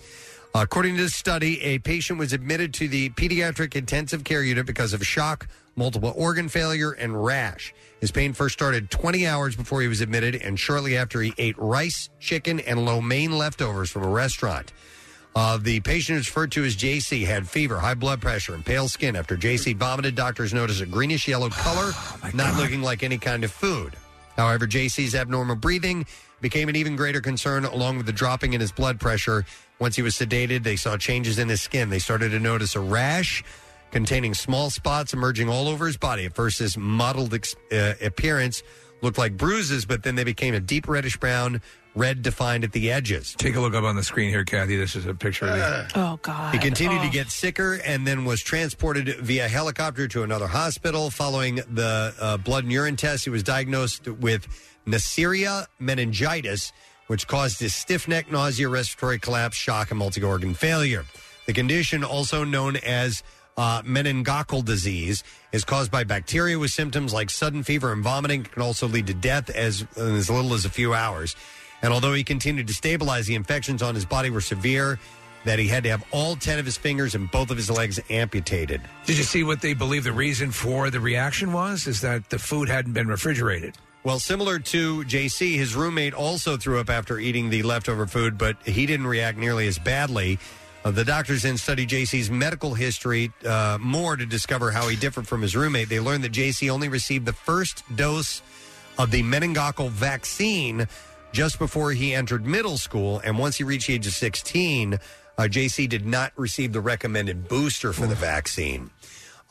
According to this study, a patient was admitted to the pediatric intensive care unit because of shock, multiple organ failure, and rash. His pain first started 20 hours before he was admitted, and shortly after he ate rice, chicken, and lo mein leftovers from a restaurant. Uh, the patient is referred to as JC had fever, high blood pressure, and pale skin. After JC vomited, doctors noticed a greenish yellow color, not looking like any kind of food. However, JC's abnormal breathing became an even greater concern, along with the dropping in his blood pressure. Once he was sedated, they saw changes in his skin. They started to notice a rash containing small spots emerging all over his body. At first, this mottled ex- uh, appearance looked like bruises, but then they became a deep reddish brown, red defined at the edges. Uh. Take a look up on the screen here, Kathy. This is a picture of the. Oh, God. He continued to get sicker and then was transported via helicopter to another hospital. Following the uh, blood and urine test, he was diagnosed with Neisseria meningitis, which caused his stiff neck, nausea, respiratory collapse, shock, and multi organ failure. The condition, also known as uh, meningococcal disease, is caused by bacteria with symptoms like sudden fever and vomiting. It can also lead to death as, in as little as a few hours. And although he continued to stabilize, the infections on his body were severe that he had to have all 10 of his fingers and both of his legs amputated. Did you see what they believe the reason for the reaction was? Is that the food hadn't been refrigerated. Well, similar to JC, his roommate also threw up after eating the leftover food, but he didn't react nearly as badly. Uh, the doctors then studied JC's medical history uh, more to discover how he differed from his roommate. They learned that JC only received the first dose of the meningococcal vaccine just before he entered middle school. And once he reached the age of 16, uh, JC did not receive the recommended booster for the vaccine.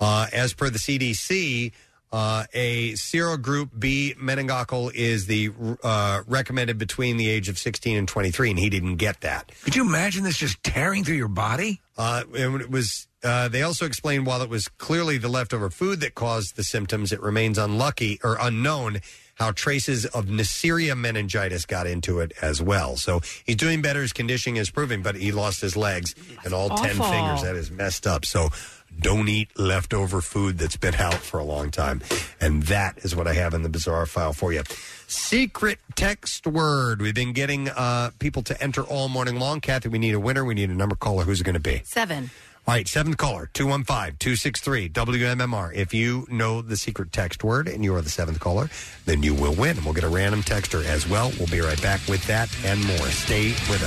Uh, as per the CDC, uh, a serogroup B meningococcal is the uh, recommended between the age of 16 and 23, and he didn't get that. Could you imagine this just tearing through your body? Uh, and it was. Uh, they also explained while it was clearly the leftover food that caused the symptoms, it remains unlucky or unknown how traces of Neisseria meningitis got into it as well. So he's doing better. His conditioning is improving, but he lost his legs and all ten awful. fingers. That is messed up. So don't eat leftover food that's been out for a long time. And that is what I have in the bizarre file for you. Secret text word. We've been getting uh, people to enter all morning long. Kathy, we need a winner. We need a number caller. Who's it going to be? Seven. All right, seventh caller, 215 263 WMMR. If you know the secret text word and you are the seventh caller, then you will win. And we'll get a random texter as well. We'll be right back with that and more. Stay with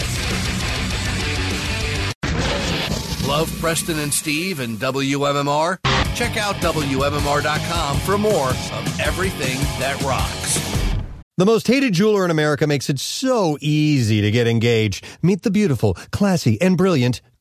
us. Love Preston and Steve and WMMR? Check out WMMR.com for more of everything that rocks. The most hated jeweler in America makes it so easy to get engaged. Meet the beautiful, classy, and brilliant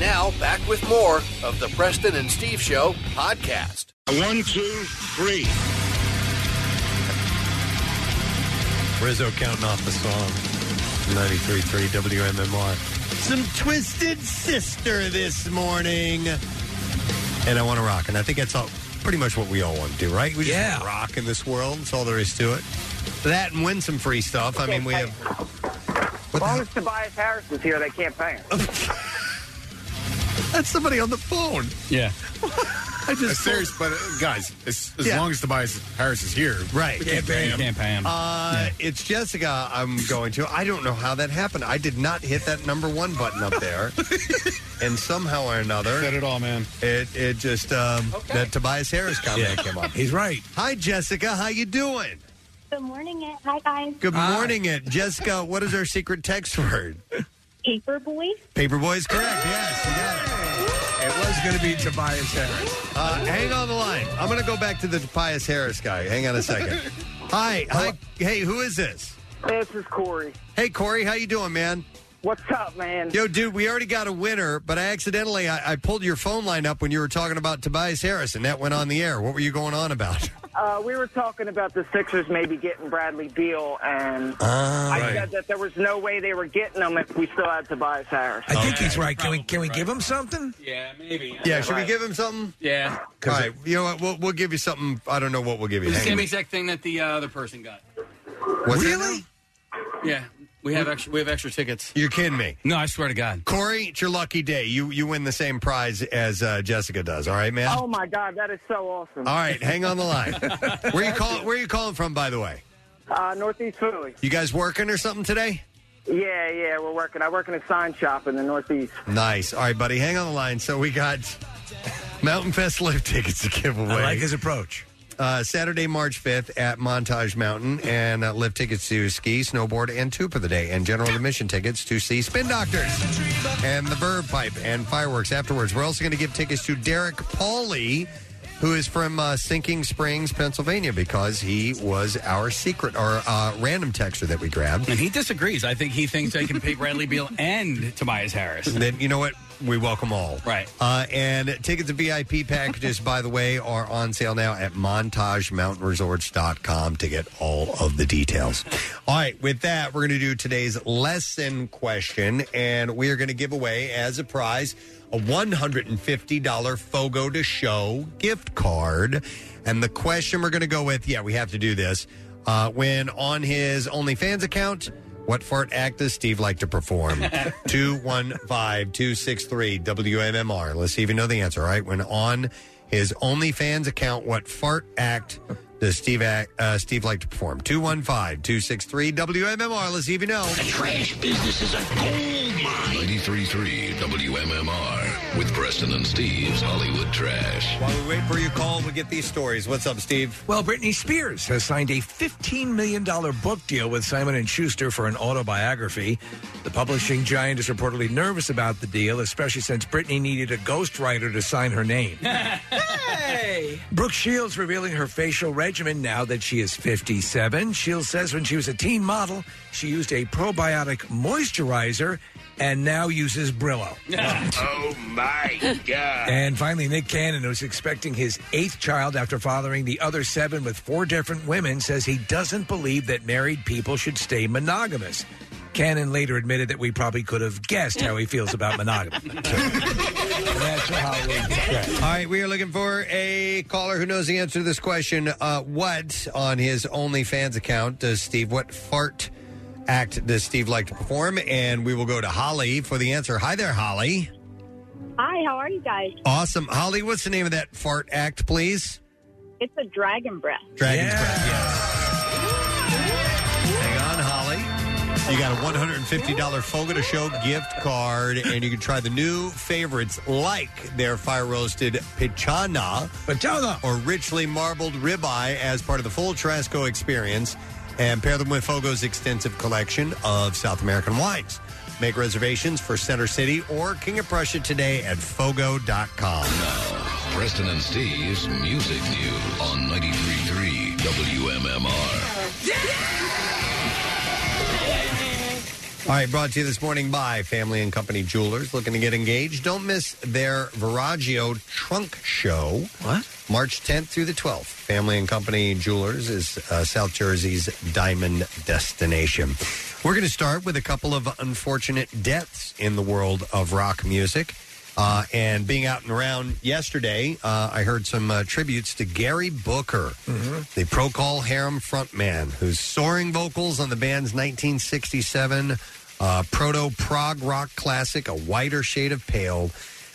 Now, back with more of the Preston and Steve Show podcast. One, two, three. Rizzo counting off the song. 93.3 WMMR. Some Twisted Sister this morning. And I want to rock. And I think that's all, pretty much what we all want to do, right? We just yeah. rock in this world. That's all there is to it. That and win some free stuff. I mean, we have. As long as Tobias Harris is here, they can't pay him. That's somebody on the phone. Yeah. I just serious, but uh, guys, as, as long as Tobias Harris is here, Right. we can't pay him. Uh, It's Jessica I'm going to. I don't know how that happened. I did not hit that number one button up there. and somehow or another. Said it all, man. It, it just, um, that Tobias Harris comment Yeah. came up. He's right. Hi, Jessica. How you doing? Good morning, it. Hi, guys. Uh, Good morning, it. Jessica, what is our secret text word? Paper boy. Paperboy is correct. Yes, you got it. It was going to be Tobias Harris. Uh, hang on the line. I'm going to go back to the Tobias Harris guy. Hang on a second. Hi, hi. Hey, who is this? This is Corey. Hey, Corey, how you doing, man? What's up, man? Yo, dude, we already got a winner, but I accidentally I, I pulled your phone line up when you were talking about Tobias Harris, and that went on the air. What were you going on about? Uh, we were talking about the Sixers maybe getting Bradley Beal, and Ah, I right. said that there was no way they were getting him if we still had Tobias Harris. I think he's right. Can we can we give him something? Yeah, maybe. Yeah, should we give him something? Yeah. All right, you know what? We'll, we'll give you something. I don't know what we'll give you. It's the Hang same on. exact thing that the uh, other person got. What's that now? Yeah. We have extra. We have extra tickets. You're kidding me. No, I swear to God. Corey, it's your lucky day. You you win the same prize as uh, Jessica does. All right, man. Oh my God, that is so awesome! All right, hang on the line. where you call? Where you calling from? By the way, Uh, Northeast Philly. you guys working or something today? Yeah, yeah, we're working. I work in a sign shop in the Northeast. Nice. All right, buddy, hang on the line. So we got Mountain Fest live tickets to give away. I like his approach. Uh, Saturday, March 5th at Montage Mountain, and uh, lift tickets to ski, snowboard, and two for the day, and general admission tickets to see Spin Doctors and the Bird Pipe and fireworks afterwards. We're also going to give tickets to Derek Pauley, who is from uh, Sinking Springs, Pennsylvania, because he was our secret or uh, random texter that we grabbed. And he disagrees. I think he thinks they can pay Bradley Beal and Tobias Harris. Then you know what? We welcome all. Right. Uh, and tickets to VIP packages, by the way, are on sale now at montagemountainresorts.com to get all of the details. All right, with that, we're going to do today's lesson question, and we are going to give away as a prize a $150 Fogo to Show gift card. And the question we're going to go with yeah, we have to do this. Uh, when on his OnlyFans account, what fart act does Steve like to perform? 215-263 WMMR. Let's see if you know the answer, all right? When on his OnlyFans account, what fart act does Steve act, uh, Steve like to perform? 215-263 WMMR. Let's see if you know. Business is a gold mine. 93.3 WMMR with Preston and Steve's Hollywood Trash. While we wait for your call, we get these stories. What's up, Steve? Well, Britney Spears has signed a $15 million book deal with Simon and Schuster for an autobiography. The publishing giant is reportedly nervous about the deal, especially since Britney needed a ghostwriter to sign her name. Hey! Brooke Shields revealing her facial regimen now that she is 57. Shields says when she was a teen model, she used a probiotic moisturizer and now uses Brillo. oh my God! And finally, Nick Cannon, who's expecting his eighth child after fathering the other seven with four different women, says he doesn't believe that married people should stay monogamous. Cannon later admitted that we probably could have guessed how he feels about monogamy. That's your Hollywood Trash. All right, we are looking for a caller who knows the answer to this question. Uh, what on his OnlyFans account does Steve, what fart act does Steve like to perform? And we will go to Holly for the answer. Hi there, Holly. Hi, how are you guys? Awesome. Holly, what's the name of that fart act, please? It's a dragon breath. Dragon's Breath, yes. Hang on, Holly. You got a $150 Fogo to Show gift card, and you can try the new favorites like their fire roasted pichana, pichana, or richly marbled ribeye as part of the full Trasco experience, and pair them with Fogo's extensive collection of South American wines. Make reservations for Center City or King of Prussia today at fogo.com. Preston and Steve's Music News on 93.3 WMMR. All right, brought to you this morning by Family and Company Jewelers. Looking to get engaged? Don't miss their Viraggio Trunk Show. What? March 10th through the 12th. Family and Company Jewelers is uh, South Jersey's diamond destination. We're going to start with a couple of unfortunate deaths in the world of rock music. Uh, and being out and around yesterday, uh, I heard some uh, tributes to Gary Booker the Procol Harum frontman, whose soaring vocals on the band's 1967 uh, proto prog rock classic, A Whiter Shade of Pale,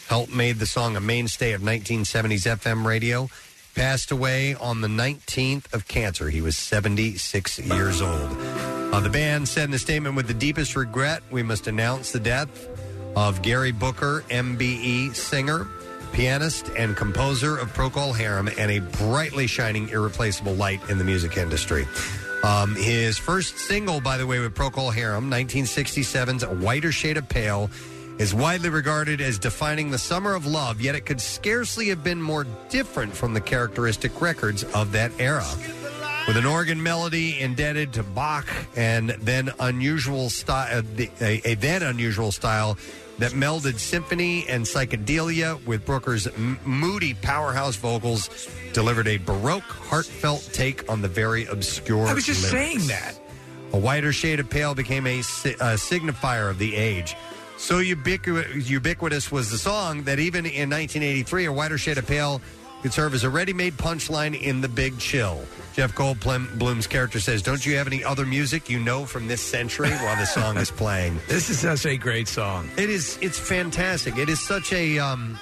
helped made the song a mainstay of 1970s FM radio. Passed away on the 19th of cancer. He was 76 years old. Uh, the band said in a statement with the deepest regret, we must announce the death of Gary Booker, MBE singer pianist and composer of Procol Harum and a brightly shining, irreplaceable light in the music industry. Um, his first single, by the way, with Procol Harum, 1967's A Whiter Shade of Pale, is widely regarded as defining the summer of love, yet it could scarcely have been more different from the characteristic records of that era. With an organ melody indebted to Bach and then unusual style, a, a then unusual style that melded symphony and psychedelia with Brooker's m- moody powerhouse vocals, delivered a baroque, heartfelt take on the very obscure. I was just lyrics. saying that. A whiter shade of pale became a, si- a signifier of the age. So ubiqui- ubiquitous was the song that even in 1983, a whiter shade of pale could serve as a ready-made punchline in The Big Chill. Jeff Goldblum's character says, "Don't you have any other music you know from this century?" While the song is playing, This is such a great song. it is it's fantastic. It is such a um,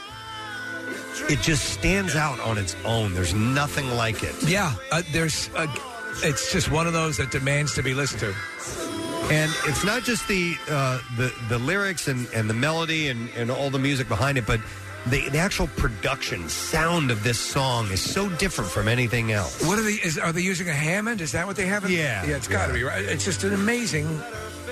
it just stands out on its own. There's nothing like it. Yeah, uh, there's. Uh, it's just one of those that demands to be listened to. And it's not just the uh, the the lyrics and, and the melody and, and all the music behind it, but the, the actual production sound of this song is so different from anything else. What are they? Is, are they using a Hammond? Is that what they have? In, Yeah, yeah, it's got to yeah. be right. It's just an amazing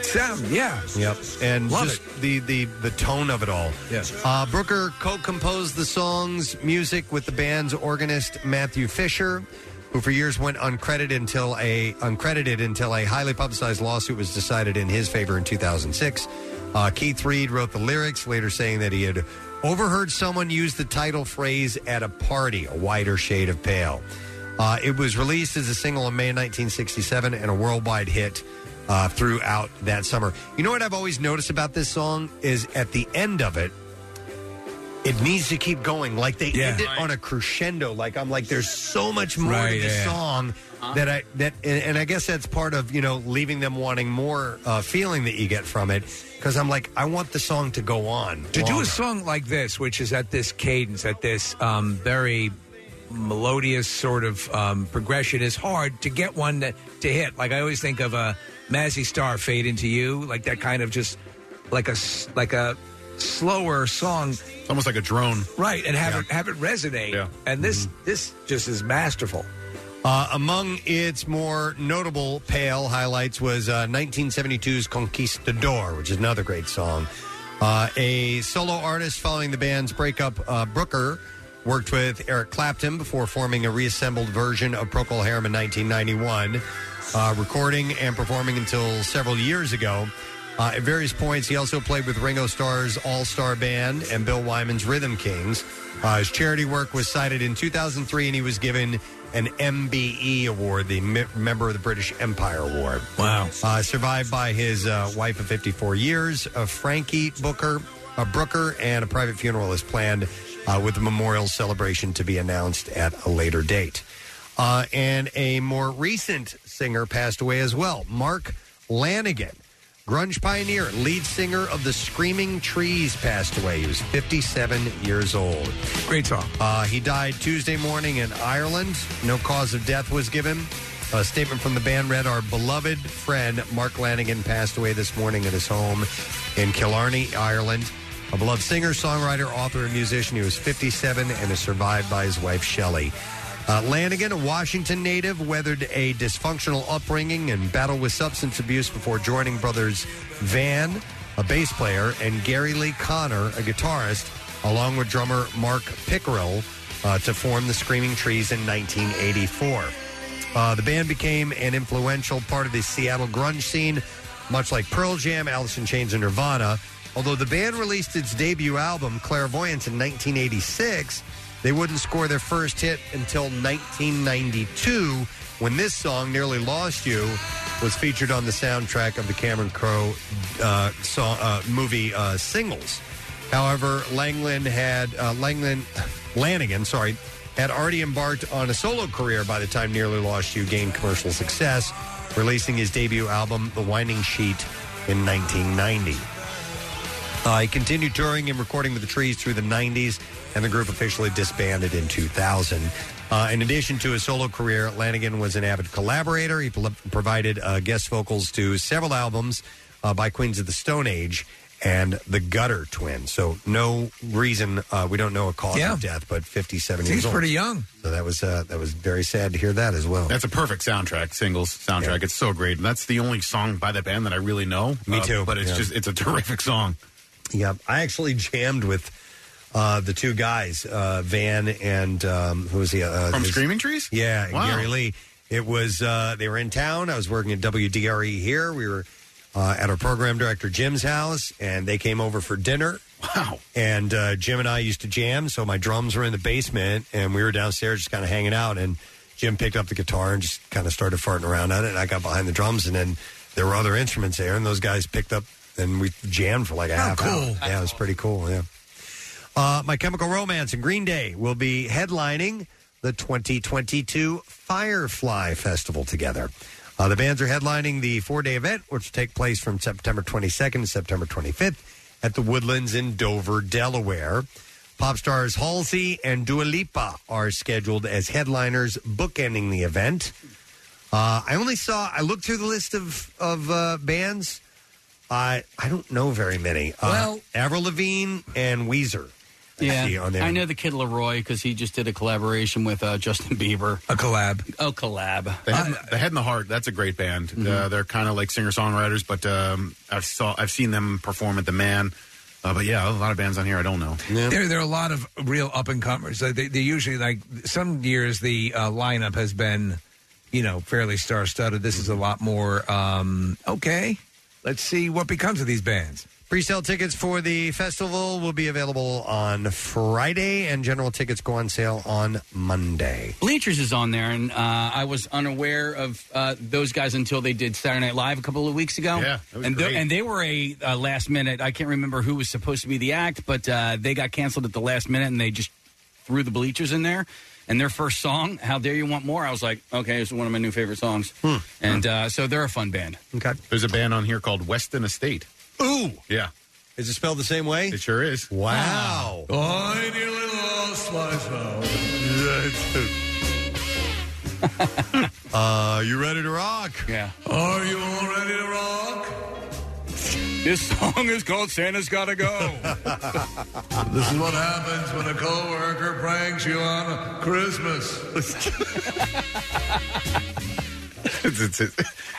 sound. Yeah, Yep, and Love just the the the tone of it all. Yes, uh, Brooker co-composed the songs, music with the band's organist Matthew Fisher, who for years went uncredited until a uncredited until a highly publicized lawsuit was decided in his favor in 2006. Uh, Keith Reed wrote the lyrics, later saying that he had overheard someone use the title phrase at a party, a wider shade of pale. Uh, it was released as a single in May 1967 and a worldwide hit uh, throughout that summer. You know what I've always noticed about this song is at the end of it, it needs to keep going. Like they Yeah. end it on a crescendo. Like I'm like, there's so much more Right, to this yeah. song that I that and, and I guess that's part of you know leaving them wanting more uh, feeling that you get from it because I'm like I want the song to go on to do longer. a song like this, which is at this cadence, at this um, very melodious sort of um, progression, is hard to get one that, to hit. Like I always think of a Mazzy Star fade into you, like that kind of just like a s- like a slower song, it's almost like a drone, Mm-hmm. right? And have it have it resonate. And this this just is masterful. Uh, among its more notable pale highlights was uh, 1972's Conquistador, which is another great song. Uh, a solo artist following the band's breakup, uh, Brooker, worked with Eric Clapton before forming a reassembled version of Procol Harum in 1991, uh, recording and performing until several years ago. Uh, at various points, he also played with Ringo Starr's All Star Band and Bill Wyman's Rhythm Kings. Uh, his charity work was cited in 2003, and he was given an MBE award, the Me- Member of the British Empire Award. Wow. Uh, survived by his uh, wife of 54 years, uh, Frankie Booker, uh, Brooker, and a private funeral is planned uh, with a memorial celebration to be announced at a later date. Uh, and a more recent singer passed away as well, Mark Lanigan. Grunge pioneer, lead singer of the Screaming Trees, passed away. He was 57 years old. Great song. Uh, he died Tuesday morning in Ireland. No cause of death was given. A statement from the band read Our beloved friend Mark Lanigan passed away this morning at his home in Killarney, Ireland. A beloved singer, songwriter, author, and musician. He was 57 and is survived by his wife, Shelley. Uh, Lanigan, a Washington native, weathered a dysfunctional upbringing and battle with substance abuse before joining brothers Van, a bass player, and Gary Lee Connor, a guitarist, along with drummer Mark Pickerel, uh, to form the Screaming Trees in 1984. Uh, the band became an influential part of the Seattle grunge scene, much like Pearl Jam, Alice in Chains, and Nirvana. Although the band released its debut album, Clairvoyance, in 1986, they wouldn't score their first hit until 1992, when this song, Nearly Lost You, was featured on the soundtrack of the Cameron Crowe uh, song, uh, movie uh, Singles. However, Langland had uh, Langland Lanigan, sorry, had already embarked on a solo career by the time Nearly Lost You gained commercial success, releasing his debut album, The Winding Sheet, in 1990. Uh, he continued touring and recording with the Trees through the 90s, and the group officially disbanded in 2000. Uh, in addition to his solo career, Lanigan was an avid collaborator. He pl- provided uh, guest vocals to several albums uh, by Queens of the Stone Age and the Gutter Twins. So, no reason uh, we don't know a cause Yeah. of death, but 57 Seems years old. pretty young. So that was uh, that was very sad to hear that as well. That's a perfect soundtrack, singles soundtrack. It's so great. And that's the only song by the band that I really know. Me Uh, too. but it's Yeah. just, it's a terrific song. Yeah, I actually jammed with uh, the two guys, uh, Van and um, who was he? Uh, From his- Screaming Trees? Yeah, and Wow. Gary Lee. It was uh, they were in town. I was working at WDRE E here. We were uh, at our program director Jim's house, and they came over for dinner. Wow! And uh, Jim and I used to jam, so my drums were in the basement, and we were downstairs just kind of hanging out. And Jim picked up the guitar and just kind of started farting around on it. And I got behind the drums, and then there were other instruments there, and those guys picked up and we jammed for like a half hour. Yeah, it was pretty cool. Yeah. Uh, My Chemical Romance and Green Day will be headlining the 2022 Firefly Festival together. Uh, the bands are headlining the four day event, which will take place from September 22nd to September 25th at the Woodlands in Dover, Delaware. Pop stars Halsey and Dua Lipa are scheduled as headliners, bookending the event. Uh, I only saw, I looked through the list of, of uh, bands. I I don't know very many. Well- uh, Avril Lavigne and Weezer. I see Yeah, on there. I know the kid Leroy because he just did a collaboration with uh, Justin Bieber. A collab. Oh, collab. The Uh, Head, the Head and the Heart. That's a great band. Mm-hmm. Uh, they're kind of like singer songwriters, but um, I've saw I've seen them perform at the Man. Uh, but yeah, a lot of bands on here I don't know. There, there are a lot of real up and comers. They, they usually like some years the uh, lineup has been, you know, fairly star studded. This is a lot more. Um, okay, let's see what becomes of these bands. Pre-sale tickets for the festival will be available on Friday, and general tickets go on sale on Monday. Bleachers is on there, and uh, I was unaware of uh, those guys until they did Saturday Night Live a couple of weeks ago. Yeah, that was and great. and they were a, uh last minute. I can't remember who was supposed to be the act, but uh, they got canceled at the last minute, and they just threw the Bleachers in there. And their first song, "How Dare You Want More," I was like, "Okay, it's one of my new favorite songs." Hmm. And uh, so they're a fun band. Okay. There's a band on here called Weston Estate. Ooh, Yeah. Is it spelled the same way? It sure is. Ah. Wow. I nearly lost myself. Uh, you ready to rock? Yeah. Are you all ready to rock? This song is called "Santa's Gotta Go." This is what happens when a coworker pranks you on Christmas. it's, it's, it's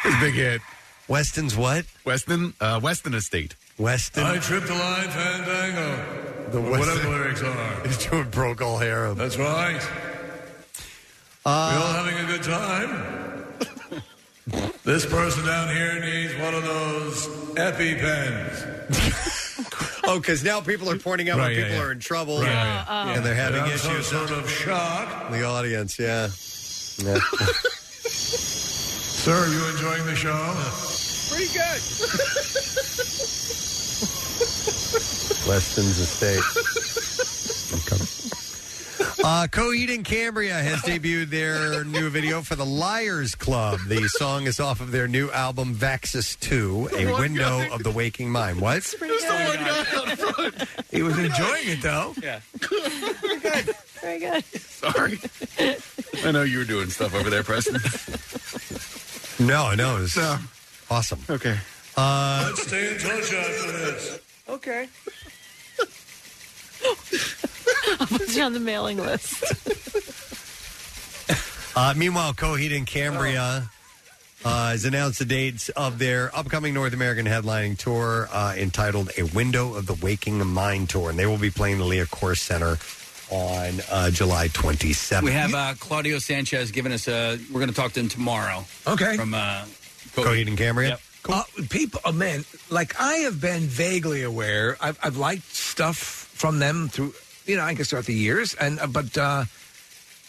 a big hit. Weston's what? Weston uh, Weston Estate. Weston. Oh, I tripped the line fandango. The Or Weston- Whatever the lyrics are. He's doing broke all Uh, harem. That's right. we all having a good time. this person down here needs one of those EpiPens. oh, because now people are pointing out Right, when yeah, people yeah. are in trouble Right, and, yeah. and they're having I'm issues. Some sort of shock. The audience, yeah. Yeah. Sir, are you enjoying the show? Pretty good. Weston's estate. Uh, Coheed and Cambria has debuted their new video for the Liars Club. The song is off of their new album Vaxus 2, A Oh my Window God. of the Waking Mind. What? There's the one guy on front. He was enjoying it though. Yeah. Very good. Very good. Sorry. I know you were doing stuff over there, Preston. No, no, it's awesome. Okay. Uh, Let's stay in touch after this. Okay. I'll put you on the mailing list. uh, meanwhile, Coheed and Cambria uh, has announced the dates of their upcoming North American headlining tour uh, entitled A Window of the Waking Mind Tour. And they will be playing the Leah Course Center on uh, July 27th. We have uh, Claudio Sanchez giving us a. We're going to talk to him tomorrow. Okay. From uh, Coheed and Cambria. Uh, people, oh man, like I have been vaguely aware. I've, I've liked stuff from them through, you know, I guess throughout the years, and uh, but uh,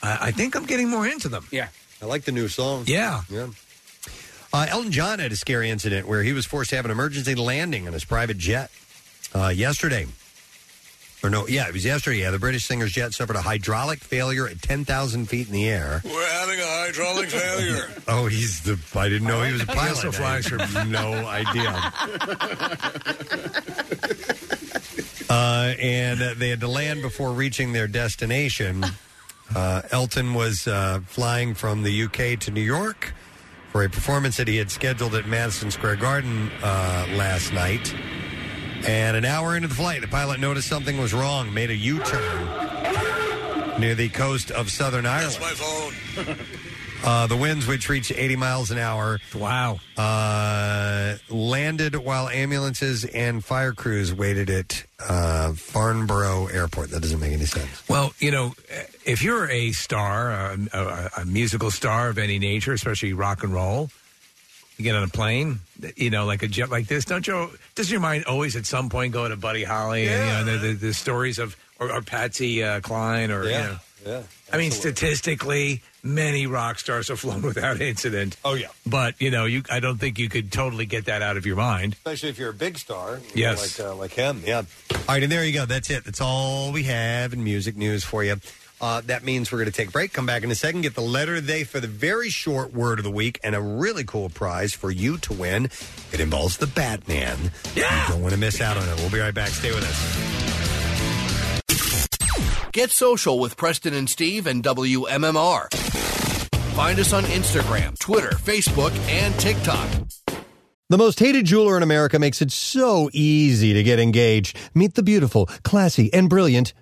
I, I think I'm getting more into them. Yeah, I like the new song. Yeah, yeah. Uh, Elton John had a scary incident where he was forced to have an emergency landing on his private jet uh, yesterday. Or no, yeah, it was yesterday. Yeah, the British singer's jet suffered a hydraulic failure at 10,000 feet in the air. We're having a hydraulic failure. Oh, he's the. I didn't know he was a He pilot. also I flies had no idea. Uh, and uh, they had to land before reaching their destination. Uh, Elton was uh, flying from the UK to New York for a performance that he had scheduled at Madison Square Garden uh, last night. And an hour into the flight, the pilot noticed something was wrong, made a U turn near the coast of Southern Ireland. That's my phone. Uh, the winds, which reached 80 miles an hour, wow, uh, landed while ambulances and fire crews waited at uh, Farnborough Airport. That doesn't make any sense. Well, you know, if you're a star, a, a, a musical star of any nature, especially rock and roll, you get on a plane, you know, like a jet like this. Don't you? Doesn't your mind always at some point go to Buddy Holly and you know, the, the, the stories of or, or Patsy uh, Cline or you know. yeah. I mean, statistically, many rock stars have flown without incident. Oh yeah, but you know, you I don't think you could totally get that out of your mind. Especially if you're a big star. you know, Yes. Like, uh, like him, yeah. All right, and there you go. That's it. That's all we have in music news for you. Uh, that means we're going to take a break, come back in a second, get the letter of the day for the very short word of the week, and a really cool prize for you to win. It involves the Batman. Yeah! You don't want to miss out on it. We'll be right back. Stay with us. Get social with Preston and Steve and WMMR. Find us on Instagram, Twitter, Facebook, and TikTok. The most hated jeweler in America makes it so easy to get engaged. Meet the beautiful, classy, and brilliant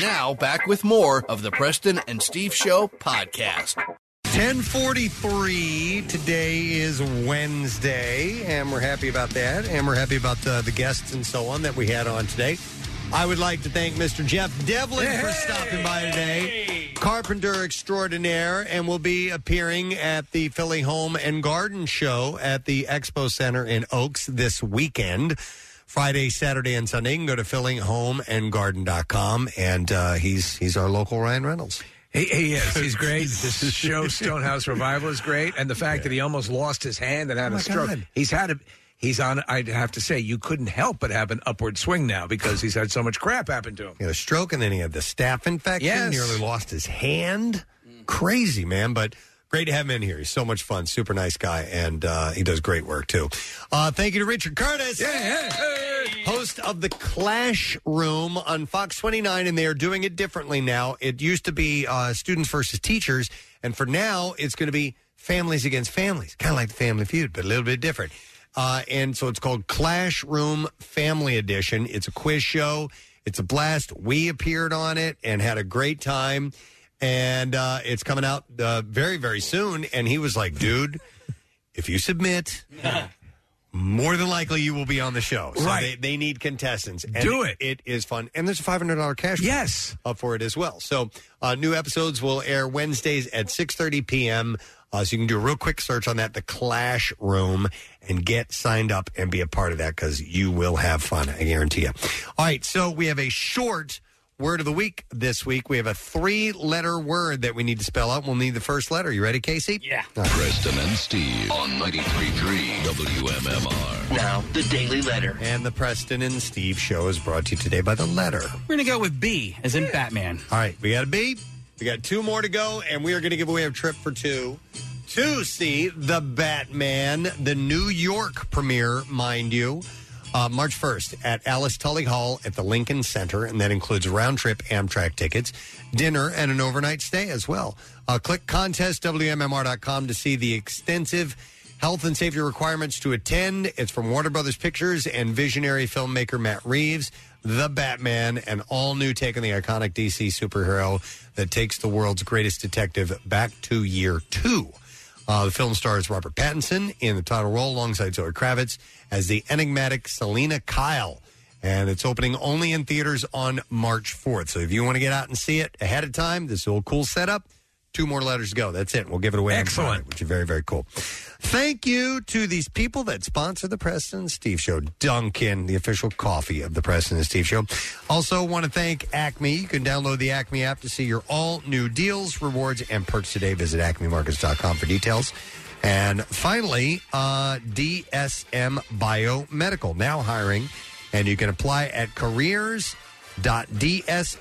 Now, back with more of the Preston and Steve Show podcast. 1043 today is wednesday and we're happy about that and we're happy about uh, the, the guests and so on that we had on today i would like to thank mr jeff devlin for stopping by today carpenter extraordinaire and will be appearing at the philly home and garden show at the expo center in oaks this weekend Friday, Saturday, and Sunday. You can go to fillinghomeandgarden.com, and uh, he's he's our local Ryan Reynolds. He, he is. He's great. This show Stonehouse Revival is great, and the fact that he almost lost his hand and had Oh, a my stroke. God. He's had a. He's on. I'd have to say, you couldn't help but have an upward swing now because he's had so much crap happen to him. He had a stroke, and then he had the staph infection. Yes. Nearly lost his hand. Crazy, man. But great to have him in here. He's so much fun. Super nice guy, and uh, he does great work, too. Uh, thank you to Richard Curtis. Host of The Clash Room on Fox 29, and they are doing it differently now. It used to be uh, students versus teachers, and for now, it's going to be families against families. Kind of like the Family Feud, but a little bit different. Uh, and so it's called Clash Room Family Edition. It's a quiz show. It's a blast. We appeared on it and had a great time. And uh, it's coming out uh, very, very soon. And he was like, dude, if you submit, more than likely you will be on the show. So Right. They, they need contestants. And Do it. It is fun. And there's a $500 cash prize Yes. uh, for it as well. So uh, new episodes will air Wednesdays at 6.30 p.m. Uh, so you can do a real quick search on that, The Clash Room, and get signed up and be a part of that because you will have fun. I guarantee you. All right. So we have a short word of the week this week. We have a three letter word that we need to spell out. We'll need the first letter. You ready, Casey? Yeah. Preston and Steve on 93.3 WMMR. Now, the Daily Letter. And the Preston and Steve show is brought to you today by The Letter. We're going to go with B, as in Batman. All right, we got a B. We got two more to go, and we are going to give away a trip for two to see the Batman, the New York premiere, mind you, uh, March 1st at Alice Tully Hall at the Lincoln Center, and that includes round trip Amtrak tickets, dinner, and an overnight stay as well. Uh, click contestwmmr.com to see the extensive health and safety requirements to attend. It's from Warner Brothers Pictures and visionary filmmaker Matt Reeves. The Batman, an all new take on the iconic DC superhero that takes the world's greatest detective back to year two. Uh, the film stars Robert Pattinson in the title role alongside Zoe Kravitz as the enigmatic Selena Kyle. And it's opening only in theaters on March 4th. So if you want to get out and see it ahead of time, this little cool setup, two more letters to go. That's it. We'll give it away. on Excellent. Friday, which is very, very cool. Thank you to these people that sponsor the Preston and Steve Show. Dunkin', the official coffee of the Preston and Steve Show. Also, want to thank Acme. You can download the Acme app to see your all new deals, rewards, and perks today. Visit acmemarkets.com for details. And finally, uh, DSM Biomedical, now hiring, and you can apply at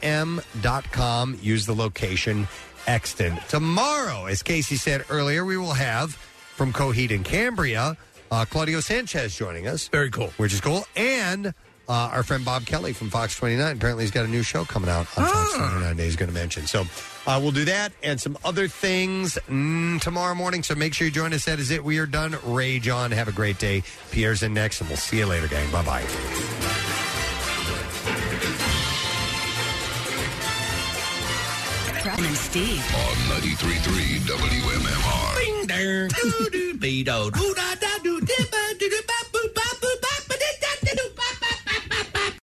careers.dsm.com. Use the location Exton. Tomorrow, as Casey said earlier, we will have from Coheed and Cambria, uh, Claudio Sanchez joining us. Very cool. Which is cool. And uh, our friend Bob Kelly from Fox 29. Apparently, he's got a new show coming out on Fox 29 that he's going to mention. So uh, we'll do that and some other things mm, tomorrow morning. So make sure you join us. That is it. We are done. Rage on. Have a great day. Pierre's in next, and we'll see you later, gang. Bye bye. Preston and Steve. On 93.3 WMMR. Ding, ding. Doo, doo, be, do, doo, da, da, doo, dip, uh,